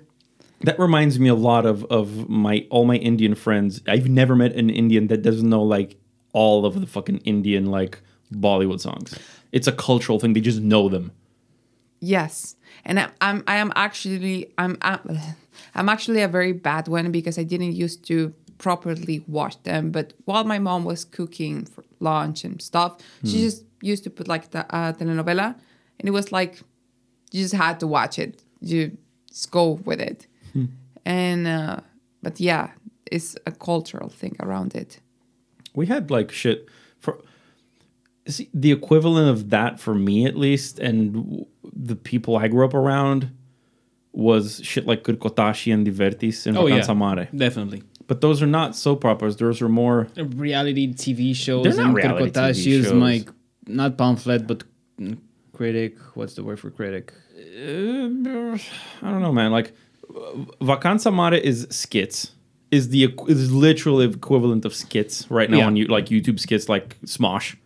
That reminds me a lot of of my all my Indian friends. I've never met an Indian that doesn't know like all of the fucking Indian like Bollywood songs. It's a cultural thing. They just know them. Yes, and I, I'm I am actually I'm, I'm I'm actually a very bad one because I didn't used to properly wash them. But while my mom was cooking for lunch and stuff, Hmm. she just used to put like the uh, telenovela, and it was like you just had to watch it. You just go with it, Hmm. and uh, but yeah, it's a cultural thing around it. We had like shit for see, the equivalent of that for me at least, and w- the people I grew up around was shit like Kirkotashi and Divertis and Oh yeah, Vacanza Mare. definitely. But those are not soap operas. Those are more Reality TV shows. They're not and reality Kirkotashi TV is shows. my not pamphlet, but mm, critic. What's the word for critic? uh, I don't know, man. Like Vacanza Mare is skits. Is the equ- is literally equivalent of skits right now Yeah. on you like YouTube skits like Smosh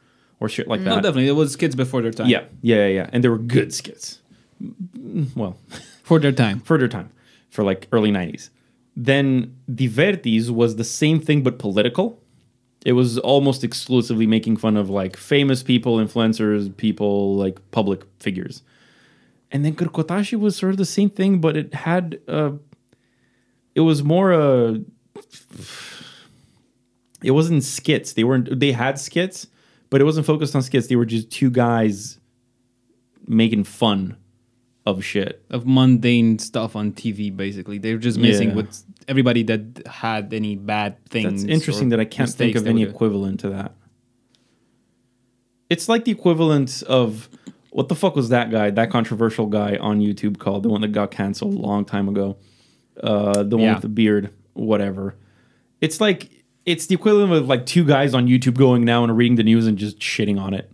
or shit like No, that. definitely. It was kids before their time. yeah, yeah, yeah, yeah. And they were good skits. Mm, Well, for their time. for their time, for like early '90s. Then Divertis was the same thing but political. It was almost exclusively making fun of like famous people, influencers, people like public figures. And then Kirkotashi was sort of the same thing, but it had uh, it was more uh, it wasn't skits. They weren't they had skits, but it wasn't focused on skits. They were just two guys making fun of shit. of mundane stuff on TV. Basically, they're just messing Yeah. with everybody that had any bad things. That's interesting or that I can't think mistakes of they any would do. equivalent to that. It's like the equivalent of what the fuck was that guy, that controversial guy on YouTube called the one that got canceled a long time ago, uh, the one Yeah. with the beard, whatever. It's like it's the equivalent of like two guys on YouTube going now and reading the news and just shitting on it.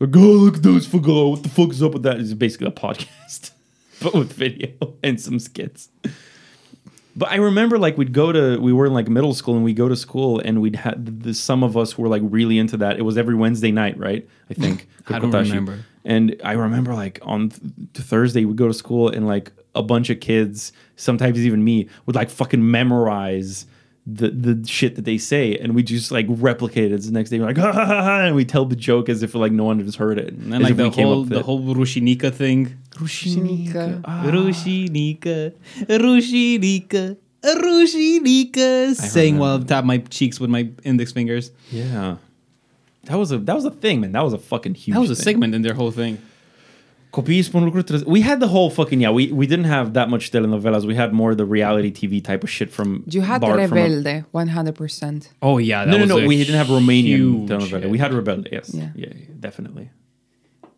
Like, oh look at those fuck, oh, what the fuck is up with that? It's basically a podcast, but with video and some skits. But I remember like we'd go to we were in like middle school and we'd go to school and we'd had the, some of us were like really into that. It was every Wednesday night, right? I think. I don't Kokotashi. remember. And I remember like on th- Thursday we'd go to school and like a bunch of kids, sometimes even me, would like fucking memorize the the shit that they say and we just like replicate it the next day we're like ha, ha, ha, ha, and we tell the joke as if like no one has heard it And then, like the whole the whole Rushinika thing. Shinika. Ah. Rushinika, Rushinika, Rushinika. Saying while I tap my cheeks with my index fingers. yeah that was a that was a thing man that was a fucking huge That was a thing. segment in their whole thing. Copies pun lucruri trez- We had the whole fucking yeah. We we didn't have that much telenovelas. We had more the reality TV type of shit from. You had the borrowed from a- Rebelde, 100%. Oh yeah, no, no, no. We didn't have Romanian huge telenovela. We had Rebelde. Yes. Yeah. Yeah. Yeah. definitely.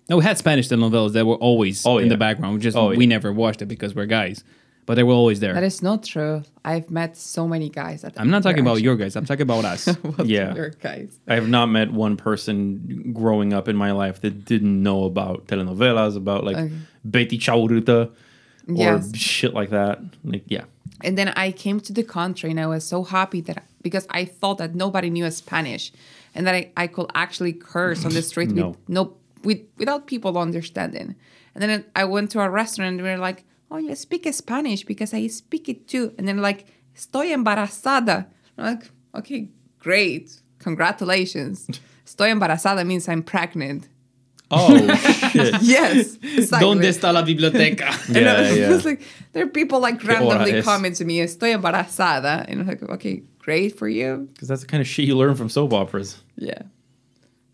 No, we had Spanish telenovelas that were always Oh, in yeah. the background. Just Oh, yeah. we never watched it because we're guys, but they were always there. That is not true. I've met so many guys. That I'm not talking were about your guys. I'm talking about us. actually- Yeah. were guys. I have not met one person growing up in my life that didn't know about telenovelas, about like Okay. Betty Chaurita or Yes. shit like that. Like yeah. And then I came to the country and I was so happy that because I thought that nobody knew Spanish and that I, I could actually curse on the street No. with no with without people understanding. And then I went to a restaurant and we were like, Oh you speak Spanish because I speak it too. And then like estoy embarazada. I'm like, okay, great. Congratulations. Estoy embarazada means I'm pregnant. Oh shit. Yes. ¿Dónde exactly. está la biblioteca? And I Yeah, was yeah. just like, there are people like randomly horas? comment to me, estoy embarazada. And I'm like, okay, great for you. Because that's the kind of shit you learn from soap operas. Yeah.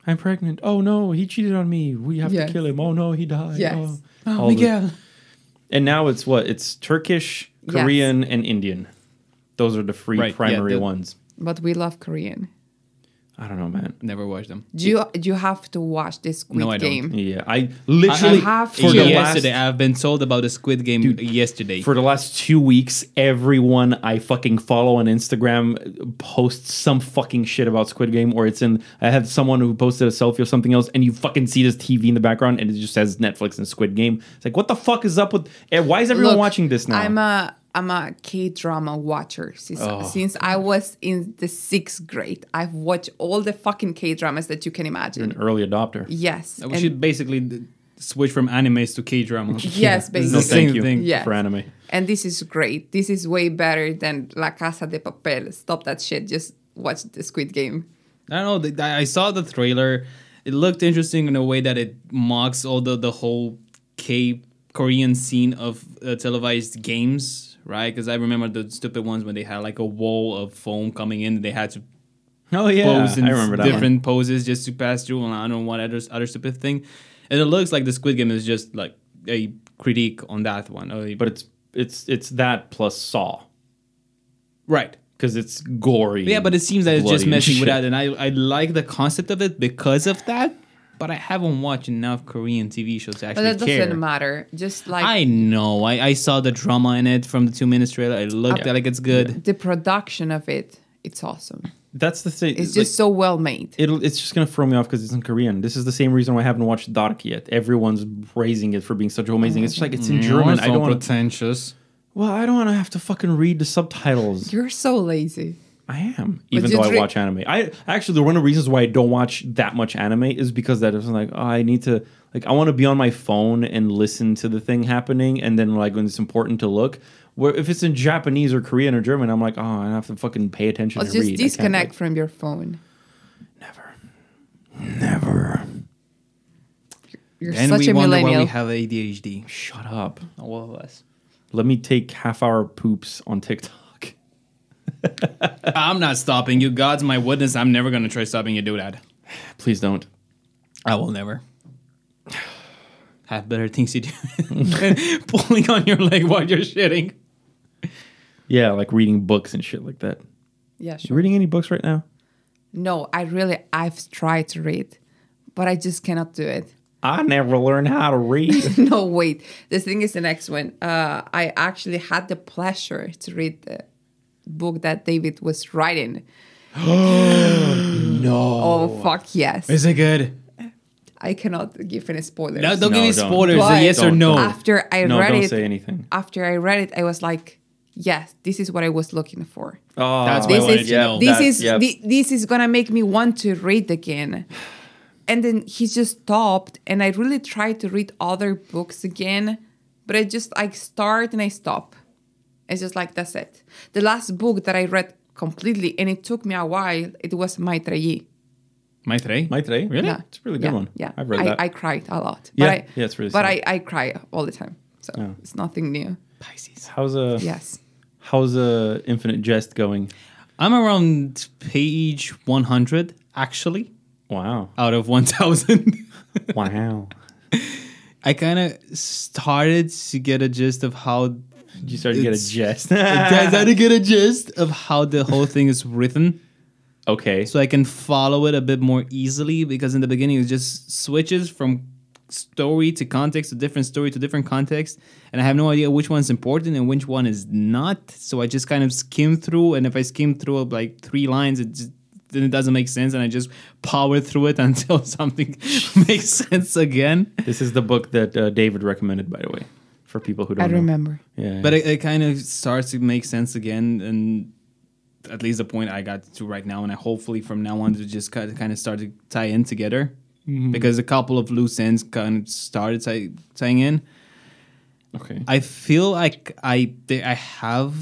I'm pregnant. Oh no, he cheated on me. We have Yes. to kill him. Oh no, he died. Yes. Oh, All the- and now it's what? It's Turkish, Yes. Korean, and Indian. Those are the three Right, yeah, primary the- ones. But we love Korean. I don't know, man. Never watched them. Do you, do you have to watch this Squid I don't. Game? Yeah, I literally I have for to- the last yesterday, I've been told about the Squid Game yesterday. for the last two weeks, everyone I fucking follow on Instagram posts some fucking shit about Squid Game, or it's in. I had someone who posted a selfie or something else, and you fucking see this TV in the background, and it just says Netflix and Squid Game. It's like, what the fuck is up with? eh, Why is everyone Look, watching this now? I'm a I'm a K drama watcher since, Oh. since I was in the sixth grade. I've watched all the fucking K dramas that you can an imagine. early adopter. Yes. we and- should basically d- switch from animes to K drama. It's yes, the basically. same thing. Yes. for anime. And this is great. This is way better than La Casa de Papel. Stop that shit. Just watch the Squid Game. I don't know. th- I saw the trailer. It looked interesting in a way that it mocks all the, the whole K Korean scene of uh, televised games, right? Because I remember the stupid ones when they had like a wall of foam coming in. They had to Oh yeah, pose in I remember that. different poses just to pass through and I don't know what other, other stupid thing. And it looks like the Squid Game is just like a critique on that one. or a- But it's it's it's that plus Saw right. because it's gory. Yeah, but it seems that it's just bloody and messing with shit. that and I, I like the concept of it because of that. but I haven't watched enough Korean TV shows to But actually that care. doesn't matter. Just like I know. I, I saw the drama in it from the two minutes trailer. It looked like it's good. the production of it, it's awesome. That's the thing. It's like, just so well made. It'll, it's just gonna throw me off because it's in Korean. This is the same reason why I haven't watched Dark yet. Everyone's praising it for being such amazing. It's just like it's Mm-hmm. in German. I don't want. to pretentious. Well, I don't want to have to fucking read the subtitles. You're so lazy. I am, even you though I dri- watch anime. I actually one of the reasons why I don't watch that much anime is because that is like oh, I need to like I want to be on my phone and listen to the thing happening, and then like when it's important to look. Where if it's in Japanese or Korean or German, I'm like oh I have to fucking pay attention. Or and just read. I can't, like, disconnect from your phone. Never. You're And such we a wonder why millennial. we have ADHD. Shut up. Oh, All of us. Let me take half hour poops on TikTok. I'm not stopping you. God's my witness. I'm never gonna try stopping you do that. Please don't. I will never. Have better things to do than pulling on your leg while you're shitting. Yeah, like reading books and shit like that. yeah, You sure. reading any books right now? No, I really I've tried to read, but I just cannot do it. I never learned how to read. no, wait. This thing is the next one. Uh, I actually had the pleasure to read the book that David was writing. no. Oh fuck yes! Is it good? I cannot give any spoilers. No, don't No, give me don't. spoilers. Why? A yes or Don't, no. don't. After I No, read don't it, say anything. after I read it, I was like, yes, this is what I was looking for. Oh, That's why I this wanted is to know. this that- is yeah. thi- this is gonna make me want to read again. And then he just stopped, and I really tried to read other books again, but I just like start and I stop. It's just like that's it. The last book that I read completely, and it took me a while. It was Maitreyi. My three. Maitreyi? Really? Yeah. It's a really good yeah, one. Yeah, I've read I, that. I cried a lot. Yeah, but I, yeah, it's really But I, sad. I cry all the time, so it's nothing new. Pisces. how's a Yes. how's a Infinite Jest going? I'm around page 100 actually Wow. out of 1000. Wow. I kind of started to get a gist of how you started to get a It's- jest. I started to get a gist of how the whole thing is written. okay. so I can follow it a bit more easily because in the beginning it just switches from story to context to different story to different context and I have no idea which one's important and which one is not so I just kind of skim through and if I skim through like three lines it just, then it doesn't make sense and I just power through it until something makes sense again This is the book that uh, David recommended, by the way, for people who don't I know. remember. Yeah. but it, it kind of starts to make sense again and at least the point I got to right now and I hopefully from now on to just kind of, kind of start to tie in together because a couple of loose ends kind of started tie, tying in okay. I feel like I th- I have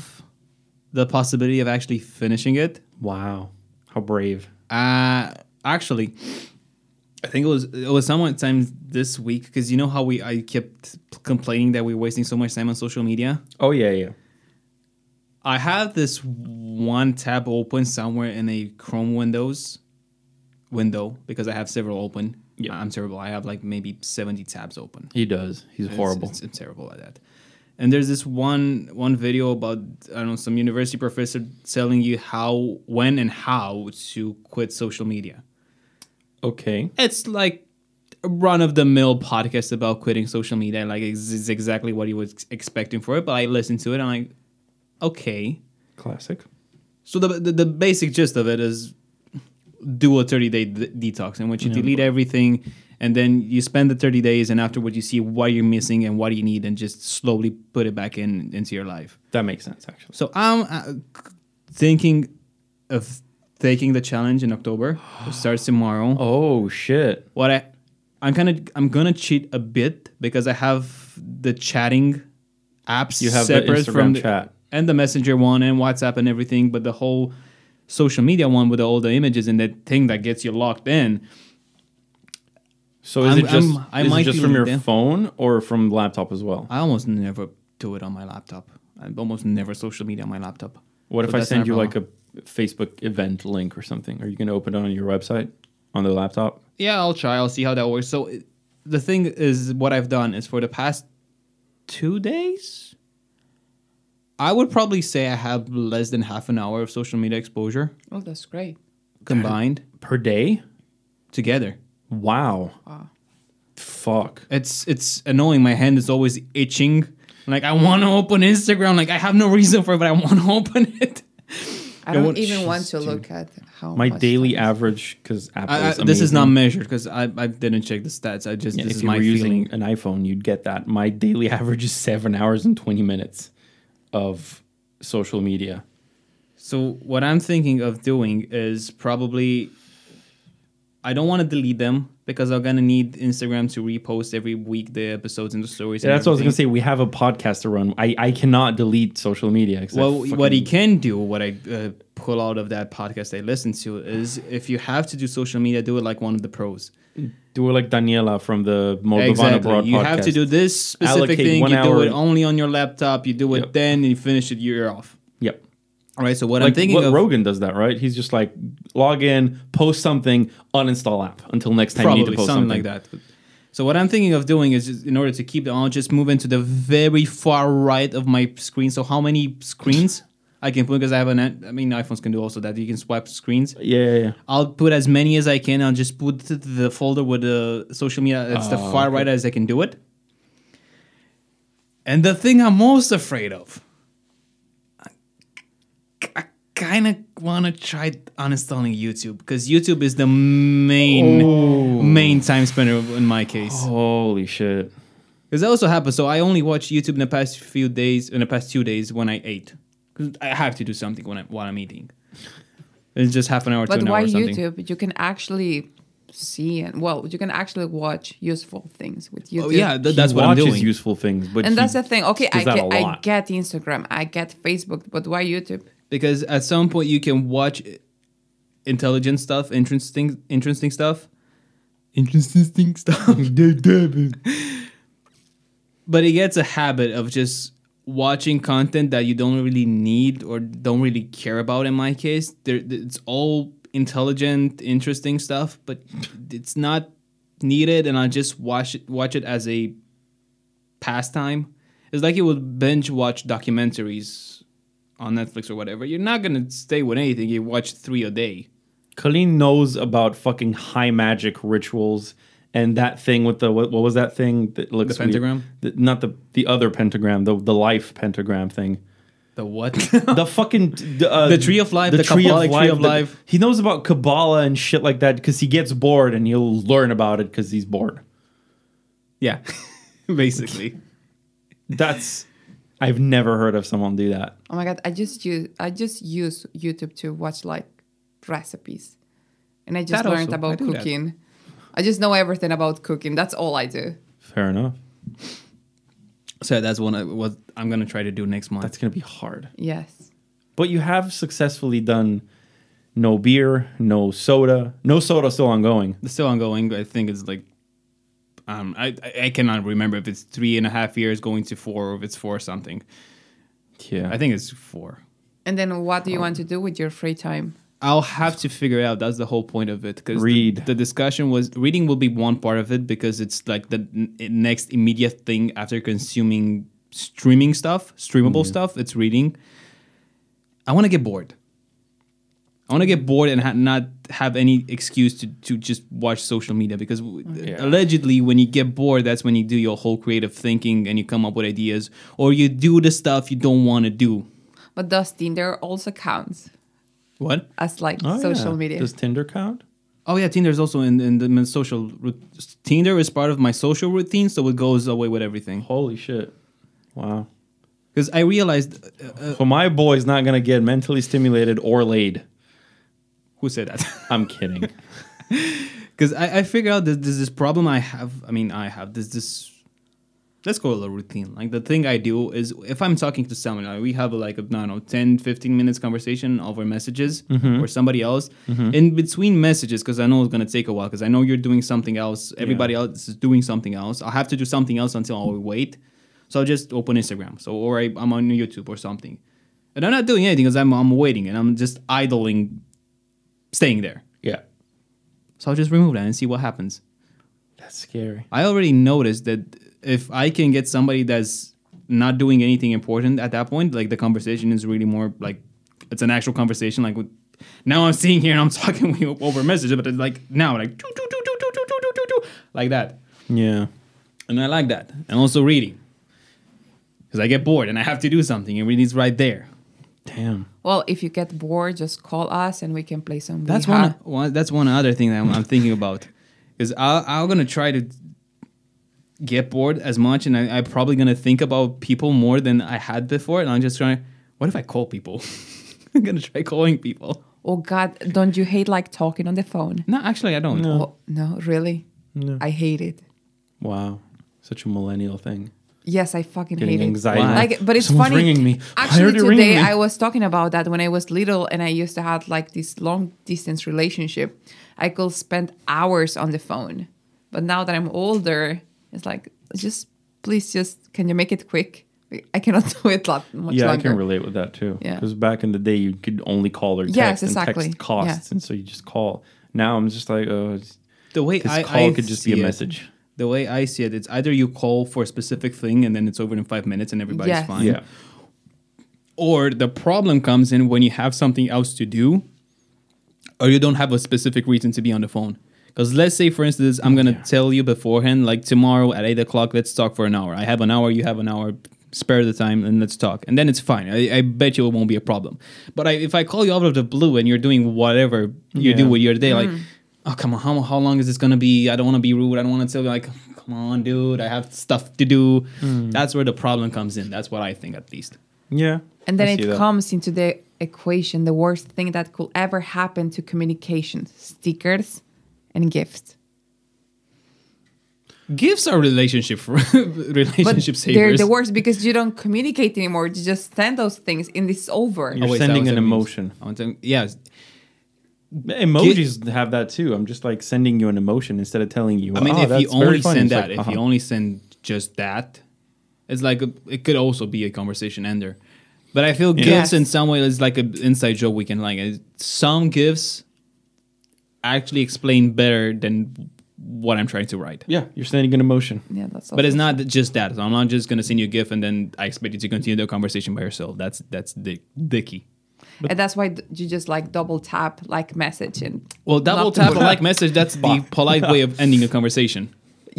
the possibility of actually finishing it Wow. How brave. uh actually I think it was it was somewhat time this week because you know how we I kept complaining that we we're wasting so much time on social media Oh yeah, yeah. I have this one tab open somewhere in a Chrome Windows window because I have several open. Yeah. I'm terrible. I have like maybe 70 tabs open. He does. He's It's- horrible. it's- I'm terrible at that. And there's this one one video about I don't know some university professor telling you how when and how to quit social media. okay. It's like a run of the mill podcast about quitting social media. Like it's, it's exactly what you was expecting for it. But I listened to it. and I'm like, okay. Classic. So the, the the basic gist of it is do a 30 day d- detox in which you delete everything and then you spend the 30 days and afterward you see what you're missing and what you need and just slowly put it back in into your life. That makes sense, actually. So I'm uh, thinking of taking the challenge in October, which starts tomorrow Oh shit! what I I'm kind of I'm gonna cheat a bit because I have the chatting apps You have the separate Instagram from the, chat. and the messenger one and WhatsApp and everything, but the whole social media one with all the images and that thing that gets you locked in. So is I'm- it just I'm- I is it might just be from your there. phone or from laptop as well? I almost never do it on my laptop. I almost never social media on my laptop. What So if I that's send not you problem. like a Facebook event link or something? Are you going to open it on your website on the laptop? yeah, I'll try. I'll see how that works. So it- the thing is, what I've done is for the past two days, I would probably say I have less than half an hour of social media exposure Oh, that's great. combined Per day? together. Wow. Fuck. It's it's annoying. My hand is always itching. Like I want to open Instagram. Like I have no reason for it, but I want to open it. I don't what- even want Jeez, to look at how My much daily time- average because Apple. I, I, is this is amazing. not measured because I, I didn't check the stats. I just Yeah, this if is you were my using feeling. an iPhone, you'd get that. My daily average is seven hours and twenty minutes of social media. So what I'm thinking of doing is probably I don't want to delete them because I'm gonna need Instagram to repost every week the episodes and the stories. and that's what I was gonna everything. say. We have a podcast to run. I, I cannot delete social media. 'cause I Well, fucking- what he can do, what I uh, pull out of that podcast I listened to, is if you have to do social media, do it like one of the pros. do it like Daniela from the Moldovana Broad You podcast. have to do this specific Allocate thing. one You do hour. it only on your laptop. You do it Yep. then, and you finish it. You're off. Yep. All right. So what Like I'm thinking what of Rogan does that, right? He's just like log in, post something, uninstall app until next time probably you need to post something, like that. So what I'm thinking of doing is, just, in order to keep them, I'll just move into the very far right of my screen. So how many screens I can put? Because I have an, I mean, iPhones can do also that. You can swipe screens. Yeah, yeah, yeah. I'll put as many as I can. I'll just put th- the folder with the social media. It's the far right as I can do it. And the thing I'm most afraid of, I, kind of want to try uninstalling YouTube because YouTube is the main main time spender in my case. Holy shit. Because that also happens. So I only watch YouTube in the past few days, in the past two days when I ate. Because I have to do something when I, while I'm eating. It's just half an hour to But an why hour or something. YouTube? You can actually see and well, you can actually watch useful things with YouTube. Oh yeah, th- that's He what I'm watches doing. useful things, but and that's he the thing. Okay, I does that get, a I lot. get Instagram, I get Facebook, but why YouTube? because at some point you can watch intelligent stuff, interesting, interesting stuff, interesting stuff. but it gets a habit of just watching content that you don't really need or don't really care about. In my case, there it's all intelligent, interesting stuff, but it's not needed, and I just watch it watch it as a pastime. It's like you would binge watch documentaries on Netflix or whatever. You're not gonna stay with anything. You watch three a day. Colleen knows about fucking high magic rituals and that thing with the what, what was that thing that looks The pentagram? the- not the the other pentagram, the the life pentagram thing. The what? The fucking the, uh, The tree of life, the Kabbalic tree of the- life. he knows about Kabbalah and shit like that because he gets bored and he'll learn about it because he's bored. yeah, basically. That's I've never heard of someone do that. Oh my god, I just use I just use YouTube to watch like recipes. And I just That learned also, I about do that. cooking. I just know everything about cooking. That's all I do. Fair enough. So that's one I, what I'm gonna try to do next month. That's gonna be hard. Yes. But you have successfully done no beer, no soda, no soda still ongoing. It's still ongoing. I think it's like, um, I I- I cannot remember if it's three and a half years going to four or if it's four something. Yeah. I think it's four. And then what do you want to do with your free time? I'll have to figure it out. That's the whole point of it. Because Read. The, the discussion was reading will be one part of it because it's like the n- next immediate thing after consuming streaming stuff, streamable stuff. It's reading. I want to get bored. I want to get bored and ha- not have any excuse to, to just watch social media because w- allegedly, when you get bored, that's when you do your whole creative thinking and you come up with ideas or you do the stuff you don't want to do. But does Tinder also count What? as like Oh, social yeah. media? Does Tinder count? Oh yeah, Tinder is also in, in the my social. rut- Tinder is part of my social routine, so it goes away with everything. Holy shit. Wow. Because I realized, uh, uh, So my boy's not gonna get mentally stimulated or laid. who said that? I'm kidding. Because I, I figured out that there's this problem I have. I mean, I have this this. Let's call it a routine. Like the thing I do is if I'm talking to someone, like we have like a, I don't know, 10, 15 minutes conversation over messages or somebody else. In between messages, because I know it's going to take a while, because I know you're doing something else. Everybody else is doing something else. I'll have to do something else until I wait. So I'll just open Instagram. So, or I, I'm on YouTube or something. And I'm not doing anything because I'm, I'm waiting and I'm just idling, staying there. yeah. So I'll just remove that and see what happens. That's scary. I already noticed that if I can get somebody that's not doing anything important at that point, like the conversation is really more like it's an actual conversation. Like with, now I'm sitting here and I'm talking with you over messages, but it's like now like doo, doo, doo, doo, doo, doo, doo, like that. Yeah. And I like that. And also reading. Because I get bored and I have to do something, and reading's right there. Damn. Well, if you get bored, just call us and we can play some. That's Ouija. one, one. That's one other thing that I'm, I'm thinking about. Is I, I'm gonna try to get bored as much, and I, I'm probably gonna think about people more than I had before. And I'm just trying. What if I call people? I'm gonna try calling people. Oh God, don't you hate like talking on the phone? No, actually, I don't. Oh, no, really? I hate it. Wow. Such a millennial thing. Yes, I fucking Getting hate anxiety. it. Like, but it's Someone's funny. ringing me. Why are Actually, they today ringing me? I was talking about that when I was little, and I used to have like this long distance relationship. I could spend hours on the phone, but now that I'm older, it's like just please, just can you make it quick? I cannot do it lot much yeah, longer. I can relate with that too. Yeah. Because back in the day, you could only call or text, Yes, and exactly. text costs, Yeah. and so you just call. Now I'm just like, oh, it's, The way this I call I could just be a see it- message. The way I see it, it's either you call for a specific thing and then it's over in five minutes and everybody's Yes. fine. Yeah, Or the problem comes in when you have something else to do or you don't have a specific reason to be on the phone. Because let's say, for instance, I'm going to tell you beforehand, like tomorrow at eight o'clock, let's talk for an hour. I have an hour, you have an hour, spare the time and let's talk. And then it's fine. I, I bet you it won't be a problem. But I, if I call you out of the blue and you're doing whatever you do Yeah. with your day, like, oh, come on, how, how long is this going to be? I don't want to be rude. I don't want to tell you, like, come on, dude, I have stuff to do. That's where the problem comes in. That's what I think, at least. yeah. and then I it see that. comes into the equation the worst thing that could ever happen to communication stickers and gifts Gifts are relationship relationship they're savers. the worst because you don't communicate anymore you just send those things and it's over You're Oh, wait, so sending that an means- emotion. I want to- yes. Emojis have that too. I'm just like sending you an emotion instead of telling you. I mean, "Ah, if you that's very only funny," send it's that, like, if you uh-huh. only send just that, it's like a, it could also be a conversation ender. But I feel gifts Yes. in some way is like an inside joke we can like. it- Some gifts actually explain better than what I'm trying to write. yeah, you're sending an emotion. yeah that's But it's also- not just that. So I'm not just gonna send you a gift and then I expect you to continue the conversation by yourself. That's that's dick, dicky. and that's why d- you just like double tap like message and Well, double Not tap to- like message. That's the polite way of ending a conversation.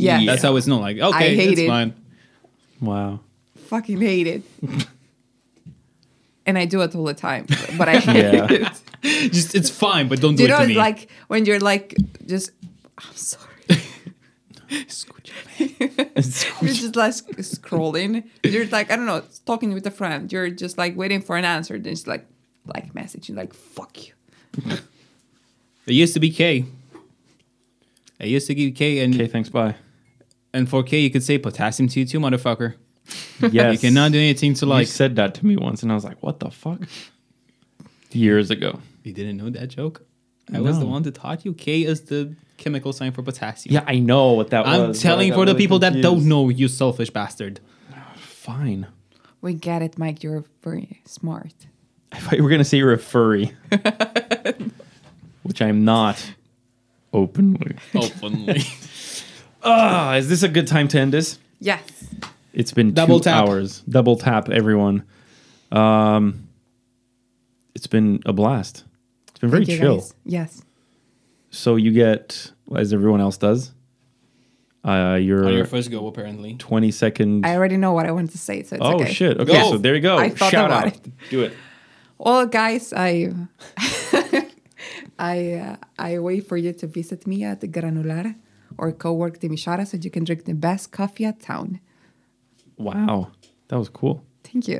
Yes. that's how it's known. Like, okay, hate it's it. fine. Wow. fucking hate it and i do it all the time but i hate Yeah. it Just it's fine, but don't do you it know to it's me. like when you're like just i'm sorry you're just like sc- scrolling. You're like, I don't know, talking with a friend. You're just like waiting for an answer. Then it's like, like message. You're like, fuck you. it used to be K. It used to give K and Okay, thanks. Bye. and for K you could say potassium to you too, motherfucker. Yes. You cannot do anything to Like, you like. said that to me once, and I was like, "What the fuck?" Years ago. You didn't know that joke. I was the No. one that taught you. K is the chemical sign for potassium. Yeah, I know what that I'm was. but Oh, I telling got for the really people that don't confused. know, you selfish bastard. Fine. We get it, Mike. You're very smart. I thought you were gonna say you're a furry, which I am not. Openly. Openly. Ah, is this a good time to end this? Yes. It's been Double two tap. hours. Double tap, everyone. Um, it's been a blast. It's been very Thank you, chill. guys. Yes. So you get, as everyone else does, uh, On your your first go, apparently. twenty second. I already know what I want to say, so it's Oh okay. shit! Okay, Go. so there you go. I thought Shout about out. Do it. Well, guys, I, I, uh, I wait for you to visit me at Granular or co-work Timișoara so you can drink the best coffee at town. Wow, that was cool. Thank you.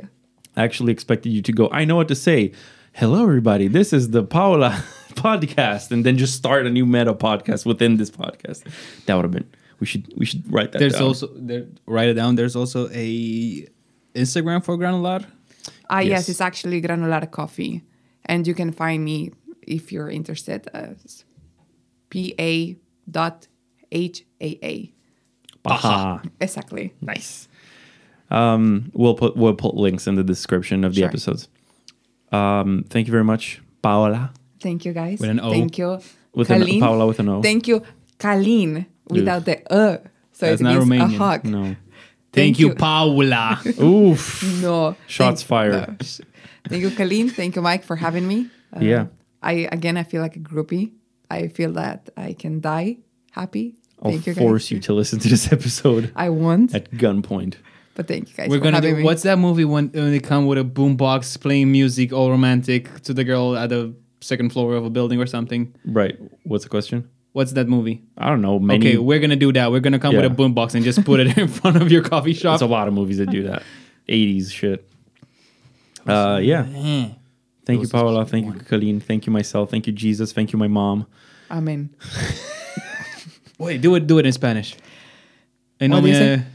I actually expected you to go, I know what to say. Hello, everybody. This is the Paola podcast, and then just start a new meta podcast within this podcast. That would have been. We should we should write that. There's down. also there, write it down. There's also a Instagram for granular. Ah, yes. Yes. it's actually Granular Coffee. And you can find me if you're interested as pa.haa. Aha. Exactly. Nice. Um, we'll put we'll put links in the description of the Sure. episodes. Um, thank you very much, Paola. Thank you, guys. With an O. Thank you. With an- Paola with an O. Thank you, Kalin, without the uh. So That's it not means Romanian. a hug. No. Thank, Thank you, you. Paula. Oof. No. Shots Thank- fired. no. Sh- Thank you, Kalin. Thank you, Mike, for having me. Uh, Yeah. I again, I feel like a groupie. I feel that I can die happy. I'll Thank you, guys. force you to listen to this episode I won't, at gunpoint. but thank you guys. We're for gonna having do me. what's that movie when, when they come with a boombox playing music all romantic to the girl at the second floor of a building or something? Right. What's the question? What's that movie? I don't know. Many, okay, we're gonna do that. We're gonna come Yeah. with a boombox and just put it in front of your coffee shop. There's a lot of movies that do that. 80s shit. Uh, yeah. Thank you, Paola. Thank you, Colleen. Thank you, myself. Thank you, Jesus. Thank you, my mom. Amen. Wait, do it. Do it in Spanish. En What do you nomine,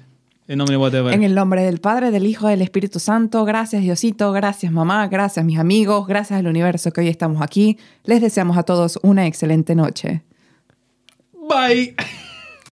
en nomine whatever. En el nombre del Padre, del Hijo, del Espíritu Santo, gracias Diosito, gracias mamá, gracias mis amigos, gracias al universo que hoy estamos aquí. Les deseamos a todos una excelente noche. Bye.